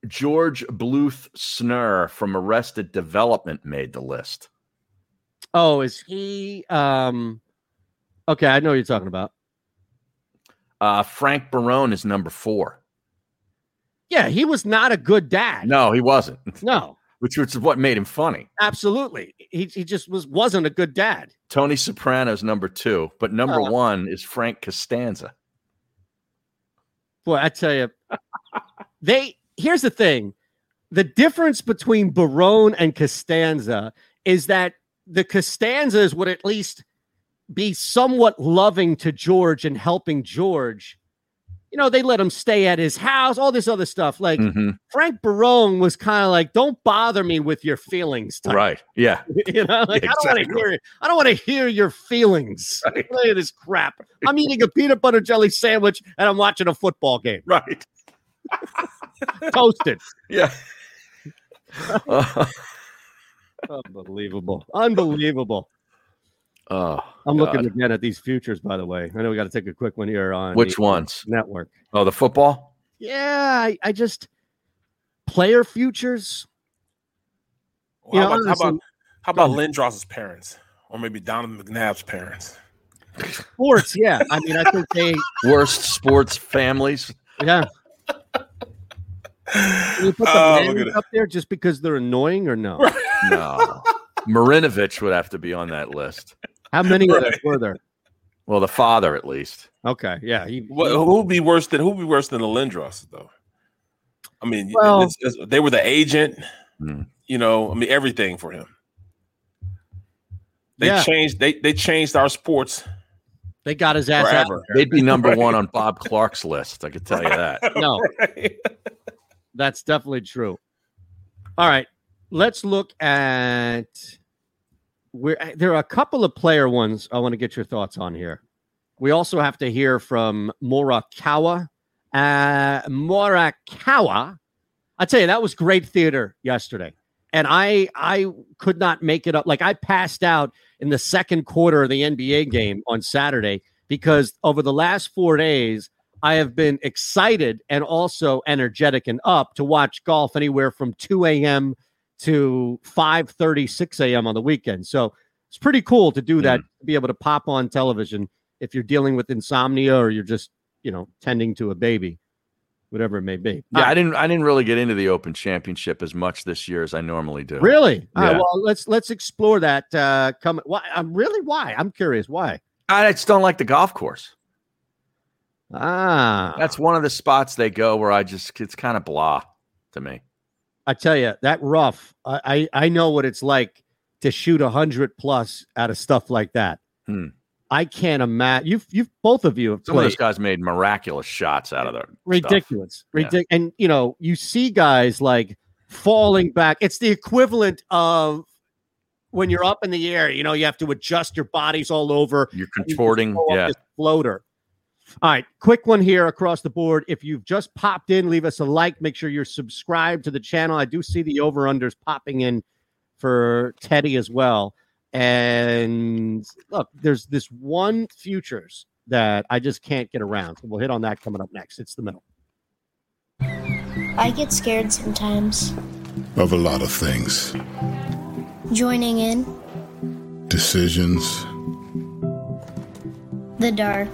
Speaker 3: George Bluth Snur from Arrested Development made the list.
Speaker 2: Oh, is he? Um. Okay, I know what you're talking about.
Speaker 3: Uh, Frank Barone is number four.
Speaker 2: Yeah, he was not a good dad.
Speaker 3: No, he wasn't.
Speaker 2: No.
Speaker 3: Which was what made him funny.
Speaker 2: Absolutely, he he just was wasn't a good dad.
Speaker 3: Tony Soprano's number two, but number
Speaker 2: Oh.
Speaker 3: one is Frank Costanza.
Speaker 2: Boy, I tell you, they here's the thing: the difference between Barone and Costanza is that the Costanzas would at least be somewhat loving to George and helping George, you know, they let him stay at his house, all this other stuff.
Speaker 3: Hmm.
Speaker 2: Like
Speaker 3: Mm-hmm.
Speaker 2: Frank Barone was kind of like, don't bother me with your feelings. type.
Speaker 3: Right. Yeah.
Speaker 2: You know, like I don't want to hear it. I don't want to hear your feelings. Look at this crap. I'm eating a peanut butter jelly sandwich and I'm watching a football game.
Speaker 3: Right.
Speaker 2: Toasted.
Speaker 3: Yeah.
Speaker 2: Unbelievable. Unbelievable.
Speaker 3: Oh,
Speaker 2: I'm looking
Speaker 3: God.
Speaker 2: again at these futures, by the way. I know we got to take a quick one here on
Speaker 3: Which
Speaker 2: the
Speaker 3: ones?
Speaker 2: Network.
Speaker 3: Oh, the football.
Speaker 2: Yeah, I, I just player futures.
Speaker 4: Well, how,
Speaker 2: You know,
Speaker 4: about, how about
Speaker 2: honestly-
Speaker 4: how about Lindros's parents, or maybe Donovan McNabb's parents?
Speaker 2: Sports, yeah. I mean, I think they
Speaker 3: Worst sports families.
Speaker 2: Yeah. Can you
Speaker 3: Oh, look
Speaker 2: put the
Speaker 3: at
Speaker 2: Mannings
Speaker 3: it.
Speaker 2: up there just because they're annoying or no?
Speaker 3: No. Marinovich would have to be on that list.
Speaker 2: How many of them were there?
Speaker 3: Well, the father at least.
Speaker 2: Okay. Yeah.
Speaker 4: Well, who would be worse than who would be worse than the Lindros though? I mean,
Speaker 2: Well-
Speaker 4: it's- it's- they were the agent.
Speaker 3: Mm.
Speaker 4: You know, I mean, everything for him. They
Speaker 2: Yeah.
Speaker 4: changed. They they changed our sports.
Speaker 2: They got his ass out.
Speaker 4: Forever.
Speaker 3: They'd be number
Speaker 4: Right.
Speaker 3: one on Bob Clark's list. I could tell you that.
Speaker 2: No. That's definitely true. All right. Let's look at where there are a couple of player ones I want to get your thoughts on here. We also have to hear from Morikawa. Uh, Morikawa. I tell you, that was great theater yesterday. And I I could not make it up. Like I passed out in the second quarter of the NBA game on Saturday because over the last four days, I have been excited and also energetic and up to watch golf anywhere from 2 a.m. to 5 6 a.m. on the weekend. So it's pretty cool to do that, to be able to pop on television if you're dealing with insomnia or you're just, you know, tending to a baby, whatever it may be.
Speaker 3: Yeah, I didn't. I didn't really get into the Open Championship as much this year as I normally do.
Speaker 2: Really? All right,
Speaker 3: Yeah.
Speaker 2: well, let's let's explore that. Uh, come, why? I'm really why? I'm curious why.
Speaker 3: I just don't like the golf course.
Speaker 2: Ah,
Speaker 3: that's one of the spots they go where I just it's kind of blah to me.
Speaker 2: I tell you that rough. I I, I know what it's like to shoot a hundred plus out of stuff like that.
Speaker 3: Hmm.
Speaker 2: I can't imagine. You've you've both of you have
Speaker 3: Some of
Speaker 2: played
Speaker 3: those guys made miraculous shots out of their
Speaker 2: ridiculous,
Speaker 3: Yeah.
Speaker 2: ridiculous, and you know you see guys like falling back. It's the equivalent of when you're up in the air. You know you have to adjust your bodies all over.
Speaker 3: You're
Speaker 2: contorting.
Speaker 3: yeah.
Speaker 2: floater. All right, quick one here across the board. If you've just popped in, leave us a like. Make sure you're subscribed to the channel. I do see the over unders popping in for Teddy as well. And look, there's this one futures that I just can't get around. We'll hit on that coming up next. It's the middle.
Speaker 19: I get scared sometimes.
Speaker 8: of a lot of things
Speaker 19: Joining in
Speaker 8: decisions,
Speaker 19: the dark.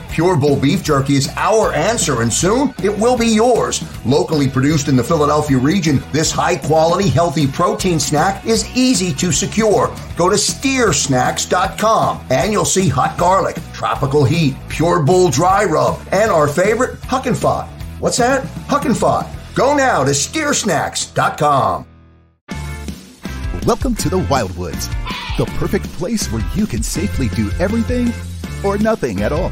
Speaker 15: Pure Bull Beef Jerky is our answer, and soon it will be yours. Locally produced in the Philadelphia region, this high quality, healthy protein snack is easy to secure. Go to steersnacks.com and you'll see hot garlic, tropical heat, Pure Bull Dry Rub, and our favorite, Huck and Fod. What's that? Huck and Fod. Go now to steersnacks.com.
Speaker 20: Welcome to the Wildwoods, the perfect place where you can safely do everything or nothing at all.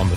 Speaker 9: on the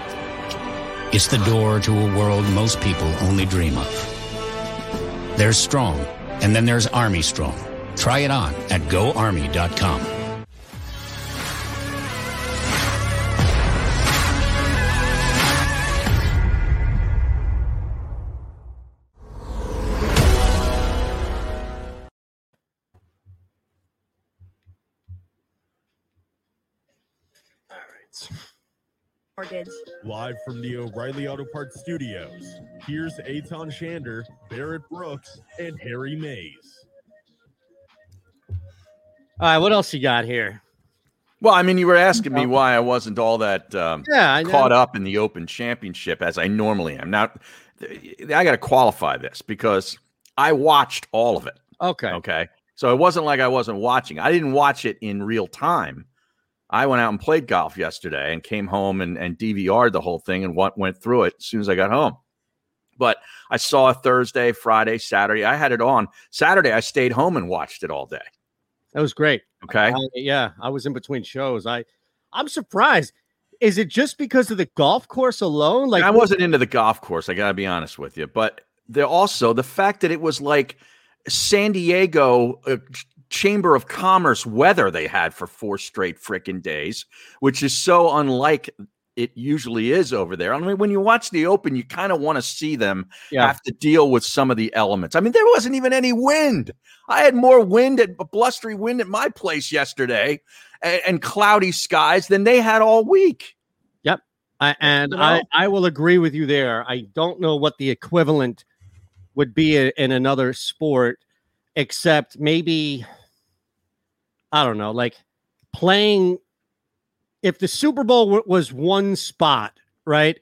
Speaker 11: It's the door to a world most people only dream of. There's strong, and then there's Army Strong. Try it on at goarmy.com.
Speaker 6: Mortgage.
Speaker 7: Live from the O'Reilly Auto Parts Studios, here's Aton Shander, Barrett Brooks, and Harry Mays.
Speaker 2: All right, what else you got here?
Speaker 3: Well, I mean, you were asking me why I wasn't all that um,
Speaker 2: Yeah, I know.
Speaker 3: caught up in the Open Championship as I normally am. Now, th- I got to qualify this because I watched all of it.
Speaker 2: Okay.
Speaker 3: Okay. So it wasn't like I wasn't watching. I didn't watch it in real time. I went out and played golf yesterday and came home and, and DVR'd the whole thing and went, went through it as soon as I got home. But I saw Thursday, Friday, Saturday. I had it on. Saturday, I stayed home and watched it all day.
Speaker 2: That was great.
Speaker 3: Okay.
Speaker 2: I- yeah, I was in between shows. I, I'm surprised. Is it just because of the golf course alone? Like
Speaker 3: I wasn't into the golf course. I gotta be honest with you, but there also the fact that it was like San Diego uh, ch- Chamber of Commerce weather they had for four straight frickin' days, which is so unlike it usually is over there. I mean, when you watch the Open, you kind of want to see them
Speaker 2: Yeah.
Speaker 3: have to deal with some of the elements. I mean, there wasn't even any wind. I had more wind at blustery wind at my place yesterday, and, and cloudy skies than they had all week.
Speaker 2: Yep. I, and I, I will agree with you there. I don't know what the equivalent would be i- in another sport, except maybe, I don't know, like playing. If the Super Bowl w- was one spot, right?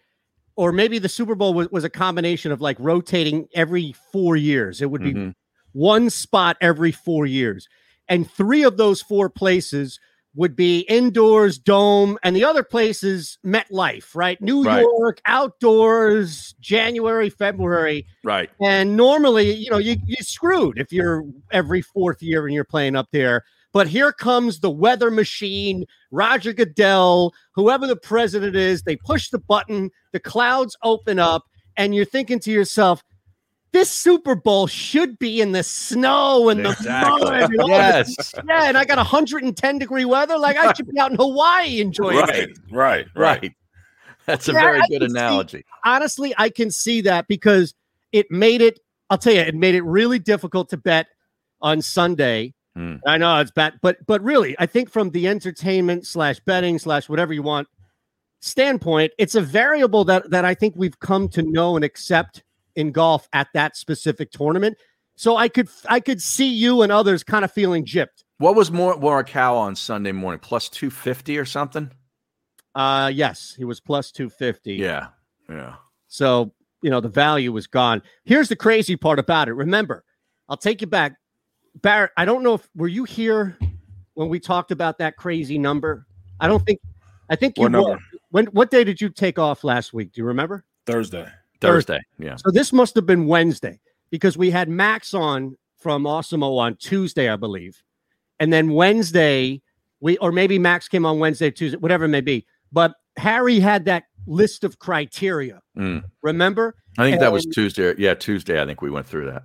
Speaker 2: Or maybe the Super Bowl was, was a combination of like rotating every four years. It would be one spot every four years. And three of those four places would be indoors, dome, and the other places MetLife, right? New
Speaker 1: Right.
Speaker 2: York, outdoors, January, February.
Speaker 3: Right.
Speaker 2: And normally, you know, you, you're screwed if you're every fourth year and you're playing up there. But here comes the weather machine, Roger Goodell, whoever the president is. They push the button, the clouds open up, and you're thinking to yourself, this Super Bowl should be in the snow and
Speaker 1: Exactly.
Speaker 2: the mud. and all
Speaker 1: Yes.
Speaker 2: this. Yeah, and I got 110 degree weather. Like I should be out in Hawaii enjoying
Speaker 3: Right,
Speaker 2: it.
Speaker 4: right,
Speaker 3: right. That's a
Speaker 2: Yeah,
Speaker 3: very
Speaker 2: I
Speaker 3: good
Speaker 2: can see-
Speaker 3: analogy.
Speaker 2: honestly, I can see that because it made it, I'll tell you, it made it really difficult to bet on Sunday. I know it's bad, but but really, I think from the entertainment slash betting slash whatever you want standpoint, it's a variable that that I think we've come to know and accept in golf at that specific tournament. So I could I could see you and others kind of feeling gypped.
Speaker 3: What was more Morikawa on Sunday morning? Plus two fifty or something?
Speaker 2: Uh yes, he was plus 250.
Speaker 3: Yeah. Yeah.
Speaker 2: So, you know, the value was gone. Here's the crazy part about it. Remember, I'll take you back. Barrett, I don't know if were you here when we talked about that crazy number? I don't think I think you
Speaker 4: What
Speaker 2: were.
Speaker 4: number?
Speaker 2: When what day did you take off last week? Do you remember?
Speaker 4: Thursday.
Speaker 3: Thursday. Yeah.
Speaker 2: So this must have been Wednesday because we had Max on from Osimo on Tuesday, I believe. And then Wednesday, we or maybe Max came on Wednesday, Tuesday, whatever it may be. But Harry had that list of criteria.
Speaker 3: Mm.
Speaker 2: Remember?
Speaker 3: I think that was
Speaker 2: And
Speaker 3: Tuesday. Yeah, Tuesday. I think we went through that.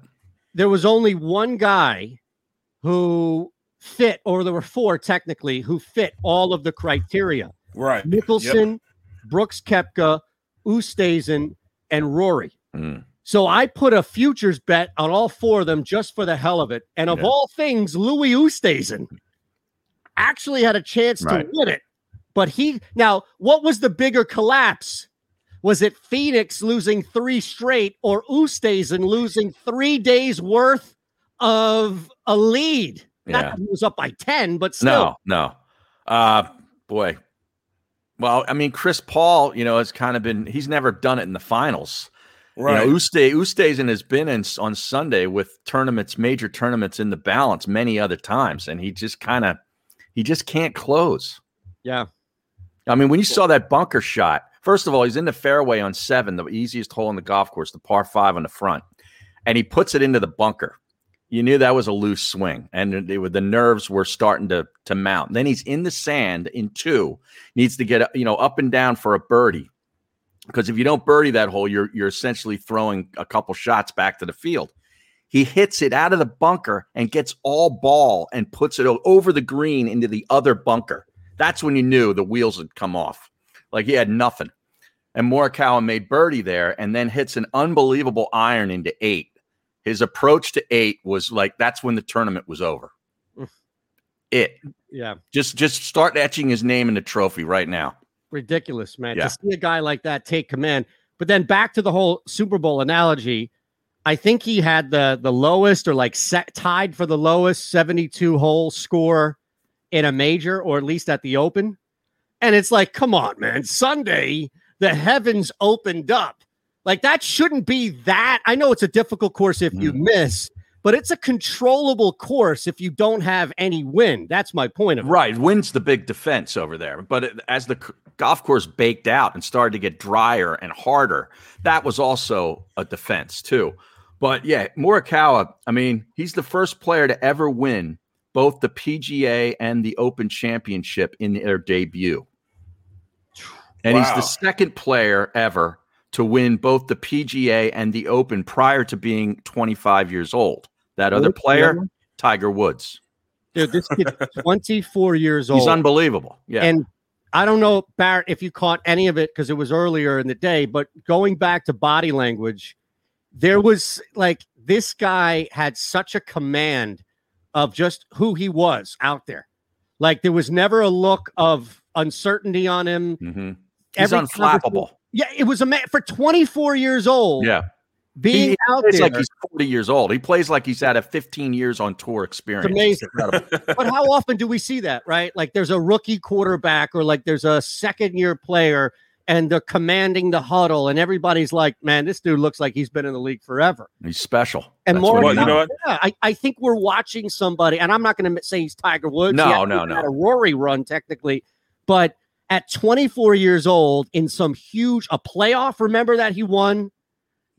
Speaker 2: There was only one guy who fit, or there were four technically, who fit all of the criteria.
Speaker 4: Right.
Speaker 2: Nicholson, Brooks Kepka, Ustazen, and Rory. So I put a futures bet on all four of them just for the hell of it. And of
Speaker 12: Yeah.
Speaker 2: all things, Louis Oosthuizen actually had a chance
Speaker 12: Right.
Speaker 2: to win it. But he now, what was the bigger collapse? Was it Phoenix losing three straight or Oosthuizen losing three days worth of a lead? Not
Speaker 3: Yeah.
Speaker 2: that he was up by 10, but still.
Speaker 3: No, no. Uh boy. Well, I mean, Chris Paul, you know, has kind of been he's never done it in the finals.
Speaker 4: Right.
Speaker 3: You know, Uste Ustazen has been in s- on Sunday with tournaments, major tournaments in the balance many other times, and he just kind of he just can't close.
Speaker 2: Yeah.
Speaker 3: I mean, when you saw that bunker shot, first of all, he's in the fairway on seven, the easiest hole on the golf course, the par five on the front, and he puts it into the bunker. You knew that was a loose swing, and it- it was- the nerves were starting to to mount. Then he's in the sand in two, needs to get you know up and down for a birdie, because if you don't birdie that hole, you're you're essentially throwing a couple shots back to the field. He hits it out of the bunker and gets all ball and puts it o- over the green into the other bunker. That's when you knew the wheels had come off. Like he had nothing. And Morikawa made birdie there and then hits an unbelievable iron into eight. His approach to eight was like that's when the tournament was over. It
Speaker 2: Yeah.
Speaker 3: just just start etching his name in the trophy right now.
Speaker 2: ridiculous, man.
Speaker 3: Yeah.
Speaker 2: To see a guy like that take command. But then back to the whole Super Bowl analogy, I think he had the the lowest or like set, tied for the lowest 72 hole score in a major or at least at the Open. And it's like, come on, man. Sunday, the heavens opened up. Like that shouldn't be that. I know it's a difficult course if you miss, but it's a controllable course if you don't have any win. That's my point of it.
Speaker 3: Right, wins the big defense over there. But it, as the c- golf course baked out and started to get drier and harder, that was also a defense too. But yeah, Morikawa, I mean, he's the first player to ever win both the PGA and the Open Championship in their debut. And he's
Speaker 4: Wow.
Speaker 3: the second player ever to win both the PGA and the Open prior to being 25 years old. That other
Speaker 2: What's the other
Speaker 3: player,
Speaker 2: one?
Speaker 3: Tiger Woods.
Speaker 2: Dude, this kid's 24 years old.
Speaker 3: He's unbelievable. Yeah.
Speaker 2: And I don't know, Barrett, if you caught any of it because it was earlier in the day, but going back to body language, there was like this guy had such a command of just who he was out there. Like there was never a look of uncertainty on him.
Speaker 3: Mm-hmm. He's
Speaker 2: Every conversation-
Speaker 3: unflappable.
Speaker 2: Yeah, it was a man for 24 years old.
Speaker 3: Yeah.
Speaker 2: Being
Speaker 3: he
Speaker 2: out
Speaker 3: plays
Speaker 2: there.
Speaker 3: like he's 40 years old. He plays like he's had a 15 years on tour experience.
Speaker 2: It's amazing.
Speaker 3: incredible.
Speaker 2: but how often do we see that, right? Like there's a rookie quarterback or like there's a second year player and they're commanding the huddle and everybody's like, man, this dude looks like he's been in the league forever.
Speaker 3: He's special.
Speaker 2: And
Speaker 3: That's
Speaker 2: more,
Speaker 3: what he
Speaker 2: about-
Speaker 3: is.
Speaker 2: yeah, I, I think we're watching somebody, and I'm not going to say he's Tiger Woods.
Speaker 3: No,
Speaker 2: He hasn't
Speaker 3: no,
Speaker 2: even
Speaker 3: no.
Speaker 2: Had a Rory run technically, but at 24 years old, in some huge a playoff, remember that he won,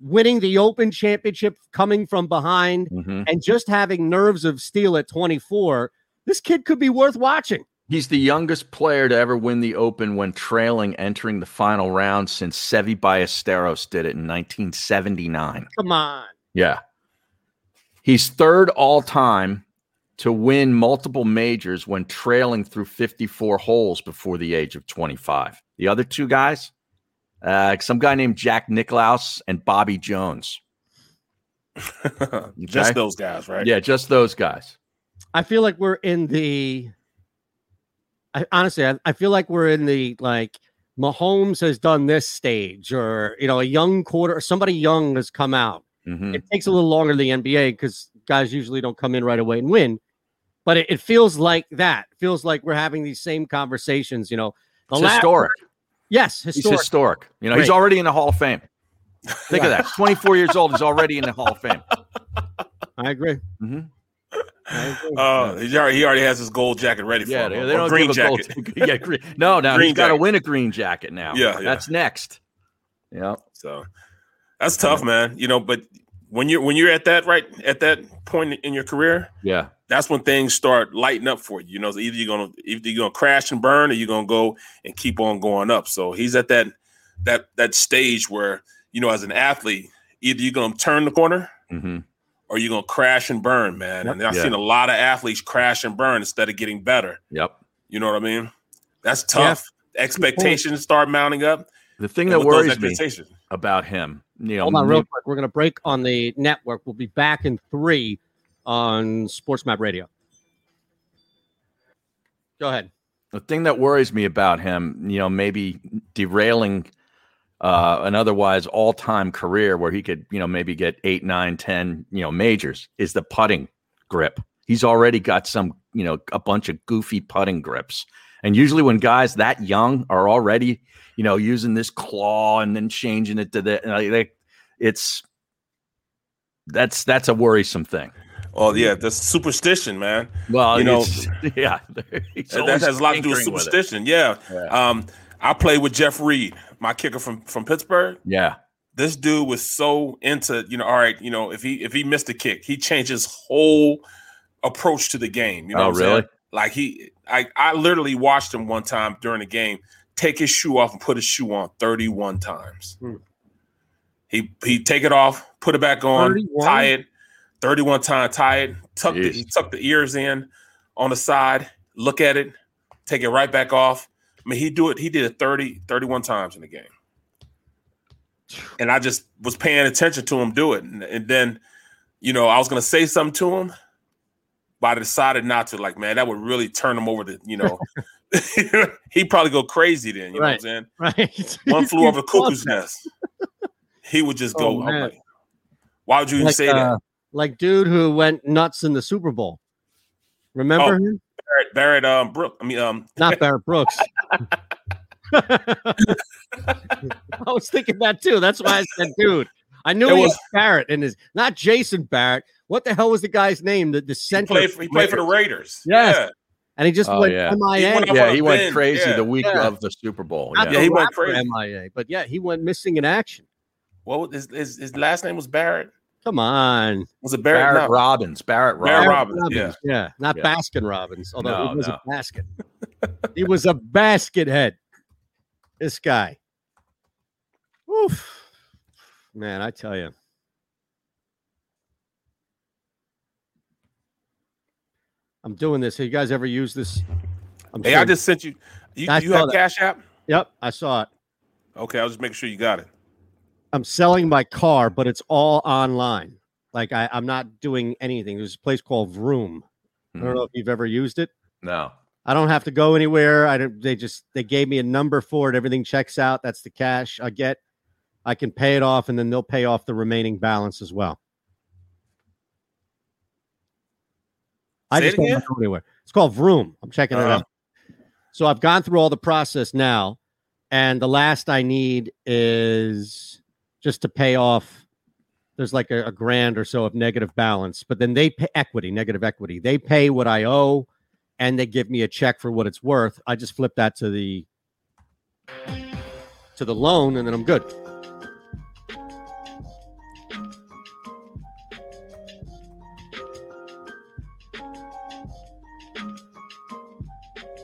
Speaker 2: winning the Open Championship, coming from behind,
Speaker 3: Mhm.
Speaker 2: and just having nerves of steel at 24. This kid could be worth watching.
Speaker 3: He's the youngest player to ever win the Open when trailing entering the final round since Seve Ballesteros did it in 1979.
Speaker 2: Come on.
Speaker 3: Yeah. He's third all time to win multiple majors when trailing through 54 holes before the age of 25. The other two guys, uh, some guy named Jack Nicklaus and Bobby Jones.
Speaker 4: Just
Speaker 3: Okay?
Speaker 4: those guys, right?
Speaker 3: Yeah, just those guys.
Speaker 2: I feel like we're in the. I honestly, I, I feel like we're in the like Mahomes has done this stage, or you know, a young quarter, or somebody young has come out.
Speaker 3: Mhm.
Speaker 2: It takes a little longer to the NBA because guys usually don't come in right away and win. But it, it feels like that. It feels like we're having these same conversations. You know,
Speaker 3: It's historic.
Speaker 2: Yes, historic.
Speaker 3: He's historic. You know, he's
Speaker 2: Right.
Speaker 3: already in the Hall of Fame. Think of
Speaker 2: Yeah.
Speaker 3: that. He's 24 years old. He's already in the Hall of Fame. Mm-hmm.
Speaker 2: I agree.
Speaker 4: Uh, he's already, he already has his gold jacket ready
Speaker 3: Yeah,
Speaker 4: for
Speaker 3: they,
Speaker 4: him.
Speaker 3: they
Speaker 4: or
Speaker 3: don't
Speaker 4: green
Speaker 3: give a gold-
Speaker 4: jacket.
Speaker 3: yeah, green. No, no,
Speaker 4: Green
Speaker 3: he's got to
Speaker 4: jacket.
Speaker 3: win a green jacket now.
Speaker 4: Yeah, yeah.
Speaker 3: that's next. Yeah.
Speaker 4: So that's tough, man. You know, but when you're when you're at that right at that point in your career,
Speaker 3: Yeah.
Speaker 4: that's when things start lighting up for you. You know, it's either you're gonna either you're gonna crash and burn, or you're gonna go and keep on going up. So he's at that that that stage where you know, as an athlete, either you're gonna turn the corner
Speaker 3: Mm-hmm.
Speaker 4: or you're gonna crash and burn, man. And I've
Speaker 3: Yeah.
Speaker 4: seen a lot of athletes crash and burn instead of getting better.
Speaker 3: Yep.
Speaker 4: You know what I mean? That's tough. Expectations start mounting up.
Speaker 3: The thing
Speaker 4: And
Speaker 3: that
Speaker 4: with those
Speaker 3: worries me
Speaker 4: expectations-
Speaker 3: about him. You know,
Speaker 2: Hold on, real
Speaker 3: maybe-
Speaker 2: quick. We're going to break on the network. We'll be back in three on Sports Map Radio. Go ahead.
Speaker 3: the thing that worries me about him, you know, maybe derailing uh, an otherwise all-time career where he could, you know, maybe get eight, nine, ten, you know, majors is the putting grip. He's already got some, you know, a bunch of goofy putting grips. And usually when guys that young are already, you know, using this claw and then changing it to the, uh, like, they- it's that's that's a worrisome thing.
Speaker 4: Oh yeah, that's superstition, man.
Speaker 3: Well,
Speaker 4: you know,
Speaker 3: uh, it's- yeah, he's
Speaker 4: that
Speaker 3: always
Speaker 4: has a lot to do with
Speaker 3: tinkering with it.
Speaker 4: superstition. yeah. Um, I played with Jeff Reed, my kicker from from Pittsburgh.
Speaker 3: Yeah.
Speaker 4: This dude was so into, you know, all right, you know, if he if he missed a kick, he changed his whole approach to the game. You know
Speaker 3: Oh,
Speaker 4: what I'm saying?
Speaker 3: really?
Speaker 4: Like he, I, I literally watched him one time during the game take his shoe off and put his shoe on 31 times. He he take it off, put it back on,
Speaker 1: 31?
Speaker 4: tie it, 31 times, tie it, tuck the, he tucked the ears in on the side, look at it, take it right back off. I mean, he do it, he did it 30, 31 times in the game. And I just was paying attention to him do it. And, and then, you know, I was gonna say something to him, but I decided not to. Like, man, that would really turn him over to, you know, he'd probably go crazy then. You know what I'm saying?
Speaker 2: Right.
Speaker 4: One flew over the cuckoo's nest. He would just go,
Speaker 2: Oh,
Speaker 4: I'm
Speaker 2: man.
Speaker 4: like, why would you even
Speaker 2: Like,
Speaker 4: say that?
Speaker 2: uh, like dude who went nuts in the Super Bowl. Remember
Speaker 4: Oh,
Speaker 2: him?
Speaker 4: Barrett, Barrett, um, Brooke. I mean, um,
Speaker 2: Not Barrett Brooks. I was thinking that too. That's why I said, dude. I knew
Speaker 4: It
Speaker 2: it was,
Speaker 4: was-
Speaker 2: Barrett and his not Jason Barrett. What the hell was the guy's name? The, the
Speaker 4: he
Speaker 2: center.
Speaker 4: played for, he played for the Raiders.
Speaker 2: Yes. And he just
Speaker 3: Oh,
Speaker 2: went
Speaker 3: yeah.
Speaker 2: MIA.
Speaker 3: yeah, he went crazy the week
Speaker 2: Yeah.
Speaker 3: of the Super Bowl.
Speaker 2: Not
Speaker 3: Yeah.
Speaker 2: the rapper MIA, but yeah, he went missing in action.
Speaker 4: What was his, his, his last name was Barrett.
Speaker 2: Come on.
Speaker 4: Was it Barrett? No.
Speaker 3: Robbins. Barrett Robbins.
Speaker 4: Barrett Robbins, yeah.
Speaker 2: Not
Speaker 3: Yeah.
Speaker 2: Baskin Robbins, although
Speaker 3: No,
Speaker 2: he was
Speaker 3: no.
Speaker 2: a basket. he was a basket head. This guy. Oof. Man, I tell you. I'm doing this. Have you guys ever used this? I'm
Speaker 4: Hey, I
Speaker 2: sure-
Speaker 4: just sent you. You,
Speaker 2: I
Speaker 4: you
Speaker 2: saw
Speaker 4: have
Speaker 2: that.
Speaker 4: Cash App?
Speaker 2: Yep, I saw it.
Speaker 4: Okay, I'll just make sure you got it.
Speaker 2: I'm selling my car, but it's all online. Like I, I'm not doing anything. There's a place called Vroom. I
Speaker 4: Hmm.
Speaker 2: don't know if you've ever used it.
Speaker 3: No.
Speaker 2: I don't have to go anywhere. I don't. They just they gave me a number for it. Everything checks out. That's the cash I get. I can pay it off, and then they'll pay off the remaining balance as well. I
Speaker 1: Say it
Speaker 2: just don't
Speaker 1: again?
Speaker 2: go anywhere. It's called Vroom. I'm checking it
Speaker 1: Uh-huh.
Speaker 2: out. So I've gone through all the process now, and the last I need is just to pay off. There's like a, a grand or so of negative balance, but then they pay equity, negative equity. They pay what I owe, and they give me a check for what it's worth. I just flip that to the to the loan, and then I'm good.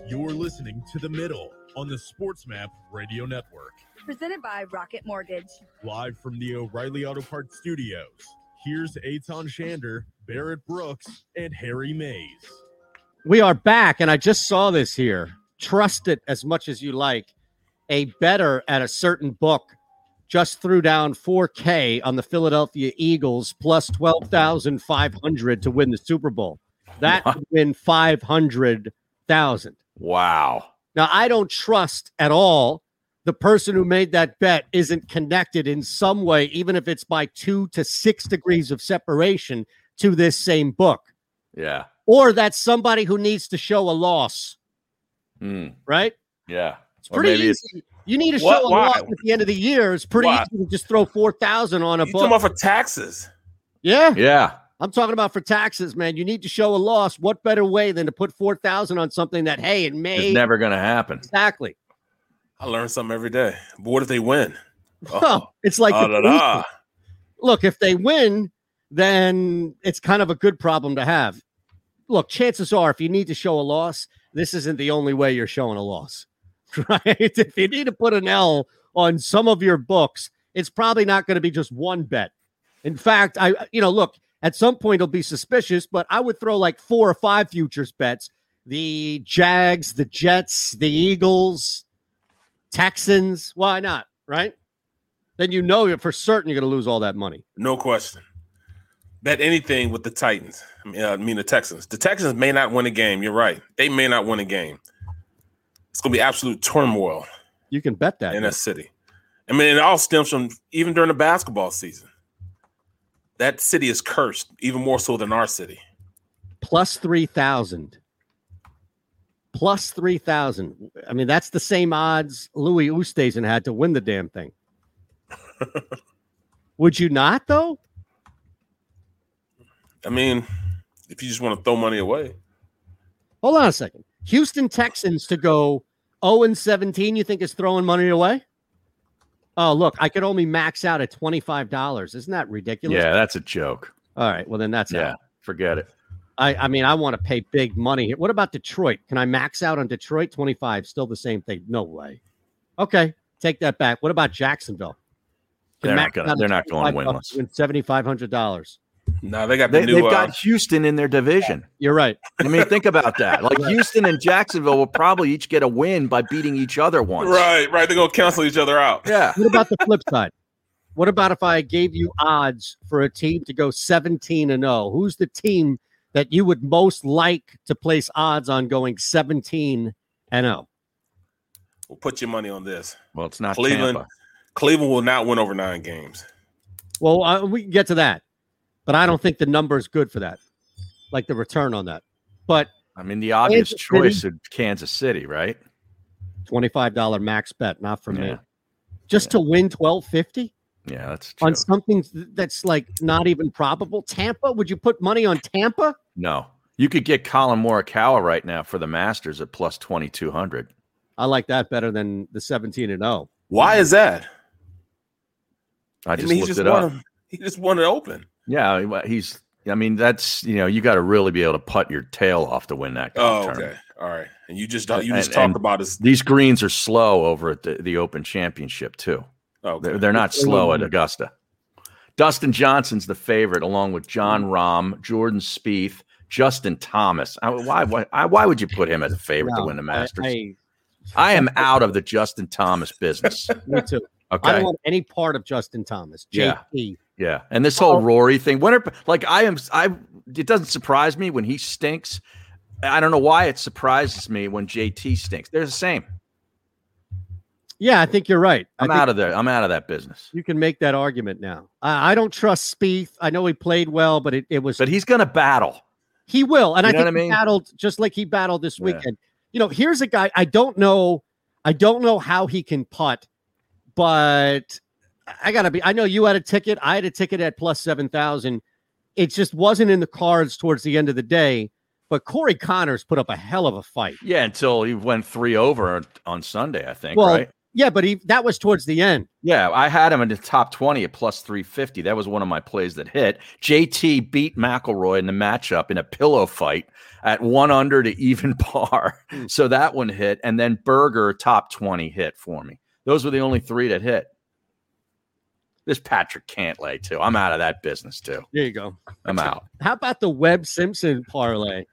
Speaker 7: You're listening to The Middle on the Sports Map Radio Network.
Speaker 6: Presented by Rocket Mortgage.
Speaker 7: Live from the O'Reilly Auto Parts Studios, here's Aton Shander, Barrett Brooks, and Harry Mays.
Speaker 2: We are back, and I just saw this here. Trust it as much as you like. A better at a certain book just threw down 4K on the Philadelphia Eagles plus 12,500 to win the Super Bowl. That would win 500,000.
Speaker 3: Wow.
Speaker 2: Now, I don't trust at all the person who made that bet isn't connected in some way, even if it's by two to six degrees of separation to this same book
Speaker 3: Yeah.
Speaker 2: or that's somebody who needs to show a loss,
Speaker 3: Hmm.
Speaker 2: right?
Speaker 3: Yeah.
Speaker 2: It's pretty easy. you need to
Speaker 4: What?
Speaker 2: show a
Speaker 4: Why?
Speaker 2: loss at the end of the year. It's pretty
Speaker 4: Why?
Speaker 2: easy to just throw four thousand on a
Speaker 4: You
Speaker 2: book.
Speaker 4: talking about for taxes?
Speaker 2: yeah,
Speaker 3: Yeah.
Speaker 2: I'm talking about for taxes, man. You need to show a loss. What better way than to put four thousand on something that hey, it may
Speaker 3: It's never going to happen.
Speaker 2: exactly.
Speaker 4: I learn something every day. But what if they win?
Speaker 2: Well, it's like
Speaker 4: Ah,
Speaker 2: the
Speaker 4: da,
Speaker 2: police
Speaker 4: da.
Speaker 2: look, if they win, then it's kind of a good problem to have. Look, chances are, if you need to show a loss, this isn't the only way you're showing a loss, right? If you need to put an L on some of your books, it's probably not going to be just one bet. In fact, I, you know, look, at some point it'll be suspicious, but I would throw like four or five futures bets the Jags, the Jets, the Eagles, Texans. Why not? Right? then you know you're Oh, for certain you're going to lose all that money.
Speaker 4: No question. Bet anything with the Titans. I mean, uh, I mean the Texans. The Texans may not win a game. You're right. They may not win a game. It's going to be absolute turmoil.
Speaker 2: You can bet that
Speaker 4: in that city. I mean, it all stems from even during the basketball season. That city is cursed even more so than our city.
Speaker 2: Plus 3,000. Plus 3,000. I mean, that's the same odds Louis Oosthuizen had to win the damn thing. Would you not, though?
Speaker 4: I mean, if you just want to throw money away,
Speaker 2: Hold on a second. Houston Texans to go 0 and 17, you think is throwing money away? Oh, look, I could only max out at $25. Isn't that ridiculous?
Speaker 3: Yeah, that's a joke.
Speaker 2: All right. Well, then that's
Speaker 3: yeah.
Speaker 2: out.
Speaker 3: Forget it.
Speaker 2: I, I mean, I want to pay big money here. What about Detroit? Can I max out on Detroit? 25, still the same thing. No way. Okay, take that back. What about Jacksonville?
Speaker 3: They're not
Speaker 2: max
Speaker 3: gonna-
Speaker 2: out at
Speaker 3: they're not going
Speaker 2: 25 bucks,
Speaker 3: winless.
Speaker 2: Win $7,500.
Speaker 4: No, they got uh,
Speaker 3: They, have got Houston in their division.
Speaker 2: You're right.
Speaker 3: I mean, think about that. Like Houston and Jacksonville will probably each get a win by beating each other once.
Speaker 4: right, right. They're gonna cancel each other out.
Speaker 3: Yeah.
Speaker 2: What about the flip side? What about if I gave you odds for a team to go 17 and 0? Who's the team that you would most like to place odds on going 17 and oh? 0?
Speaker 4: We'll put your money on this.
Speaker 3: Well, it's not
Speaker 4: Cleveland.
Speaker 3: Tampa.
Speaker 4: Cleveland will not win over nine games.
Speaker 2: Well, uh, we can get to that, but I don't think the number is good for that, like the return on that. But
Speaker 3: I mean, the obvious
Speaker 2: Kansas City.
Speaker 3: choice of Kansas City, right?
Speaker 2: $25 max bet, not for me.
Speaker 3: Yeah.
Speaker 2: Just to win 1250
Speaker 3: Yeah, that's
Speaker 2: on something th- that's like not even probable. Tampa, would you put money on Tampa?
Speaker 3: no. You could get Colin Morikawa right now for the Masters at plus twenty two hundred.
Speaker 2: I like that better than the 17 and oh. 0.
Speaker 4: Why is that?
Speaker 3: I just
Speaker 4: mean, he
Speaker 3: looked
Speaker 4: just
Speaker 3: it
Speaker 4: won
Speaker 3: up.
Speaker 4: a- he just won it open.
Speaker 3: Yeah, well, he's. I mean, that's you know, you got to really be able to putt your tail off to win that.
Speaker 4: Oh,
Speaker 3: tournament.
Speaker 4: okay. All right. And you just you just
Speaker 3: And-
Speaker 4: talked
Speaker 3: and
Speaker 4: about his
Speaker 3: These greens are slow over at the, the Open Championship too.
Speaker 4: Oh, okay.
Speaker 3: they're, they're not slow at Augusta. Dustin Johnson's the favorite, along with John
Speaker 2: Mm.
Speaker 3: Rahm, Jordan Spieth, Justin Thomas. I, why, why, I, why would you put him as a favorite to
Speaker 2: No,
Speaker 3: win the
Speaker 2: I-
Speaker 3: Masters?
Speaker 2: I-
Speaker 3: I, am out of the Justin Thomas business.
Speaker 2: Me too. I
Speaker 3: Okay.
Speaker 2: don't want any part of Justin Thomas.
Speaker 3: Yeah.
Speaker 2: JP.
Speaker 3: Yeah, and this whole Rory thing. When are, like I am, I it doesn't surprise me when he stinks. I don't know why it surprises me when JT stinks. They're the same.
Speaker 2: Yeah, I think you're right. I
Speaker 3: I'm
Speaker 2: think
Speaker 3: out of there. I'm out of that business.
Speaker 2: You can make that argument now. I, I don't trust Spieth. I know he played well, but it, it was.
Speaker 3: But he's going to battle.
Speaker 2: He will, and
Speaker 3: You
Speaker 2: I
Speaker 3: know
Speaker 2: think
Speaker 3: what I
Speaker 2: he
Speaker 3: mean?
Speaker 2: battled just like he battled this
Speaker 3: Yeah.
Speaker 2: weekend. You know, here's a guy. I don't know. I don't know how he can putt, but I gotta be. I know you had a ticket. I had a ticket at plus seven thousand. It just wasn't in the cards towards the end of the day. But Corey Connors put up a hell of a fight.
Speaker 3: Yeah, until he went three over on Sunday, I think. right?
Speaker 2: yeah, but he that was towards the end.
Speaker 3: Yeah, I had him in the top 20 at plus 350. That was one of my plays that hit. JT beat McElroy in the matchup in a pillow fight at one under to even par.
Speaker 2: Hmm.
Speaker 3: So that one hit. And then Berger, top 20 hit for me. Those were the only three that hit. This Patrick Cantlay, too. I'm out of that business, too.
Speaker 2: There you go.
Speaker 3: I'm out.
Speaker 2: How about the Webb Simpson parlay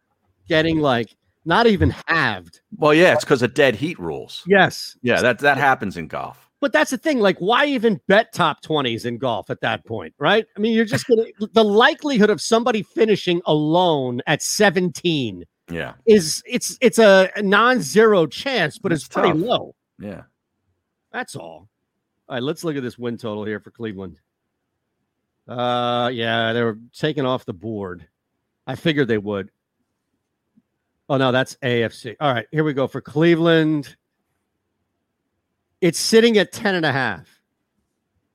Speaker 2: getting like not even halved?
Speaker 3: Well, yeah, it's because of dead heat rules.
Speaker 2: Yes.
Speaker 3: Yeah, that, that happens in golf.
Speaker 2: But that's the thing. Like, why even bet top 20s in golf at that point, right? I mean, you're just gonna the likelihood of somebody finishing alone at 17
Speaker 3: Yeah.
Speaker 2: is it's it's a non-zero chance, but it's,
Speaker 3: It's
Speaker 2: pretty
Speaker 3: tough.
Speaker 2: low.
Speaker 3: Yeah.
Speaker 2: That's all. All right, let's look at this win total here for Cleveland. Uh yeah, they were taken off the board. I figured they would. Oh no, that's AFC. All right, here we go for Cleveland. It's sitting at 10 and a half.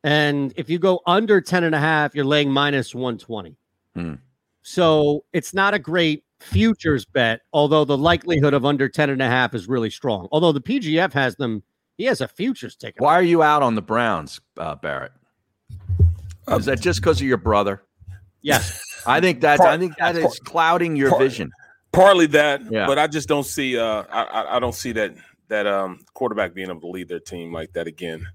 Speaker 2: And if you go under 10 and a half, you're laying minus 120.
Speaker 3: Hmm.
Speaker 2: So it's not a great futures bet, although the likelihood of under 10 and a half is really strong. Although the PGF has them, he has a futures ticket.
Speaker 3: Why are you out on the Browns, uh, Barrett? Is that just because of your brother?
Speaker 2: Yes.
Speaker 3: I think that
Speaker 4: Part-
Speaker 3: I think that
Speaker 4: part-
Speaker 3: is clouding your
Speaker 4: part-
Speaker 3: vision.
Speaker 4: Partly that,
Speaker 3: Yeah.
Speaker 4: but I just don't see. Uh, I, I I don't see that that um quarterback being able to lead their team like that again.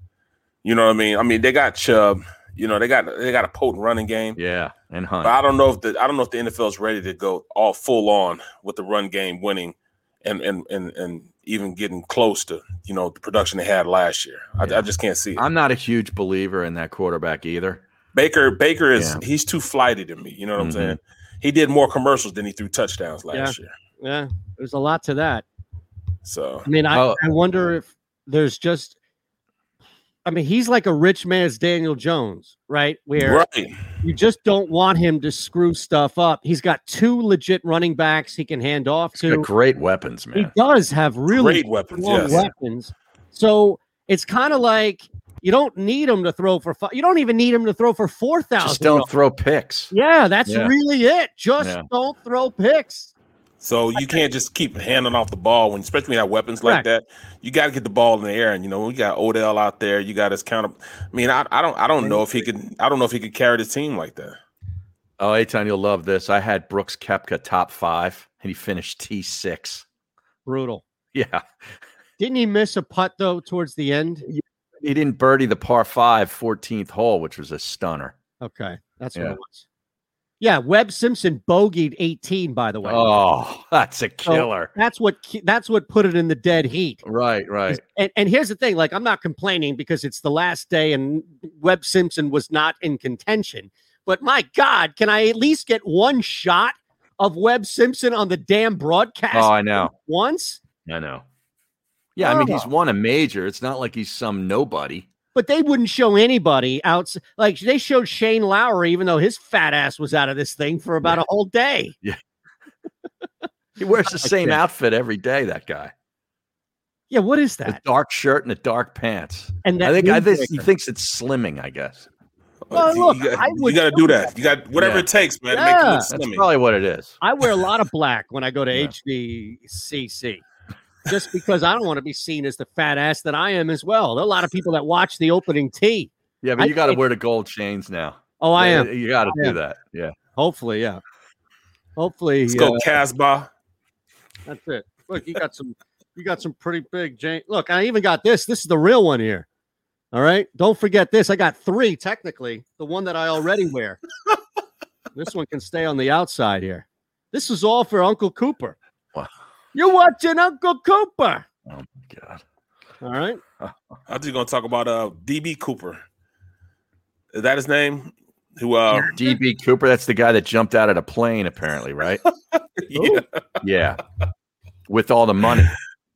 Speaker 4: You know what I mean? I mean they got Chubb. You know they got they got a potent running game.
Speaker 3: Yeah, and
Speaker 4: but
Speaker 3: Hunt.
Speaker 4: I don't know if the I don't know if the NFL is ready to go all full on with the run game winning and and and and even getting close to you know the production they had last year. I, I just can't see it.
Speaker 3: I'm not a huge believer in that quarterback either.
Speaker 4: Baker Baker is he's too flighty to me. You know what
Speaker 3: Mhm.
Speaker 4: I'm saying? He did more commercials than he threw touchdowns
Speaker 2: yeah,
Speaker 4: last year.
Speaker 2: yeah. There's a lot to that.
Speaker 4: So
Speaker 2: I mean, I, I wonder if there's just. I mean, he's like a rich man's Daniel Jones, right? Where
Speaker 4: Right.
Speaker 2: you just don't want him to screw stuff up. He's got two legit running backs he can hand off
Speaker 3: He's
Speaker 2: to.
Speaker 3: got great weapons,
Speaker 2: He
Speaker 3: man.
Speaker 2: does have really
Speaker 3: Great weapons,
Speaker 2: strong
Speaker 3: yes.
Speaker 2: weapons. So it's kind of like you don't need him to throw for five. You don't even need him to throw for four thousand.
Speaker 3: Just don't throw picks.
Speaker 2: Yeah, that's
Speaker 4: Yeah.
Speaker 2: really it. Just
Speaker 4: Yeah.
Speaker 2: don't throw picks.
Speaker 4: So you can't just keep handing off the ball when, especially when you have weapons like that. You got to get the ball in the air, and you know we got Odell out there. You got his counter. I mean, I, I don't, I don't know if he could. I don't know if he could carry the team like that.
Speaker 3: Oh, Aton, you'll love this. I had Brooks Kepka top five, and he finished T six.
Speaker 2: Brutal.
Speaker 3: Yeah,
Speaker 2: Didn't he miss a putt though towards the end?
Speaker 3: he didn't birdie the par five 14th hole, which was a stunner.
Speaker 2: Okay, that's
Speaker 3: Yeah.
Speaker 2: what it was. Yeah, Webb Simpson bogeyed 18. By the way,
Speaker 3: Oh, that's a
Speaker 2: So
Speaker 3: killer.
Speaker 2: that's what ki- that's what put it in the dead heat.
Speaker 3: Right, right.
Speaker 2: And and here's the thing, like I'm not complaining because it's the last day and Webb Simpson was not in contention. But my God, can I at least get one shot of Webb Simpson on the damn broadcast?
Speaker 3: Oh, I know.
Speaker 2: Once,
Speaker 3: I know. Yeah, I mean he's
Speaker 2: Oh.
Speaker 3: won a major. It's not like he's some nobody.
Speaker 2: but they wouldn't show anybody outside. Like they showed Shane Lowry, even though his fat ass was out of this thing for about a whole day.
Speaker 3: Yeah. He wears the
Speaker 2: Like
Speaker 3: same
Speaker 2: that.
Speaker 3: outfit every day. That guy,
Speaker 2: Yeah, what is
Speaker 3: a
Speaker 2: that?
Speaker 3: dark shirt and a dark pants.
Speaker 2: And
Speaker 3: I
Speaker 2: that
Speaker 3: think I think he
Speaker 2: windbreaker.
Speaker 3: thinks it's slimming. I guess.
Speaker 2: Well,
Speaker 4: you,
Speaker 2: look,
Speaker 4: you got,
Speaker 2: I would
Speaker 4: to do that. You got whatever
Speaker 3: Yeah.
Speaker 4: it takes, man. To make
Speaker 2: Yeah.
Speaker 4: it look
Speaker 2: That's
Speaker 4: slimming.
Speaker 3: Probably what it is.
Speaker 2: I wear a lot of black when I go to HBCC just because I don't want to be seen as the fat ass that I am as well. There are a lot of people that watch the opening tee.
Speaker 3: Yeah, but
Speaker 2: I
Speaker 3: you got to
Speaker 2: think-
Speaker 3: wear the gold chains now.
Speaker 2: Oh, I
Speaker 3: Yeah,
Speaker 2: am.
Speaker 3: You got to
Speaker 2: I
Speaker 3: do
Speaker 2: am.
Speaker 3: that. Yeah.
Speaker 2: Hopefully, yeah. Hopefully,
Speaker 4: Let's go
Speaker 2: uh,
Speaker 4: Casbah.
Speaker 2: that's it. Look, you got some, you got some pretty big. Jane. Look, I even got this. This is the real one here. All right, don't forget this. I got three technically. The one that I already wear. this one can stay on the outside here. This is all for Uncle Cooper. You're watching Uncle Cooper.
Speaker 3: Oh my god.
Speaker 2: All right.
Speaker 4: I'm just gonna talk about uh DB Cooper. Is that his name? Who uh
Speaker 3: DB Cooper, that's the guy that jumped out of a plane, apparently, right?
Speaker 4: yeah.
Speaker 3: yeah. With all the money.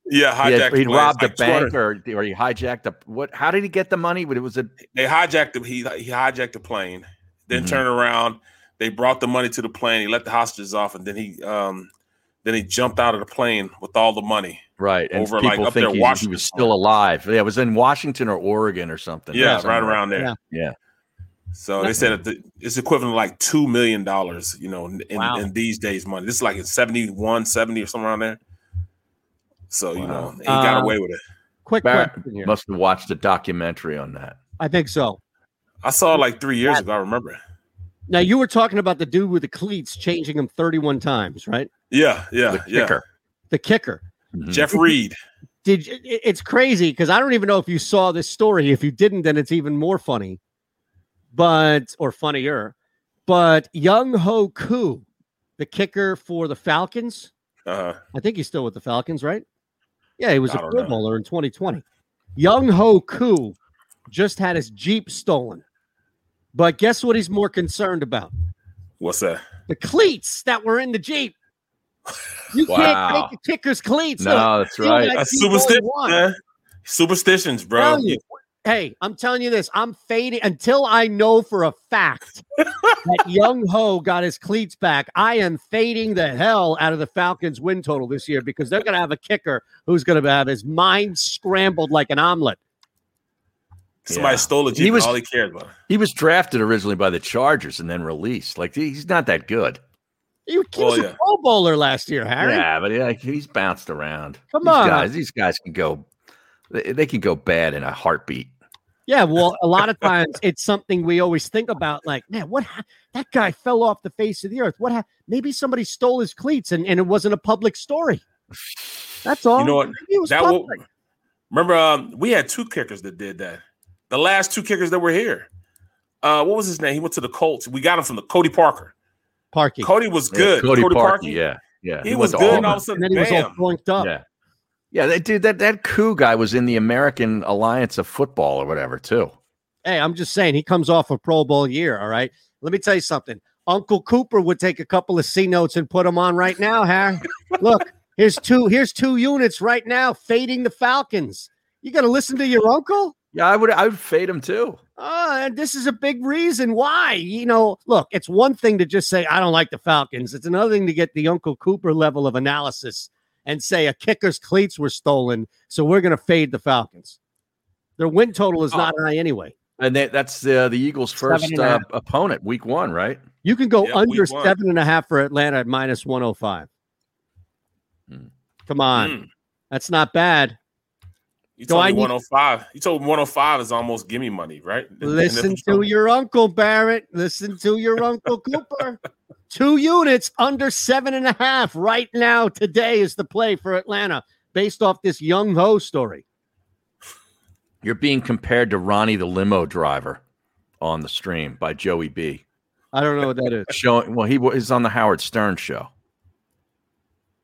Speaker 4: Yeah,
Speaker 3: He, had-
Speaker 4: hijacked
Speaker 3: he
Speaker 4: the plane.
Speaker 3: robbed
Speaker 4: It's
Speaker 3: a
Speaker 4: like
Speaker 3: bank or, or he hijacked a what how did he get the money? But it was a
Speaker 4: they hijacked him. He he hijacked the plane, then
Speaker 3: Mhm.
Speaker 4: turned around. They brought the money to the plane. He let the hostages off, and then he um then he jumped out of the plane with all the money.
Speaker 3: right. And
Speaker 4: Over, like,
Speaker 3: people
Speaker 4: up there
Speaker 3: think he- he,
Speaker 4: Washington
Speaker 3: was still alive. Yeah, it was in Washington or Oregon or something.
Speaker 4: Yeah, right
Speaker 3: somewhere.
Speaker 4: around there.
Speaker 3: Yeah.
Speaker 4: Yeah. So
Speaker 3: Yeah.
Speaker 4: they said that the- it's equivalent to like two million dollars, you know, in, in,
Speaker 3: Wow.
Speaker 4: in these days money. This is like in 71, 70 or somewhere around there. So you know, he got
Speaker 2: Um,
Speaker 4: away with it.
Speaker 2: Quick
Speaker 3: Barrett
Speaker 2: question here.
Speaker 3: must have watched a documentary on that.
Speaker 2: I think so.
Speaker 4: I saw it like three years ago. I remember. it.
Speaker 2: Now you were talking about the dude with the cleats changing him 31 times, right?
Speaker 4: Yeah, yeah, yeah.
Speaker 2: The kicker. Mm-hmm.
Speaker 4: Jeff Reed.
Speaker 2: Did you- it- it's crazy because I don't even know if you saw this story. If you didn't, then it's even more funny. But or funnier. But Young Ho Koo, the kicker for the Falcons.
Speaker 4: Uh-huh.
Speaker 2: I think he's still with the Falcons, right? Yeah, he was a
Speaker 4: I don't
Speaker 2: Pro
Speaker 4: know.
Speaker 2: Bowler in 2020. Young Ho Koo just had his Jeep stolen. But guess what he's more concerned about?
Speaker 4: What's that?
Speaker 2: the cleats that were in the Jeep. You
Speaker 4: Wow.
Speaker 2: can't take the kicker's cleats.
Speaker 4: No,
Speaker 2: Look,
Speaker 4: that's
Speaker 2: steal
Speaker 4: right.
Speaker 2: that
Speaker 4: That's
Speaker 2: Jeep all you
Speaker 4: superstition,
Speaker 2: want.
Speaker 4: man. Superstitions,
Speaker 2: I'm
Speaker 4: bro.
Speaker 2: telling you. Hey, I'm telling you this. I'm fading until I know for a fact that Young Ho got his cleats back. I am fading the hell out of the Falcons' win total this year because they're going to have a kicker who's going to have his mind scrambled like an omelet.
Speaker 4: Somebody
Speaker 3: Yeah.
Speaker 4: stole a
Speaker 3: He
Speaker 4: Jeep. and
Speaker 3: was-
Speaker 4: all he cared about.
Speaker 3: He was drafted originally by the Chargers and then released. Like he- he's not that good.
Speaker 2: He, he was
Speaker 3: Oh,
Speaker 2: a
Speaker 3: yeah.
Speaker 2: Pro Bowler last year, Harry.
Speaker 3: Yeah, but yeah, he's bounced around.
Speaker 2: Come
Speaker 3: these
Speaker 2: on.
Speaker 3: guys, these guys can go. They, they can go bad in a heartbeat.
Speaker 2: Yeah, well, a lot of times it's something we always think about. Like, man, what hap- that guy fell off the face of the earth. What? hap- Maybe somebody stole his cleats, and, and it wasn't a public story. That's all.
Speaker 4: You know what?
Speaker 2: Oh, Maybe it was
Speaker 4: That
Speaker 2: public.
Speaker 4: will, remember, um, we had two kickers that did that. The last two kickers that were here. Uh, what was his name? He went to the Colts. We got him from the Cody Parker.
Speaker 2: Parky.
Speaker 4: Cody was
Speaker 3: Yeah,
Speaker 4: good.
Speaker 3: Uh, Cody Parkey,
Speaker 4: Parkey,
Speaker 3: yeah. Yeah,
Speaker 4: He
Speaker 3: went
Speaker 4: was
Speaker 3: to
Speaker 4: good, and
Speaker 3: Auburn.
Speaker 4: all of a sudden, And then he was all bam.
Speaker 2: flunked up.
Speaker 3: Yeah, yeah. That dude, that that coup guy was in the American Alliance of Football or whatever too.
Speaker 2: Hey, I'm just saying he comes off a Pro Bowl year. All right. Let me tell you something. Uncle Cooper would take a couple of C notes and put them on right now, Harry. Look, here's two here's two units right now fading the Falcons. You gonna listen to your uncle?
Speaker 3: Yeah, I would I would fade him too.
Speaker 2: Uh, and this is a big reason why. You know, look, it's one thing to just say I don't like the Falcons. It's another thing to get the Uncle Cooper level of analysis and say a kicker's cleats were stolen, so we're gonna fade the Falcons. Their win total
Speaker 3: Oh.
Speaker 2: is not high anyway.
Speaker 3: And that, that's uh, the Eagles'
Speaker 2: Seven
Speaker 3: first
Speaker 2: and a
Speaker 3: uh,
Speaker 2: half.
Speaker 3: opponent, Week One, right?
Speaker 2: You can go
Speaker 3: Yeah,
Speaker 2: under
Speaker 3: week one.
Speaker 2: seven and a half for Atlanta at minus 105. Come on. That's not bad.
Speaker 4: You
Speaker 2: Do
Speaker 4: told
Speaker 2: I
Speaker 4: me
Speaker 2: need-
Speaker 4: 105. You told me 105 is almost gimme money, right? And- and that's
Speaker 2: Listen
Speaker 4: what
Speaker 2: to your uncle, Barrett. Listen to your uncle, Cooper. Two units under seven and a half right now. Today is the play for Atlanta based off this young ho story.
Speaker 3: You're being compared to Ronnie the limo driver on the stream by Joey B.
Speaker 2: I don't know what that is.
Speaker 3: Showing well, he was on the Howard Stern show,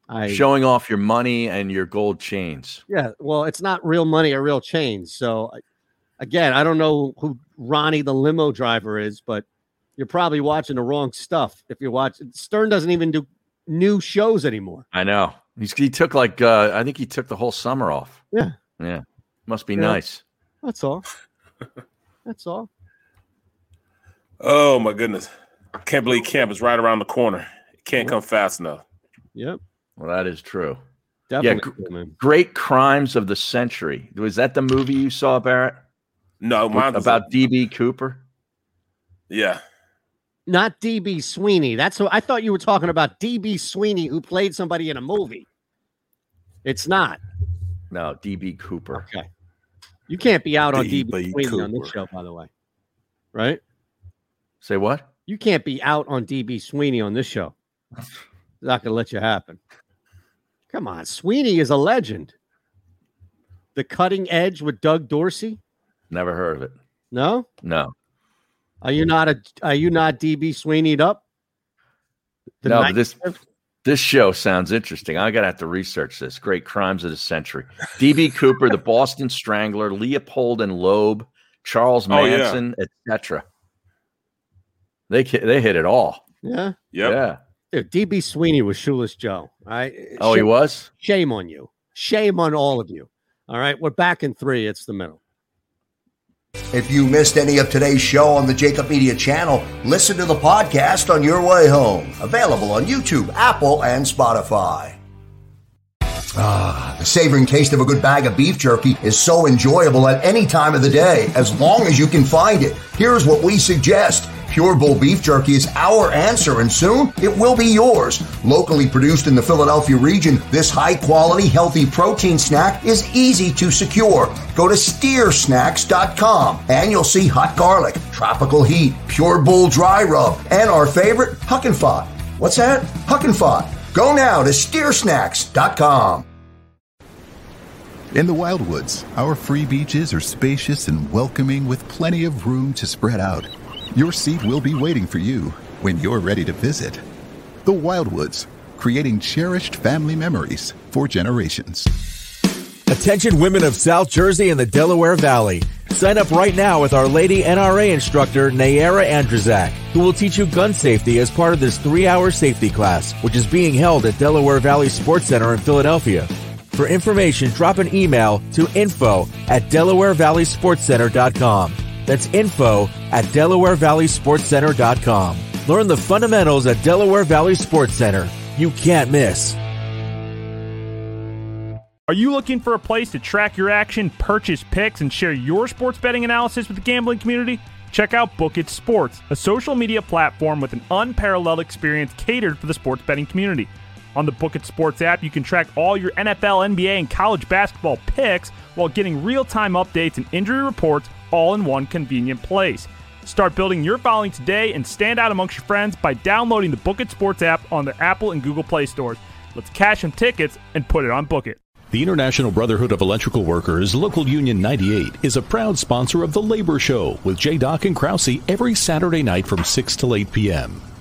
Speaker 2: I
Speaker 3: showing off your money and your gold chains.
Speaker 2: Yeah, well, it's not real money or real change. So, I- again, I don't know who Ronnie the limo driver is, but you're probably watching the wrong stuff if you're watching. Stern doesn't even do new shows anymore.
Speaker 3: I know. He's, he took like uh, I think he took the whole summer off.
Speaker 2: Yeah.
Speaker 3: Yeah, must be
Speaker 2: Yeah.
Speaker 3: nice.
Speaker 2: That's all. That's all.
Speaker 4: Oh my goodness. I can't believe camp is right around the corner. It can't come fast enough.
Speaker 2: Yep.
Speaker 3: Well, that is true.
Speaker 4: Definitely,
Speaker 3: yeah, gr- great crimes of the century. Was that the movie you saw, Barrett?
Speaker 4: No, mine was-
Speaker 3: about DB Cooper.
Speaker 4: Yeah.
Speaker 2: Not DB Sweeney. That's who I thought you were talking about. DB Sweeney, who played somebody in a movie. It's not.
Speaker 3: No, DB Cooper.
Speaker 2: Okay. You can't be out on DB
Speaker 3: DB
Speaker 2: Sweeney on this show,
Speaker 3: Cooper.
Speaker 2: by the way. Right?
Speaker 3: Say what?
Speaker 2: You can't be out on DB Sweeney on this show. Not gonna let you happen. Come on, Sweeney is a legend. The cutting edge with Doug Dorsey.
Speaker 3: Never heard of it.
Speaker 2: No,
Speaker 3: No.
Speaker 2: are you not a? Are you not DB Sweeneyed up? The
Speaker 3: no,
Speaker 2: night
Speaker 3: but this this show sounds interesting. I gotta have to research this. Great crimes of the century. DB Cooper, the Boston Strangler, Leopold and Loeb, Charles
Speaker 4: Oh, yeah.
Speaker 3: Manson, etc. They ki- they hit it all.
Speaker 2: Yeah.
Speaker 3: Yeah.
Speaker 2: Dude, DB Sweeney was shoeless Joe. All right.
Speaker 3: Oh, he was?
Speaker 2: Shame on you. Shame on all of you. All right. We're back in three. It's the middle.
Speaker 15: If you missed any of today's show on the Jacob Media channel, listen to the podcast on your way home. Available on YouTube, Apple, and Spotify. Ah, the savoring taste of a good bag of beef jerky is so enjoyable at any time of the day, as long as you can find it. Here's what we suggest. Pure Bull Beef Jerky is our answer, and soon it will be yours. Locally produced in the Philadelphia region, this high quality, healthy protein snack is easy to secure. Go to steersnacks.com and you'll see hot garlic, tropical heat, Pure Bull Dry Rub, and our favorite, Huck and Fod. What's that? Huck and Fod. Go now to steersnacks.com.
Speaker 10: In the Wildwoods, our free beaches are spacious and welcoming with plenty of room to spread out. Your seat will be waiting for you when you're ready to visit. The Wildwoods, creating cherished family memories for generations.
Speaker 16: Attention women of South Jersey and the Delaware Valley. Sign up right now with our lady NRA instructor, Nayara Andrazak, who will teach you gun safety as part of this three hour safety class, which is being held at Delaware Valley Sports Center in Philadelphia. For information, drop an email to info at DelawareValleySportsCenter.com. That's info at DelawareValleySportsCenter.com. Learn the fundamentals at Delaware Valley Sports Center. You can't miss.
Speaker 5: Are you looking for a place to track your action, purchase picks, and share your sports betting analysis with the gambling community? Check out Book It Sports, a social media platform with an unparalleled experience catered for the sports betting community. On the Book It Sports app, you can track all your NFL, NBA, and college basketball picks while getting real time updates and injury reports all in one convenient place. Start building your following today and stand out amongst your friends by downloading the Book It Sports app on the Apple and Google Play stores. Let's cash some tickets and put it on Book It.
Speaker 17: The International Brotherhood of Electrical Workers, Local Union 98, is a proud sponsor of The Labor Show with J. Dock and Krause every Saturday night from 6 to 8 p.m.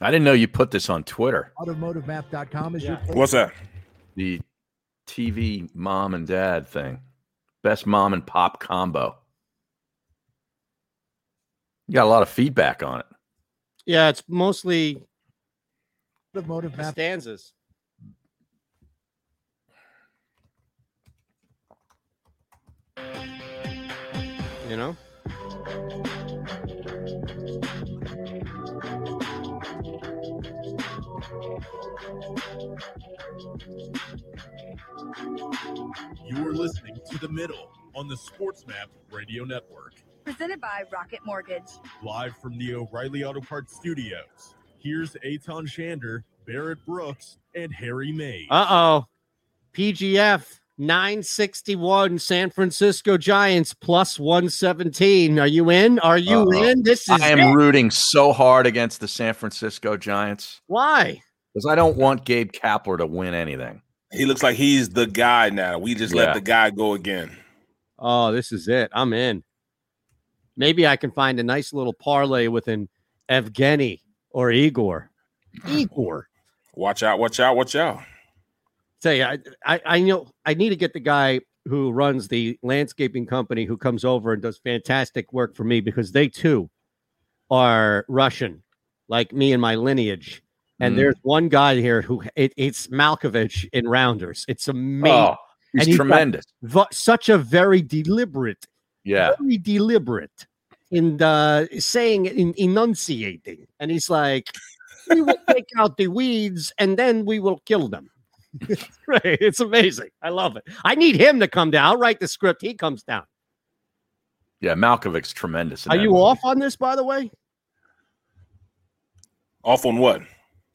Speaker 3: I didn't know you put this on Twitter.
Speaker 12: AutomotiveMap.com is your place.
Speaker 3: What's that? The TV mom and dad thing. Best mom and pop combo. You got a lot of feedback on it.
Speaker 2: Yeah, it's mostly
Speaker 12: Automotive Map.
Speaker 2: stanzas. You know?
Speaker 7: You are listening to The Middle on the Sports Map Radio Network.
Speaker 6: Presented by Rocket Mortgage.
Speaker 7: Live from the O'Reilly Auto Parts Studios, here's Aton Shander, Barrett Brooks, and Harry May.
Speaker 2: Uh oh. PGF 961 San Francisco Giants plus 117. Are you in? Are you
Speaker 3: Uh-oh.
Speaker 2: in? This is
Speaker 3: Uh-huh. I am
Speaker 2: it.
Speaker 3: rooting so hard against the San Francisco Giants
Speaker 2: Why?
Speaker 3: because I don't want Gabe Kapler to win anything.
Speaker 4: He looks like he's the guy now. We just
Speaker 3: Yeah.
Speaker 4: let the guy go again.
Speaker 2: Oh, this is it. I'm in. Maybe I can find a nice little parlay with an Evgeny or Igor. Igor.
Speaker 4: Watch out, watch out, watch out.
Speaker 2: Say, I, I, I know I need to get the guy who runs the landscaping company who comes over and does fantastic work for me because they too are Russian, like me and my lineage. And
Speaker 3: Mm.
Speaker 2: there's one guy here who it, it's Malkovich in Rounders. It's amazing.
Speaker 3: Oh, he's
Speaker 2: And got
Speaker 3: tremendous.
Speaker 2: vo- such a very deliberate
Speaker 3: Yeah.
Speaker 2: very deliberate in uh, saying in enunciating, and he's like, "We will take out the weeds, and then we will kill them." It's great. It's amazing. I love it. I need him to come down. I'll write the script. He comes down.
Speaker 3: Yeah, Malkovich's tremendous. in
Speaker 2: Are
Speaker 3: that
Speaker 2: you
Speaker 3: movie.
Speaker 2: off on this, by the way?
Speaker 4: Off on what?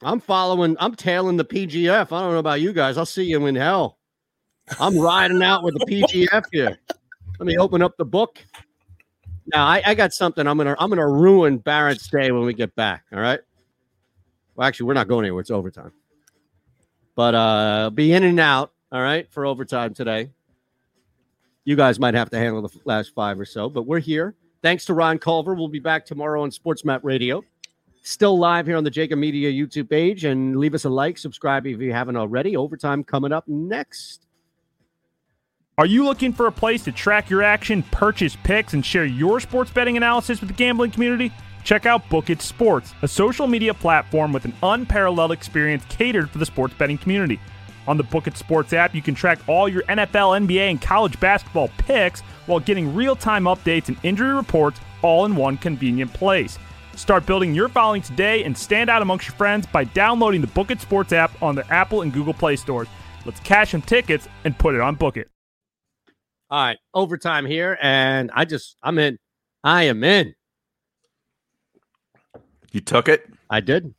Speaker 2: I'm following. I'm tailing the PGF. I don't know about you guys. I'll see you in hell. I'm riding out with the PGF here. Let me open up the book. Now I, I got something. I'm gonna I'm gonna ruin Barrett's day when we get back. All right. Well, actually, we're not going anywhere. It's overtime. But uh be in and out. All right for overtime today. You guys might have to handle the last five or so, but we're here. Thanks to Ron Culver. We'll be back tomorrow on Sports Map Radio still live here on the Jacob Media YouTube page. And leave us a like, subscribe if you haven't already. Overtime coming up next.
Speaker 5: Are you looking for a place to track your action, purchase picks, and share your sports betting analysis with the gambling community? Check out Book It Sports, a social media platform with an unparalleled experience catered for the sports betting community. On the Book It Sports app, you can track all your NFL, NBA, and college basketball picks while getting real time updates and injury reports all in one convenient place. Start building your following today and stand out amongst your friends by downloading the Book It Sports app on the Apple and Google Play stores. Let's cash some tickets and put it on Book It.
Speaker 2: All right, overtime here. And I just, I'm in. I am in.
Speaker 3: You took it?
Speaker 2: I did.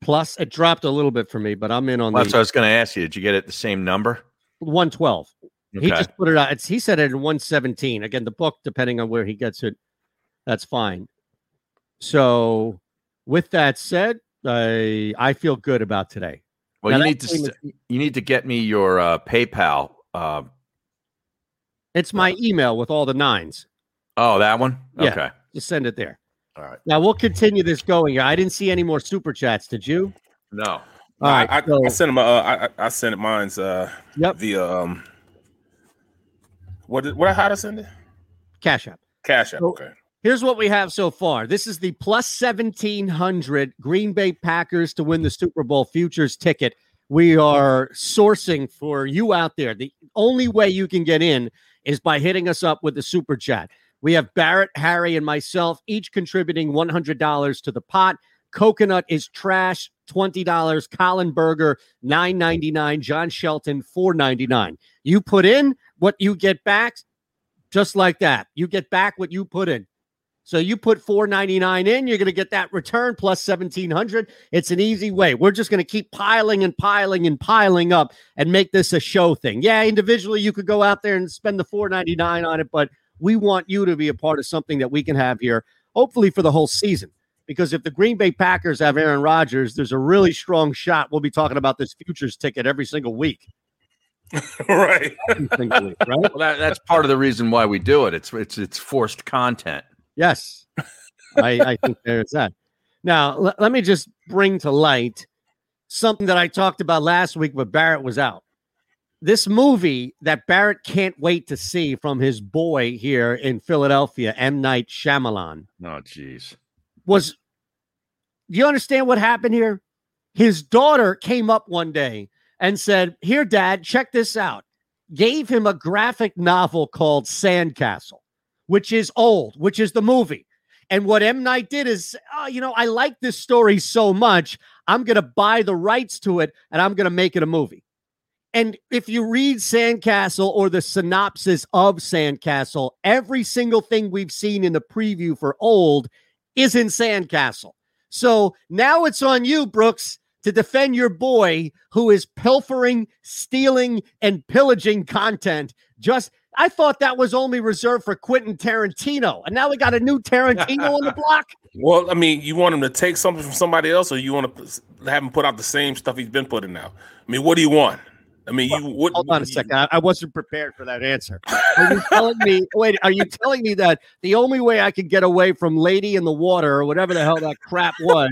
Speaker 2: Plus, it dropped a little bit for me, but I'm in on
Speaker 3: Well, that's what I
Speaker 2: the
Speaker 3: was going to ask you. Did you get it the same number?
Speaker 2: 112. He
Speaker 3: Okay.
Speaker 2: just put it out. It's, he said it in 117. Again, the book, depending on where he gets it, that's fine. So, with that said, I I feel good about today.
Speaker 3: Well,
Speaker 2: Now,
Speaker 3: you
Speaker 2: that
Speaker 3: need to
Speaker 2: game
Speaker 3: st- you need to get me your uh, PayPal. Uh,
Speaker 2: It's my email with all the nines.
Speaker 3: oh, that one.
Speaker 2: Yeah,
Speaker 3: Okay.
Speaker 2: Just send it there.
Speaker 3: All right.
Speaker 2: Now we'll continue this going here. I didn't see any more super chats. Did you?
Speaker 3: No.
Speaker 2: All right.
Speaker 4: I, I, I sent him. Uh, I I- I sent it mine's uh
Speaker 2: yep.
Speaker 4: via um. What did what? How to send it?
Speaker 2: Cash App.
Speaker 4: Cash App.
Speaker 2: So-
Speaker 4: Okay.
Speaker 2: Here's what we have so far. This is the plus 1700 Green Bay Packers to win the Super Bowl futures ticket. We are sourcing for you out there. The only way you can get in is by hitting us up with the super chat. We have Barrett, Harry, and myself each contributing $100 to the pot. Coconut is trash, $20. Colin Berger, $9.99. John Shelton, $4.99. You put in what you get back just like that. You get back what you put in. So you put 499 in, you're going to get that return plus 1700. It's an easy way. We're just going to keep piling and piling and piling up and make this a show thing. Yeah, individually you could go out there and spend the 499 on it, but we want you to be a part of something that we can have here hopefully for the whole season. Because if the Green Bay Packers have Aaron Rodgers, there's a really strong shot we'll be talking about this futures ticket every single week.
Speaker 3: right. Well, that, that's part of the reason why we do it. It's it's it's forced content.
Speaker 2: Yes. I, I think there's that. Now, l- let me just bring to light something that I talked about last week, but Barrett was out. This movie that Barrett can't wait to see from his boy here in Philadelphia, M. Night Shyamalan,
Speaker 3: Oh, jeez.
Speaker 2: was do you understand what happened here? His daughter came up one day and said, Here, dad, check this out. Gave him a graphic novel called Sandcastle, which is old, which is the movie. And what M. Knight did is, oh, you know, I like this story so much. I'm going to buy the rights to it and I'm going to make it a movie. And if you read Sandcastle or the synopsis of Sandcastle, every single thing we've seen in the preview for old is in Sandcastle. So now it's on you, Brooks, to defend your boy who is pilfering, stealing, and pillaging content. Just I thought that was only reserved for Quentin Tarantino. And now we got a new Tarantino on the block.
Speaker 4: Well, I mean, you want him to take something from somebody else, or you want to p- have him put out the same stuff he's been putting out? I mean, what do you want? I mean, you what?
Speaker 2: Hold on a second. I, I wasn't prepared for that answer. Are you telling me? Wait, are you telling me that the only way I could get away from Lady in the Water or whatever the hell that crap was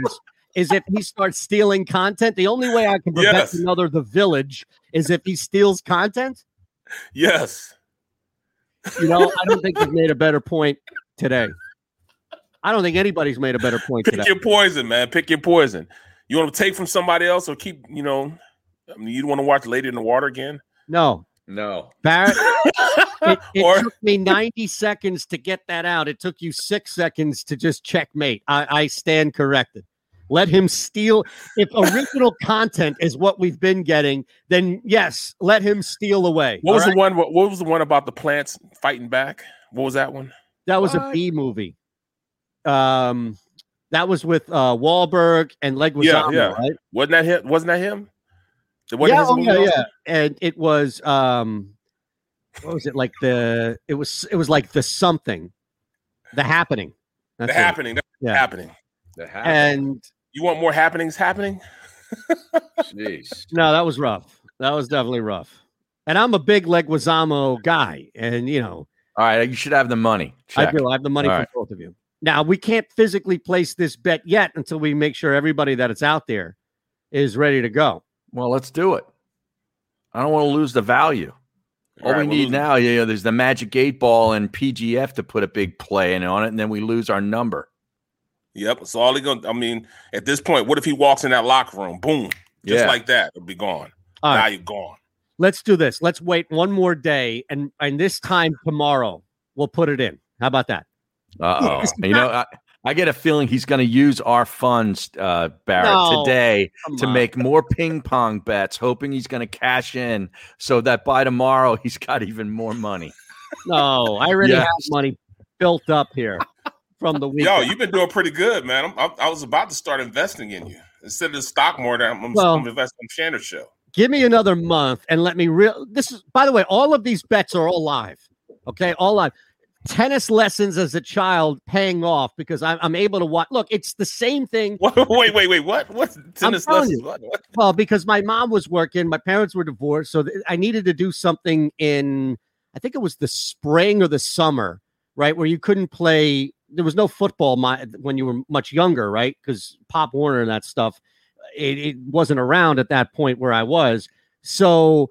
Speaker 2: is if he starts stealing content? The only way I can prevent
Speaker 4: Yes.
Speaker 2: another The Village is if he steals content.
Speaker 4: Yes.
Speaker 2: You know, I don't think you've made a better point today. I don't think anybody's made a better point
Speaker 4: Pick
Speaker 2: today.
Speaker 4: your poison, man. Pick your poison. You want to take from somebody else, or keep? You know, I mean, you want to watch Lady in the Water again?
Speaker 2: No,
Speaker 3: No.
Speaker 2: Barrett, it, it took me 90 seconds to get that out. It took you six seconds to just checkmate. I, I stand corrected. Let him steal. If original content is what we've been getting, then yes, let him steal away.
Speaker 4: What
Speaker 2: all
Speaker 4: was
Speaker 2: right?
Speaker 4: the one? What, what was the one about the plants fighting back? What was that one?
Speaker 2: That was a B movie. Um, that was with uh Wahlberg and Leguizamo,
Speaker 4: yeah, yeah.
Speaker 2: right?
Speaker 4: Wasn't that him? Wasn't that him? It wasn't
Speaker 2: Yeah,
Speaker 4: his
Speaker 2: oh,
Speaker 4: movie
Speaker 2: yeah,
Speaker 4: also?
Speaker 2: yeah. And it was um, what was it like the? It was it was like the something, the happening.
Speaker 4: The
Speaker 2: That's it.
Speaker 4: happening. That's
Speaker 2: Yeah.
Speaker 4: happening.
Speaker 3: The
Speaker 2: And
Speaker 4: You want more happenings happening?
Speaker 3: Jeez.
Speaker 2: no, that was rough. That was definitely rough. And I'm a big Leguizamo guy, and you know
Speaker 3: All right. You should have the money.
Speaker 2: I
Speaker 3: Check.
Speaker 2: do. I have the money
Speaker 3: All
Speaker 2: for
Speaker 3: right.
Speaker 2: both of you. Now we can't physically place this bet yet until we make sure everybody that it's out there is ready to go.
Speaker 3: Well, let's do it. I don't want to lose the value. All,
Speaker 2: All right,
Speaker 3: we
Speaker 2: we'll
Speaker 3: need
Speaker 2: lose-
Speaker 3: now, yeah, yeah, there's the magic eight ball and PGF to put a big play in on it, and then we lose our number.
Speaker 4: Yep. It's all he gonna. I mean, at this point, what if he walks in that locker room? Boom, just
Speaker 2: Yeah.
Speaker 4: like that, it'll be gone.
Speaker 2: All
Speaker 4: now
Speaker 2: right.
Speaker 4: you're gone.
Speaker 2: Let's do this. Let's wait one more day, and and this time tomorrow we'll put it in. How about that?
Speaker 3: Uh oh. you know, I, I get a feeling he's going to use our funds, uh, Barrett,
Speaker 2: No,
Speaker 3: today
Speaker 2: come
Speaker 3: to
Speaker 2: on.
Speaker 3: make more ping pong bets, hoping he's going to cash in so that by tomorrow he's got even more money.
Speaker 2: No, I already
Speaker 3: Yes.
Speaker 2: have money built up here from the week.
Speaker 4: Yo, you've been doing pretty good, man. I'm, I'm, I was about to start investing in you instead of the stock market. I'm, I'm,
Speaker 2: Well-
Speaker 4: I'm investing in Shannon show.
Speaker 2: Give me another month and let me real. This is, by the way, all of these bets are all live. Okay, all live. Tennis lessons as a child paying off because I'm, I'm able to watch. Look, it's the same thing.
Speaker 4: wait, wait, wait. What? What? Tennis
Speaker 2: telling
Speaker 4: lessons?
Speaker 2: you.
Speaker 4: What? What?
Speaker 2: Well, because my mom was working, my parents were divorced, so th- I needed to do something in I think it was the spring or the summer, right, where you couldn't play. There was no football my, when you were much younger, right? Because Pop Warner and that stuff, it, it wasn't around at that point where I was. So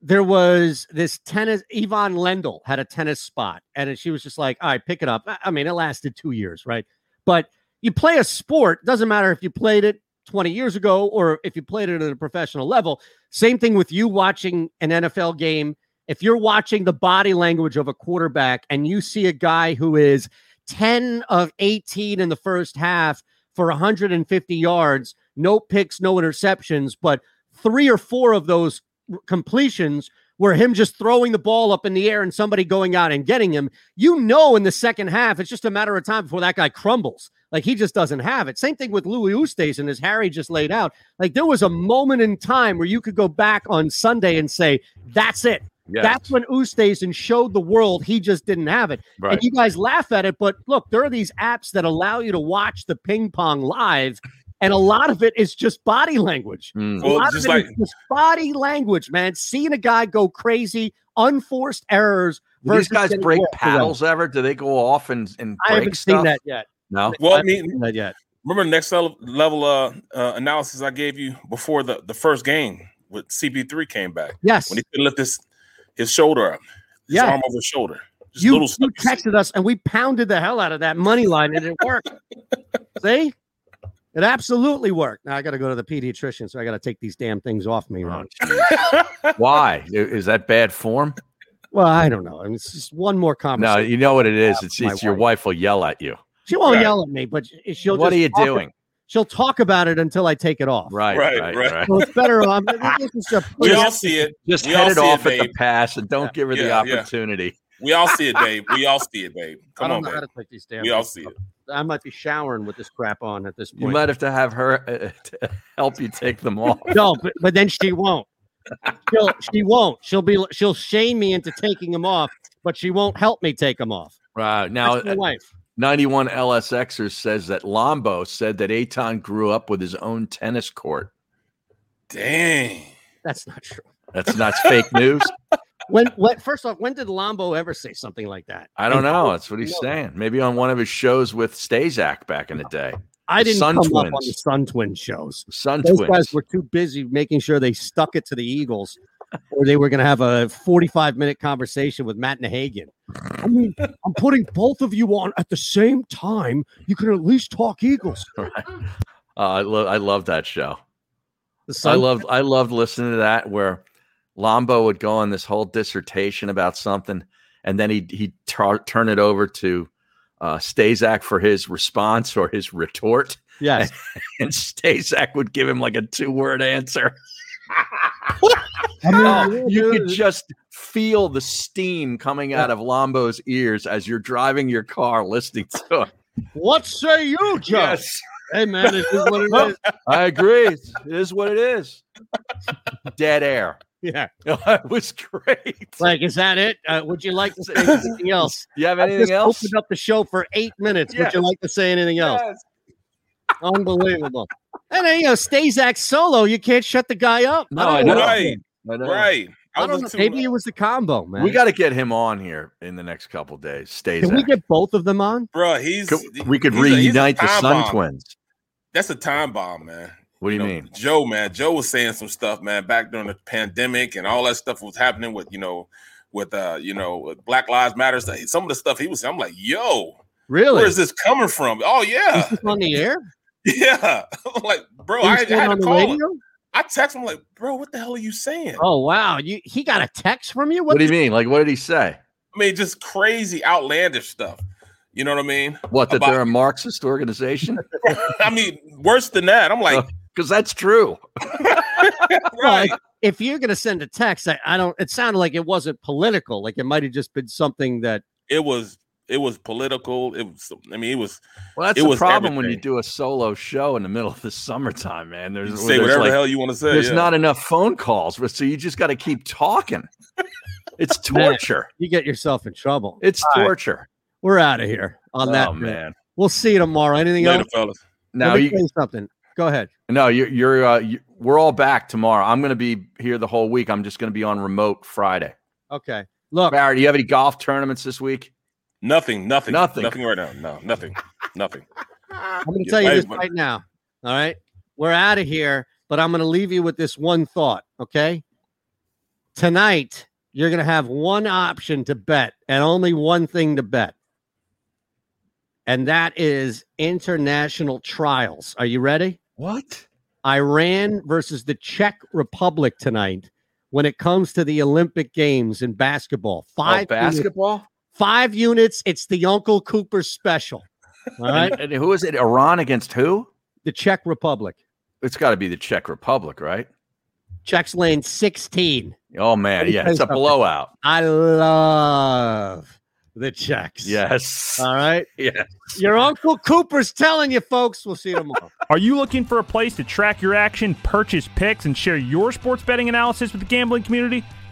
Speaker 2: there was this tennis. Yvonne Lendl had a tennis spot, and she was just like, "All right, pick it up." I- I mean, it lasted two years, right? But you play a sport doesn't matter if you played it 20 years ago or if you played it at a professional level same thing with you watching an nfl game if you're watching the body language of a quarterback and you see a guy who is 10 of 18 in the first half for 150 yards no picks no interceptions but three or four of those r- completions where him just throwing the ball up in the air and somebody going out and getting him, you know, in the second half, it's just a matter of time before that guy crumbles. Like he just doesn't have it. Same thing with Louis Oosthuizen, and as Harry just laid out. Like there was a moment in time where you could go back on Sunday and say, "That's it.
Speaker 1: Yes.
Speaker 2: That's when Oosthuizen showed the world he just didn't have it.
Speaker 1: Right.
Speaker 2: And you guys laugh at it, but look, there are these apps that allow you to watch the ping pong live, and a lot of it is just body language.
Speaker 1: Mm.
Speaker 2: A
Speaker 4: Well,
Speaker 2: lot
Speaker 4: just
Speaker 2: of it is
Speaker 4: like-
Speaker 2: just body language, man. Seeing a guy go crazy, unforced errors.
Speaker 3: Do these
Speaker 2: versus
Speaker 3: guys
Speaker 2: getting
Speaker 3: break
Speaker 2: walked away.
Speaker 3: paddles ever? Do they go off and and break
Speaker 2: I haven't seen
Speaker 3: stuff?
Speaker 2: that yet.
Speaker 3: No.
Speaker 4: Well, I mean,
Speaker 2: not yet.
Speaker 4: Remember the next level, level uh, uh, analysis I gave you before the, the first game with CP3 came back.
Speaker 2: Yes.
Speaker 4: when he couldn't lift his his shoulder up, his
Speaker 2: Yeah.
Speaker 4: arm over his shoulder. Just
Speaker 2: You,
Speaker 4: little
Speaker 2: you texted us and we pounded the hell out of that money line and it worked. See? It absolutely worked. Now I got to go to the pediatrician, so I got to take these damn things off me, Ron.
Speaker 3: Oh, Why I- is that bad form?
Speaker 2: Well, I don't know. I mean, it's just one more conversation.
Speaker 3: No, you know what it is. It's
Speaker 2: my
Speaker 3: it's your wife will yell at you.
Speaker 2: She won't
Speaker 3: Right.
Speaker 2: yell at me, but sh- she'll.
Speaker 3: What
Speaker 2: just
Speaker 3: are you
Speaker 2: talk-
Speaker 3: doing?
Speaker 2: She'll talk about it until I take it off.
Speaker 3: Right, right, right.
Speaker 2: So it's better. um, this is a-
Speaker 4: We all see it.
Speaker 3: Just
Speaker 4: We all
Speaker 3: head it
Speaker 4: see
Speaker 3: off
Speaker 4: it,
Speaker 3: at the
Speaker 4: babe.
Speaker 3: pass and don't give her the
Speaker 4: Yeah, yeah.
Speaker 3: opportunity.
Speaker 4: We all see it, babe. We all see it, babe.
Speaker 2: I
Speaker 4: Come
Speaker 2: don't
Speaker 4: on,
Speaker 2: know how
Speaker 4: babe.
Speaker 2: to take these damn
Speaker 4: we all
Speaker 2: things
Speaker 4: see it.
Speaker 2: I might be showering with this crap on at this point.
Speaker 3: You might have to have her uh, to help you take them off.
Speaker 2: no, but, but then she won't. She'll she won't. She'll be she'll shame me into taking them off, but she won't help me take them off.
Speaker 3: Right now,
Speaker 2: That's my
Speaker 3: uh,
Speaker 2: wife.
Speaker 3: 91 LSXer says that Lombo said that Aton grew up with his own tennis court.
Speaker 4: Dang,
Speaker 2: That's not true.
Speaker 3: that's not fake news.
Speaker 2: When when first off, when did Lombo ever say something like that?
Speaker 3: I don't
Speaker 2: And-
Speaker 3: know. That's what he's
Speaker 2: No.
Speaker 3: saying. Maybe on one of his shows with Stazak back in the day.
Speaker 2: I
Speaker 3: The
Speaker 2: didn't
Speaker 3: Sun
Speaker 2: come up
Speaker 3: Twins.
Speaker 2: on the Sun Twin shows.
Speaker 3: Sun
Speaker 2: Those
Speaker 3: Twins.
Speaker 2: guys were too busy making sure they stuck it to the Eagles, or they were going to have a 45 minute conversation with Matt Nahagan. I mean, I'm putting both of you on at the same time. You can at least talk Eagles.
Speaker 3: Uh, I love I love that show. I
Speaker 2: The Sun-
Speaker 3: loved I loved listening to that where Lombo would go on this whole dissertation about something, and then he he would turn it over to uh, Stazak for his response or his retort.
Speaker 2: Yes.
Speaker 3: and Stazak would give him like a two word answer.
Speaker 1: I
Speaker 3: Oh, you could just feel the steam coming out of Lombo's ears as you're driving your car listening to it.
Speaker 2: What say you, Joe?
Speaker 3: Yes.
Speaker 2: Hey man, it is what it is.
Speaker 3: I agree. It's- It is what it is. Dead air.
Speaker 2: Yeah,
Speaker 3: it was great.
Speaker 2: Like, is that it? Uh, would you like to say anything else?
Speaker 3: You have
Speaker 2: I
Speaker 3: anything
Speaker 2: just
Speaker 3: else?
Speaker 2: Opened up the show for eight minutes. Would you
Speaker 3: Yes.
Speaker 2: like to say anything else?
Speaker 3: Yes.
Speaker 2: Unbelievable. And then you know, Stazak solo. You can't shut the guy up.
Speaker 3: No,
Speaker 2: don't
Speaker 3: I know.
Speaker 2: know.
Speaker 3: Right. I know. Right. I
Speaker 2: I
Speaker 3: was
Speaker 2: don't know.
Speaker 3: too-
Speaker 2: Maybe it was the combo, man.
Speaker 3: We got to get him on here in the next couple days. Stays.
Speaker 2: Can we get both of them on?
Speaker 4: bro. He's
Speaker 3: we could
Speaker 4: he's a- he's a
Speaker 3: reunite the
Speaker 4: time
Speaker 3: Sun
Speaker 4: bomb.
Speaker 3: Twins.
Speaker 4: That's a time bomb, man.
Speaker 3: What do you mean?
Speaker 4: Joe, man, Joe was saying some stuff, man, back during the pandemic and all that stuff was happening with you know, with uh, you know, with Black Lives Matter. stuff. Some of the stuff he was, I'm like, yo,
Speaker 2: Really?
Speaker 4: where is this coming from? Oh yeah,
Speaker 2: Is this on the air?
Speaker 4: yeah. I'm like, bro,
Speaker 2: He was
Speaker 4: I, I
Speaker 2: saying
Speaker 4: had
Speaker 2: on
Speaker 4: to
Speaker 2: the
Speaker 4: call him.
Speaker 2: radio?
Speaker 4: I text him like, bro, what the hell are you saying?
Speaker 2: Oh wow, you he got a text from you?
Speaker 3: What, do you mean? Like, what did he say?
Speaker 4: I mean, just crazy, outlandish stuff. You know what I mean?
Speaker 3: What that
Speaker 4: About-
Speaker 3: they're a Marxist organization?
Speaker 4: I mean, worse than that. I'm like,
Speaker 3: because that's true.
Speaker 2: Right. if you're gonna send a text, I, I don't. It sounded like it wasn't political. Like it might have just been something that
Speaker 4: It was it was political. It was. I mean, it was.
Speaker 3: Well, that's
Speaker 4: it
Speaker 3: the
Speaker 4: was
Speaker 3: problem when you
Speaker 4: everything.
Speaker 3: do a solo show in the middle of the summertime, man. There's
Speaker 4: You
Speaker 3: where
Speaker 4: say
Speaker 3: there's
Speaker 4: whatever the hell you wanna say,
Speaker 3: There's
Speaker 4: yeah.
Speaker 3: not enough phone calls, but- so you just got to keep talking. It's
Speaker 2: Man,
Speaker 3: torture.
Speaker 2: you get yourself in trouble.
Speaker 3: It's
Speaker 2: All right.
Speaker 3: torture.
Speaker 2: We're out of here on
Speaker 3: Oh,
Speaker 2: that. note.
Speaker 3: man.
Speaker 2: We'll see you tomorrow. Anything
Speaker 3: Later,
Speaker 2: else?
Speaker 4: fellas.
Speaker 3: Now
Speaker 2: Let me
Speaker 3: you-
Speaker 2: say something. Go ahead.
Speaker 3: No, you're you're uh, you, we're all back tomorrow. I'm going to be here the whole week. I'm just going to be on remote Friday.
Speaker 2: Okay. Look,
Speaker 3: Barry, do you have any golf tournaments this week?
Speaker 4: Nothing. Nothing.
Speaker 3: Nothing.
Speaker 4: Nothing right now. No. Nothing. Nothing.
Speaker 2: I'm going to
Speaker 4: Yeah,
Speaker 2: tell you
Speaker 4: wait,
Speaker 2: this
Speaker 4: wait.
Speaker 2: right now. All right. We're out of here, but I'm going to leave you with this one thought. Okay. Tonight, you're going to have one option to bet and only one thing to bet. And that is international trials. Are you ready?
Speaker 3: What?
Speaker 2: Iran versus the Czech Republic tonight when it comes to the Olympic Games in basketball. Five units-
Speaker 3: Oh, basketball?
Speaker 2: five units. It's the Uncle Cooper special. All right.
Speaker 3: And, and who is it? Iran against who?
Speaker 2: The Czech Republic.
Speaker 3: It's got to be the Czech Republic, right?
Speaker 2: checks lane 16.
Speaker 3: Oh man, yeah, it's a blowout.
Speaker 2: I love the checks.
Speaker 3: Yes.
Speaker 2: All right.
Speaker 3: Yeah.
Speaker 2: Your Uncle Cooper's telling you, folks. We'll see you tomorrow.
Speaker 5: Are you looking for a place to track your action, purchase picks, and share your sports betting analysis with the gambling community?